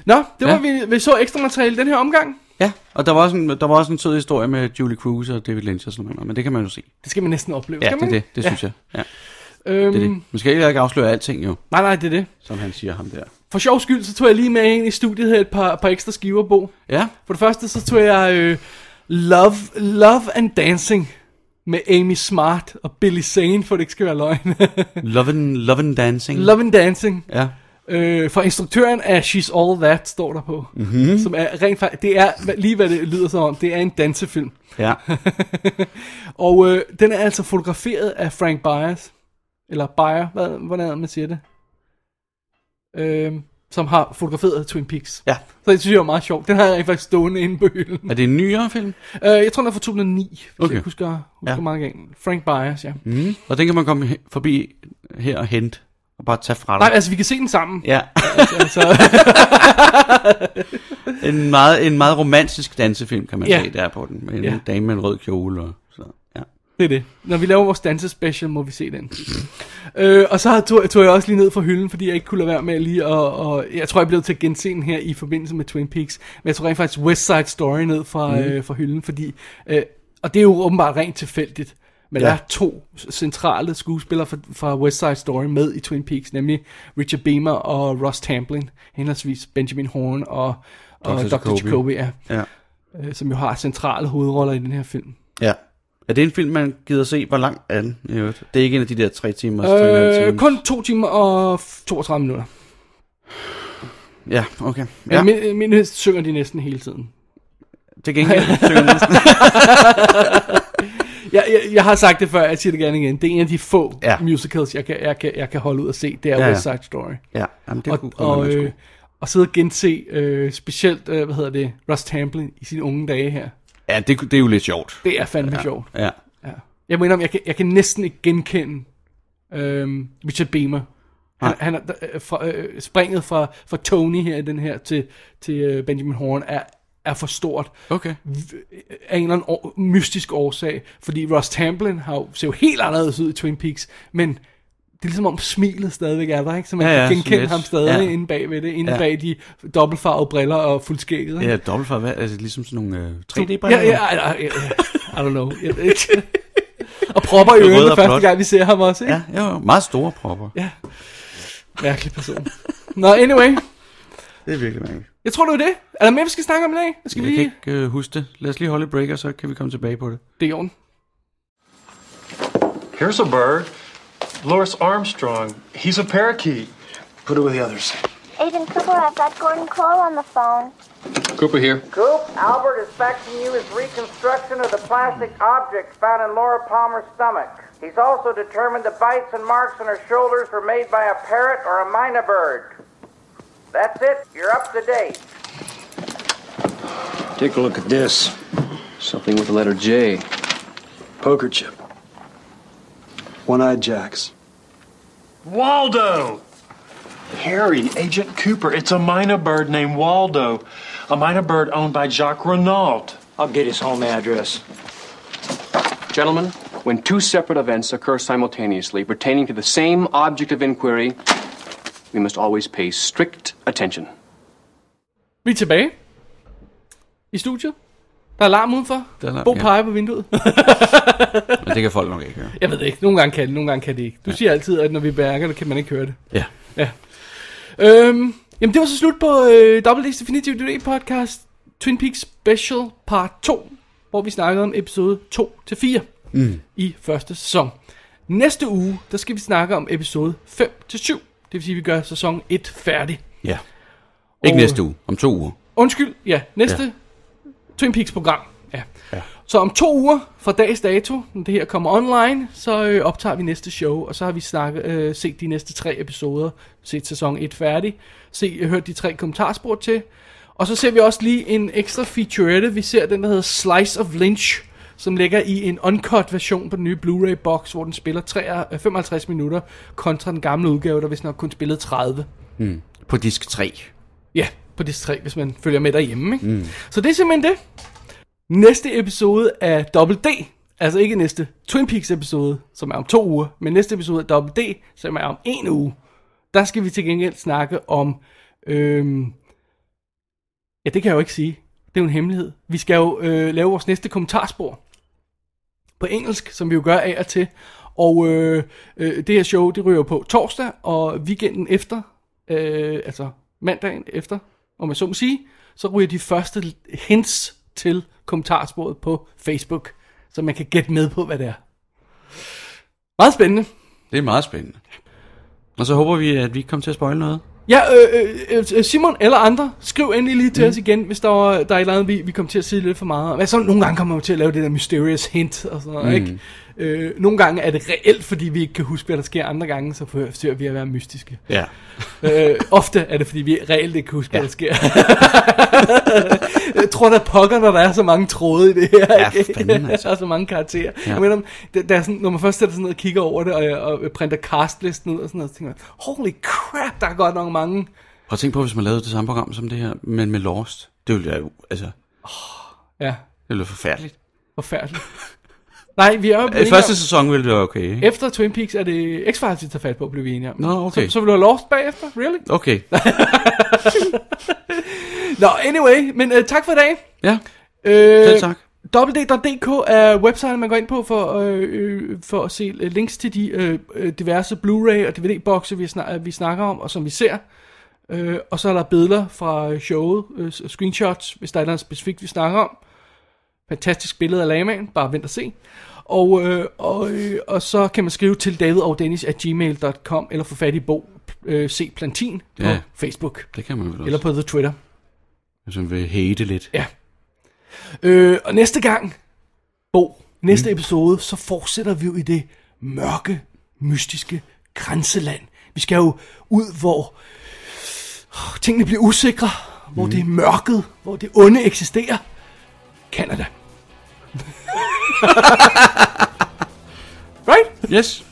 Nå, det var
Ja.
vi, vi så ekstra materiale den her omgang.
Ja, og der var også en, der var også en sød historie med Julie Cruise og David Lynch og sådan noget, men det kan man jo se.
Det skal man næsten opleve,
Ja,
skal
Mm. det er
man
det,
ikke?
det synes jeg. Ja,
Øhm,
det er det. Man skal heller ikke afsløre alting jo,
Nej, nej, det er det.
som han siger ham der.
For sjov skyld, så tog jeg lige med ind i studiet her et par, par ekstra skiver, Bo.
Ja,
For det første, så tog jeg øh, Love, Love and Dancing med Amy Smart og Billy Zane, for det ikke skal være løgn.
Lovin', lovin Dancing.
Love and Dancing.
Ja,
Øh, for instruktøren af She's All That står der på.
Mhm.
Mm-hmm. Som er rent faktisk, det er hva- lige hvad det lyder som om, det er en dansefilm.
ja.
Og øh, den er altså fotograferet af Frank Byers. Eller Byer, hvad, hvordan er det, man siger det? Øh, som har fotograferet Twin Peaks.
ja.
Så det synes jeg er meget sjovt. Den har jeg rent faktisk stående inde på hylden.
Er det en nyere film?
Øh, jeg tror, den er fra 2009, hvis okay.
Okay.
jeg husker, husker ja.
Ja.
mange gange. Frank Byers, ja. Mm.
Og den kan man komme he- forbi her og hente, og bare tage fra dig.
Nej, altså vi kan se den sammen. Altså,
Ja. en, meget, en meget romantisk dansefilm, kan man
Ja.
ja. se der på den. Med en
Ja.
ja. dame med en rød kjole og sådan ja.
Det er det. Når vi laver vores dansespecial, må vi se den. øh, og så har- tog, tog jeg også lige ned fra hylden, fordi jeg ikke kunne lade være med lige at... Og, jeg tror, jeg blev til at gense den her i forbindelse med Twin Peaks. Men jeg tror rent faktisk West Side Story ned fra, mm. øh, fra hylden, fordi... Øh, og det er jo åbenbart rent tilfældigt. Men ja.
Ja.
der er to centrale skuespillere fra, fra West Side Story med i Twin Peaks, nemlig Richard Beamer og Ross Tamplin, henholdsvis Benjamin Horn og, og Dr.
Dr.
Jacobi, Jacobi
Jacobi.
ja,
ja.
øh, som jo har centrale hovedroller i den her film.
Ja. Er det en film, man gider se? Hvor lang er den? i øvrigt? Det er ikke en af de der tre timer.
Øh, kun 2 timer og f- 32 minutter.
Ja, okay.
Ja.
Ja,
Men, men, men synger de næsten hele tiden.
til gengæld synger den næsten-
Jeg, jeg, jeg har sagt det før, jeg siger det gerne igen. Det er en af de få ja.
Ja.
musicals, jeg kan, jeg, kan, jeg kan holde ud og se. Det er ja,
Ja, ja.
West Side Story.
Ja, jamen, det
og,
kunne godt
og,
være, man
øh,
skulle.
og sidde og gense øh, specielt, øh, hvad hedder det, Russ Tamplin i sine unge dage her.
Ja, det, kunne- det er jo lidt sjovt.
Det er fandme ja. sjovt.
Ja.
Ja. Jeg må indrømme, jeg kan, jeg kan næsten ikke genkende øhm, Richard Beamer. Han,
Nej.
han er, øh, fra, øh, springet fra, fra Tony her i den her til, til øh, Benjamin Horn er, er for stort
Okay.
af en eller anden år, mystisk årsag, fordi Ross Tamplin har jo, ser jo helt anderledes ud i Twin Peaks, men det er ligesom om smilet stadigvæk er der, ikke? Så man
Ja,
ja,
ja,
ja, kan
sådan
genkende
lidt.
ham stadig ja.
Ja.
inde bagved det, inde ja.
Ja.
bag de dobbeltfarvede briller og fuldskægget. ikke?
Ja, dobbelt for hvad? Altså ligesom sådan nogle øh, 3D-briller?
Ja, ja, ja, ja, I don't know. Jeg ved ikke. og propper i
Rød
ørerne
og
første
blåt.
gang, vi ser ham også, ikke?
Ja, jo, jo, meget store propper.
Ja. Mærkelig person. Nå, anyway.
Det er virkelig mærkeligt.
Jeg tror, det var det. Er der mere, vi skal snakke om i dag? Skal vi
Jeg kan
lige...
ikke øh, huske det. Lad os lige holde et break, og så kan vi komme tilbage på det.
Det er i orden.
Here's a bird. Loris Armstrong. He's a parakeet.
Put it with the others.
Agent Cooper, I've got Gordon Cole on the phone.
Cooper here.
Coop, Albert is faxing you his reconstruction of the plastic objects found in Laura Palmer's stomach. He's also determined the bites and marks on her shoulders were made by a parrot or a minor bird. That's it. You're up to date.
Take a look at this.
Something with the letter J.
Poker chip. One-eyed jacks.
Waldo! Harry, Agent Cooper. It's a minor bird named Waldo. A minor bird owned by Jacques Renault.
I'll get his home address. Gentlemen, when two separate events occur simultaneously pertaining to the same object of inquiry, we must always pay strict attention.
Vi er tilbage. I studiet. Der er larm udenfor.
Der er larm,
Bo
ja.
peger på vinduet.
Men det kan folk nok ikke høre.
Jeg ved det ikke. Nogle gange kan det, nogle gange kan det ikke. Du siger altid, at når vi bærker, det kan man ikke høre det.
Ja.
Øhm, jamen det var så slut på øh, Double D's Definitive DVD podcast Twin Peaks Special Part 2 Hvor vi snakkede om episode 2-4 mm. I første sæson Næste uge, der skal vi snakke om episode 5-7 Det vil sige, at vi gør sæson 1 færdig
ja. Ikke
Og-
næste uge. Om to uger.
Undskyld, ja, næste ja. Twin Peaks program ja. ja Så om to uger fra dags dato Når det her kommer online Så øh, optager vi næste show Og så har vi snakket, øh, set de næste tre episoder Set sæson 1 færdig se, øh, Hørt de tre kommentarspor til Og så ser vi også lige en ekstra featurette Vi ser den der hedder Slice of Lynch som ligger i en uncut version på den nye Blu-ray box, hvor den spiller 53, 55 minutter, kontra den gamle udgave, der vist nok kun spillede 30.
På disk 3.
Ja, på det tre, hvis man følger med derhjemme. Ikke? Mm. Så det er simpelthen det. Næste episode af Double D, altså ikke næste Twin Peaks episode, som er om to uger, men næste episode af Double D, som er om en uge, der skal vi til gengæld snakke om øhm, Ja, det kan jeg jo ikke sige. Det er jo en hemmelighed. Vi skal jo øh, lave vores næste kommentarspor på engelsk, som vi jo gør af og til. Og øh, øh, det her show, det ryger på torsdag, og weekenden efter, øh, altså mandagen efter, om man så må sige, så ryger de første hints til kommentarsporet på Facebook, så man kan gætte med på, hvad det er. Meget spændende.
Det er meget spændende. Og så håber vi, at vi ikke kommer til at spoil noget.
Ja, øh, øh, øh, Simon eller andre, skriv endelig lige til mm. os igen, hvis der, var, der er et eller andet, vi, vi kom til at sige lidt for meget. om. Altså, nogle gange kommer man jo til at lave det der mysterious hint og sådan noget,
Mm.
mm. ikke? Øh, nogle gange er det reelt, fordi vi ikke kan huske, hvad der sker. Andre gange, så forsøger vi at være mystiske.
Ja.
Øh, ofte er det, fordi vi reelt ikke kan huske, hvad der sker. jeg tror da pokker, når der er så mange tråde i det her.
Ja,
ikke?
fanden, altså.
Der er så mange karakterer.
Ja.
Ja. Jeg mener, om, der, der er sådan, når man først sætter sig ned og kigger over det, og, jeg- og printer castlisten ud og sådan noget, så tænker man, holy crap, der er godt nok mange.
Prøv at tænke på, hvis man lavede det samme program som det her, men med Lost. Det ville være jo, altså,
Ja,
det ville være forfærdeligt.
forfærdeligt. Nej, vi er jo blevet
I
enige
Øh, første
om-
sæson ville det være okay, ikke?
Efter Twin Peaks er det X-Files, vi tager fat på, blev vi enige om.
Nå, okay.
Så, så vil du have Lost bagefter? Really?
Okay.
Nå, anyway, men uh, tak for i dag.
Ja,
Øh,
Selv tak.
www.dk er websiten, man går ind på for, øh, øh, for at se øh, links til de øh, øh, diverse Blu-ray og DVD-bokse, vi, snak, vi snakker om, og som vi ser. Øh, og så er der billeder fra showet, øh, screenshots, hvis der er noget specifikt, vi snakker om. Fantastisk billede af lamaen, bare vent og se. Og, øh, og, øh, og så kan man skrive til davidogdennis at gmail.com, eller få fat i Bo øh, C. Plantin på
Ja.
Facebook,
det kan man vel også.
eller på The Twitter.
Hvis man vil hate lidt.
Ja. Øh, og næste gang, Bo, næste mm. episode, så fortsætter vi jo i det mørke, mystiske grænseland. Vi skal jo ud, hvor åh, tingene bliver usikre, hvor
Mm.
det er mørket, hvor det onde eksisterer. Canada. right?
Yes.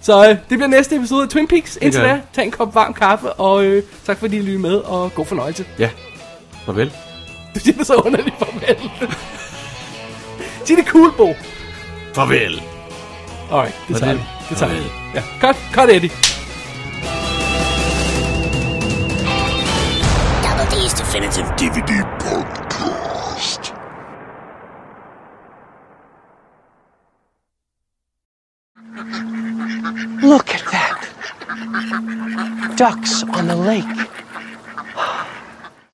Så øh, det bliver næste episode af Twin Peaks. Indtil
gør det.
da, tag en kop varm kaffe, og øh, tak fordi I lyttede med, og god fornøjelse.
Ja. Farvel.
Du siger det så underligt, farvel. Sig det cool, Bo.
Farvel.
Alright, det
Var
tager
det-
vi. Det tager vi.
Farvel.
Ja. Cut, cut, Eddie.
Double D's Definitive DVD Podcast.
Look at that. Ducks on the lake.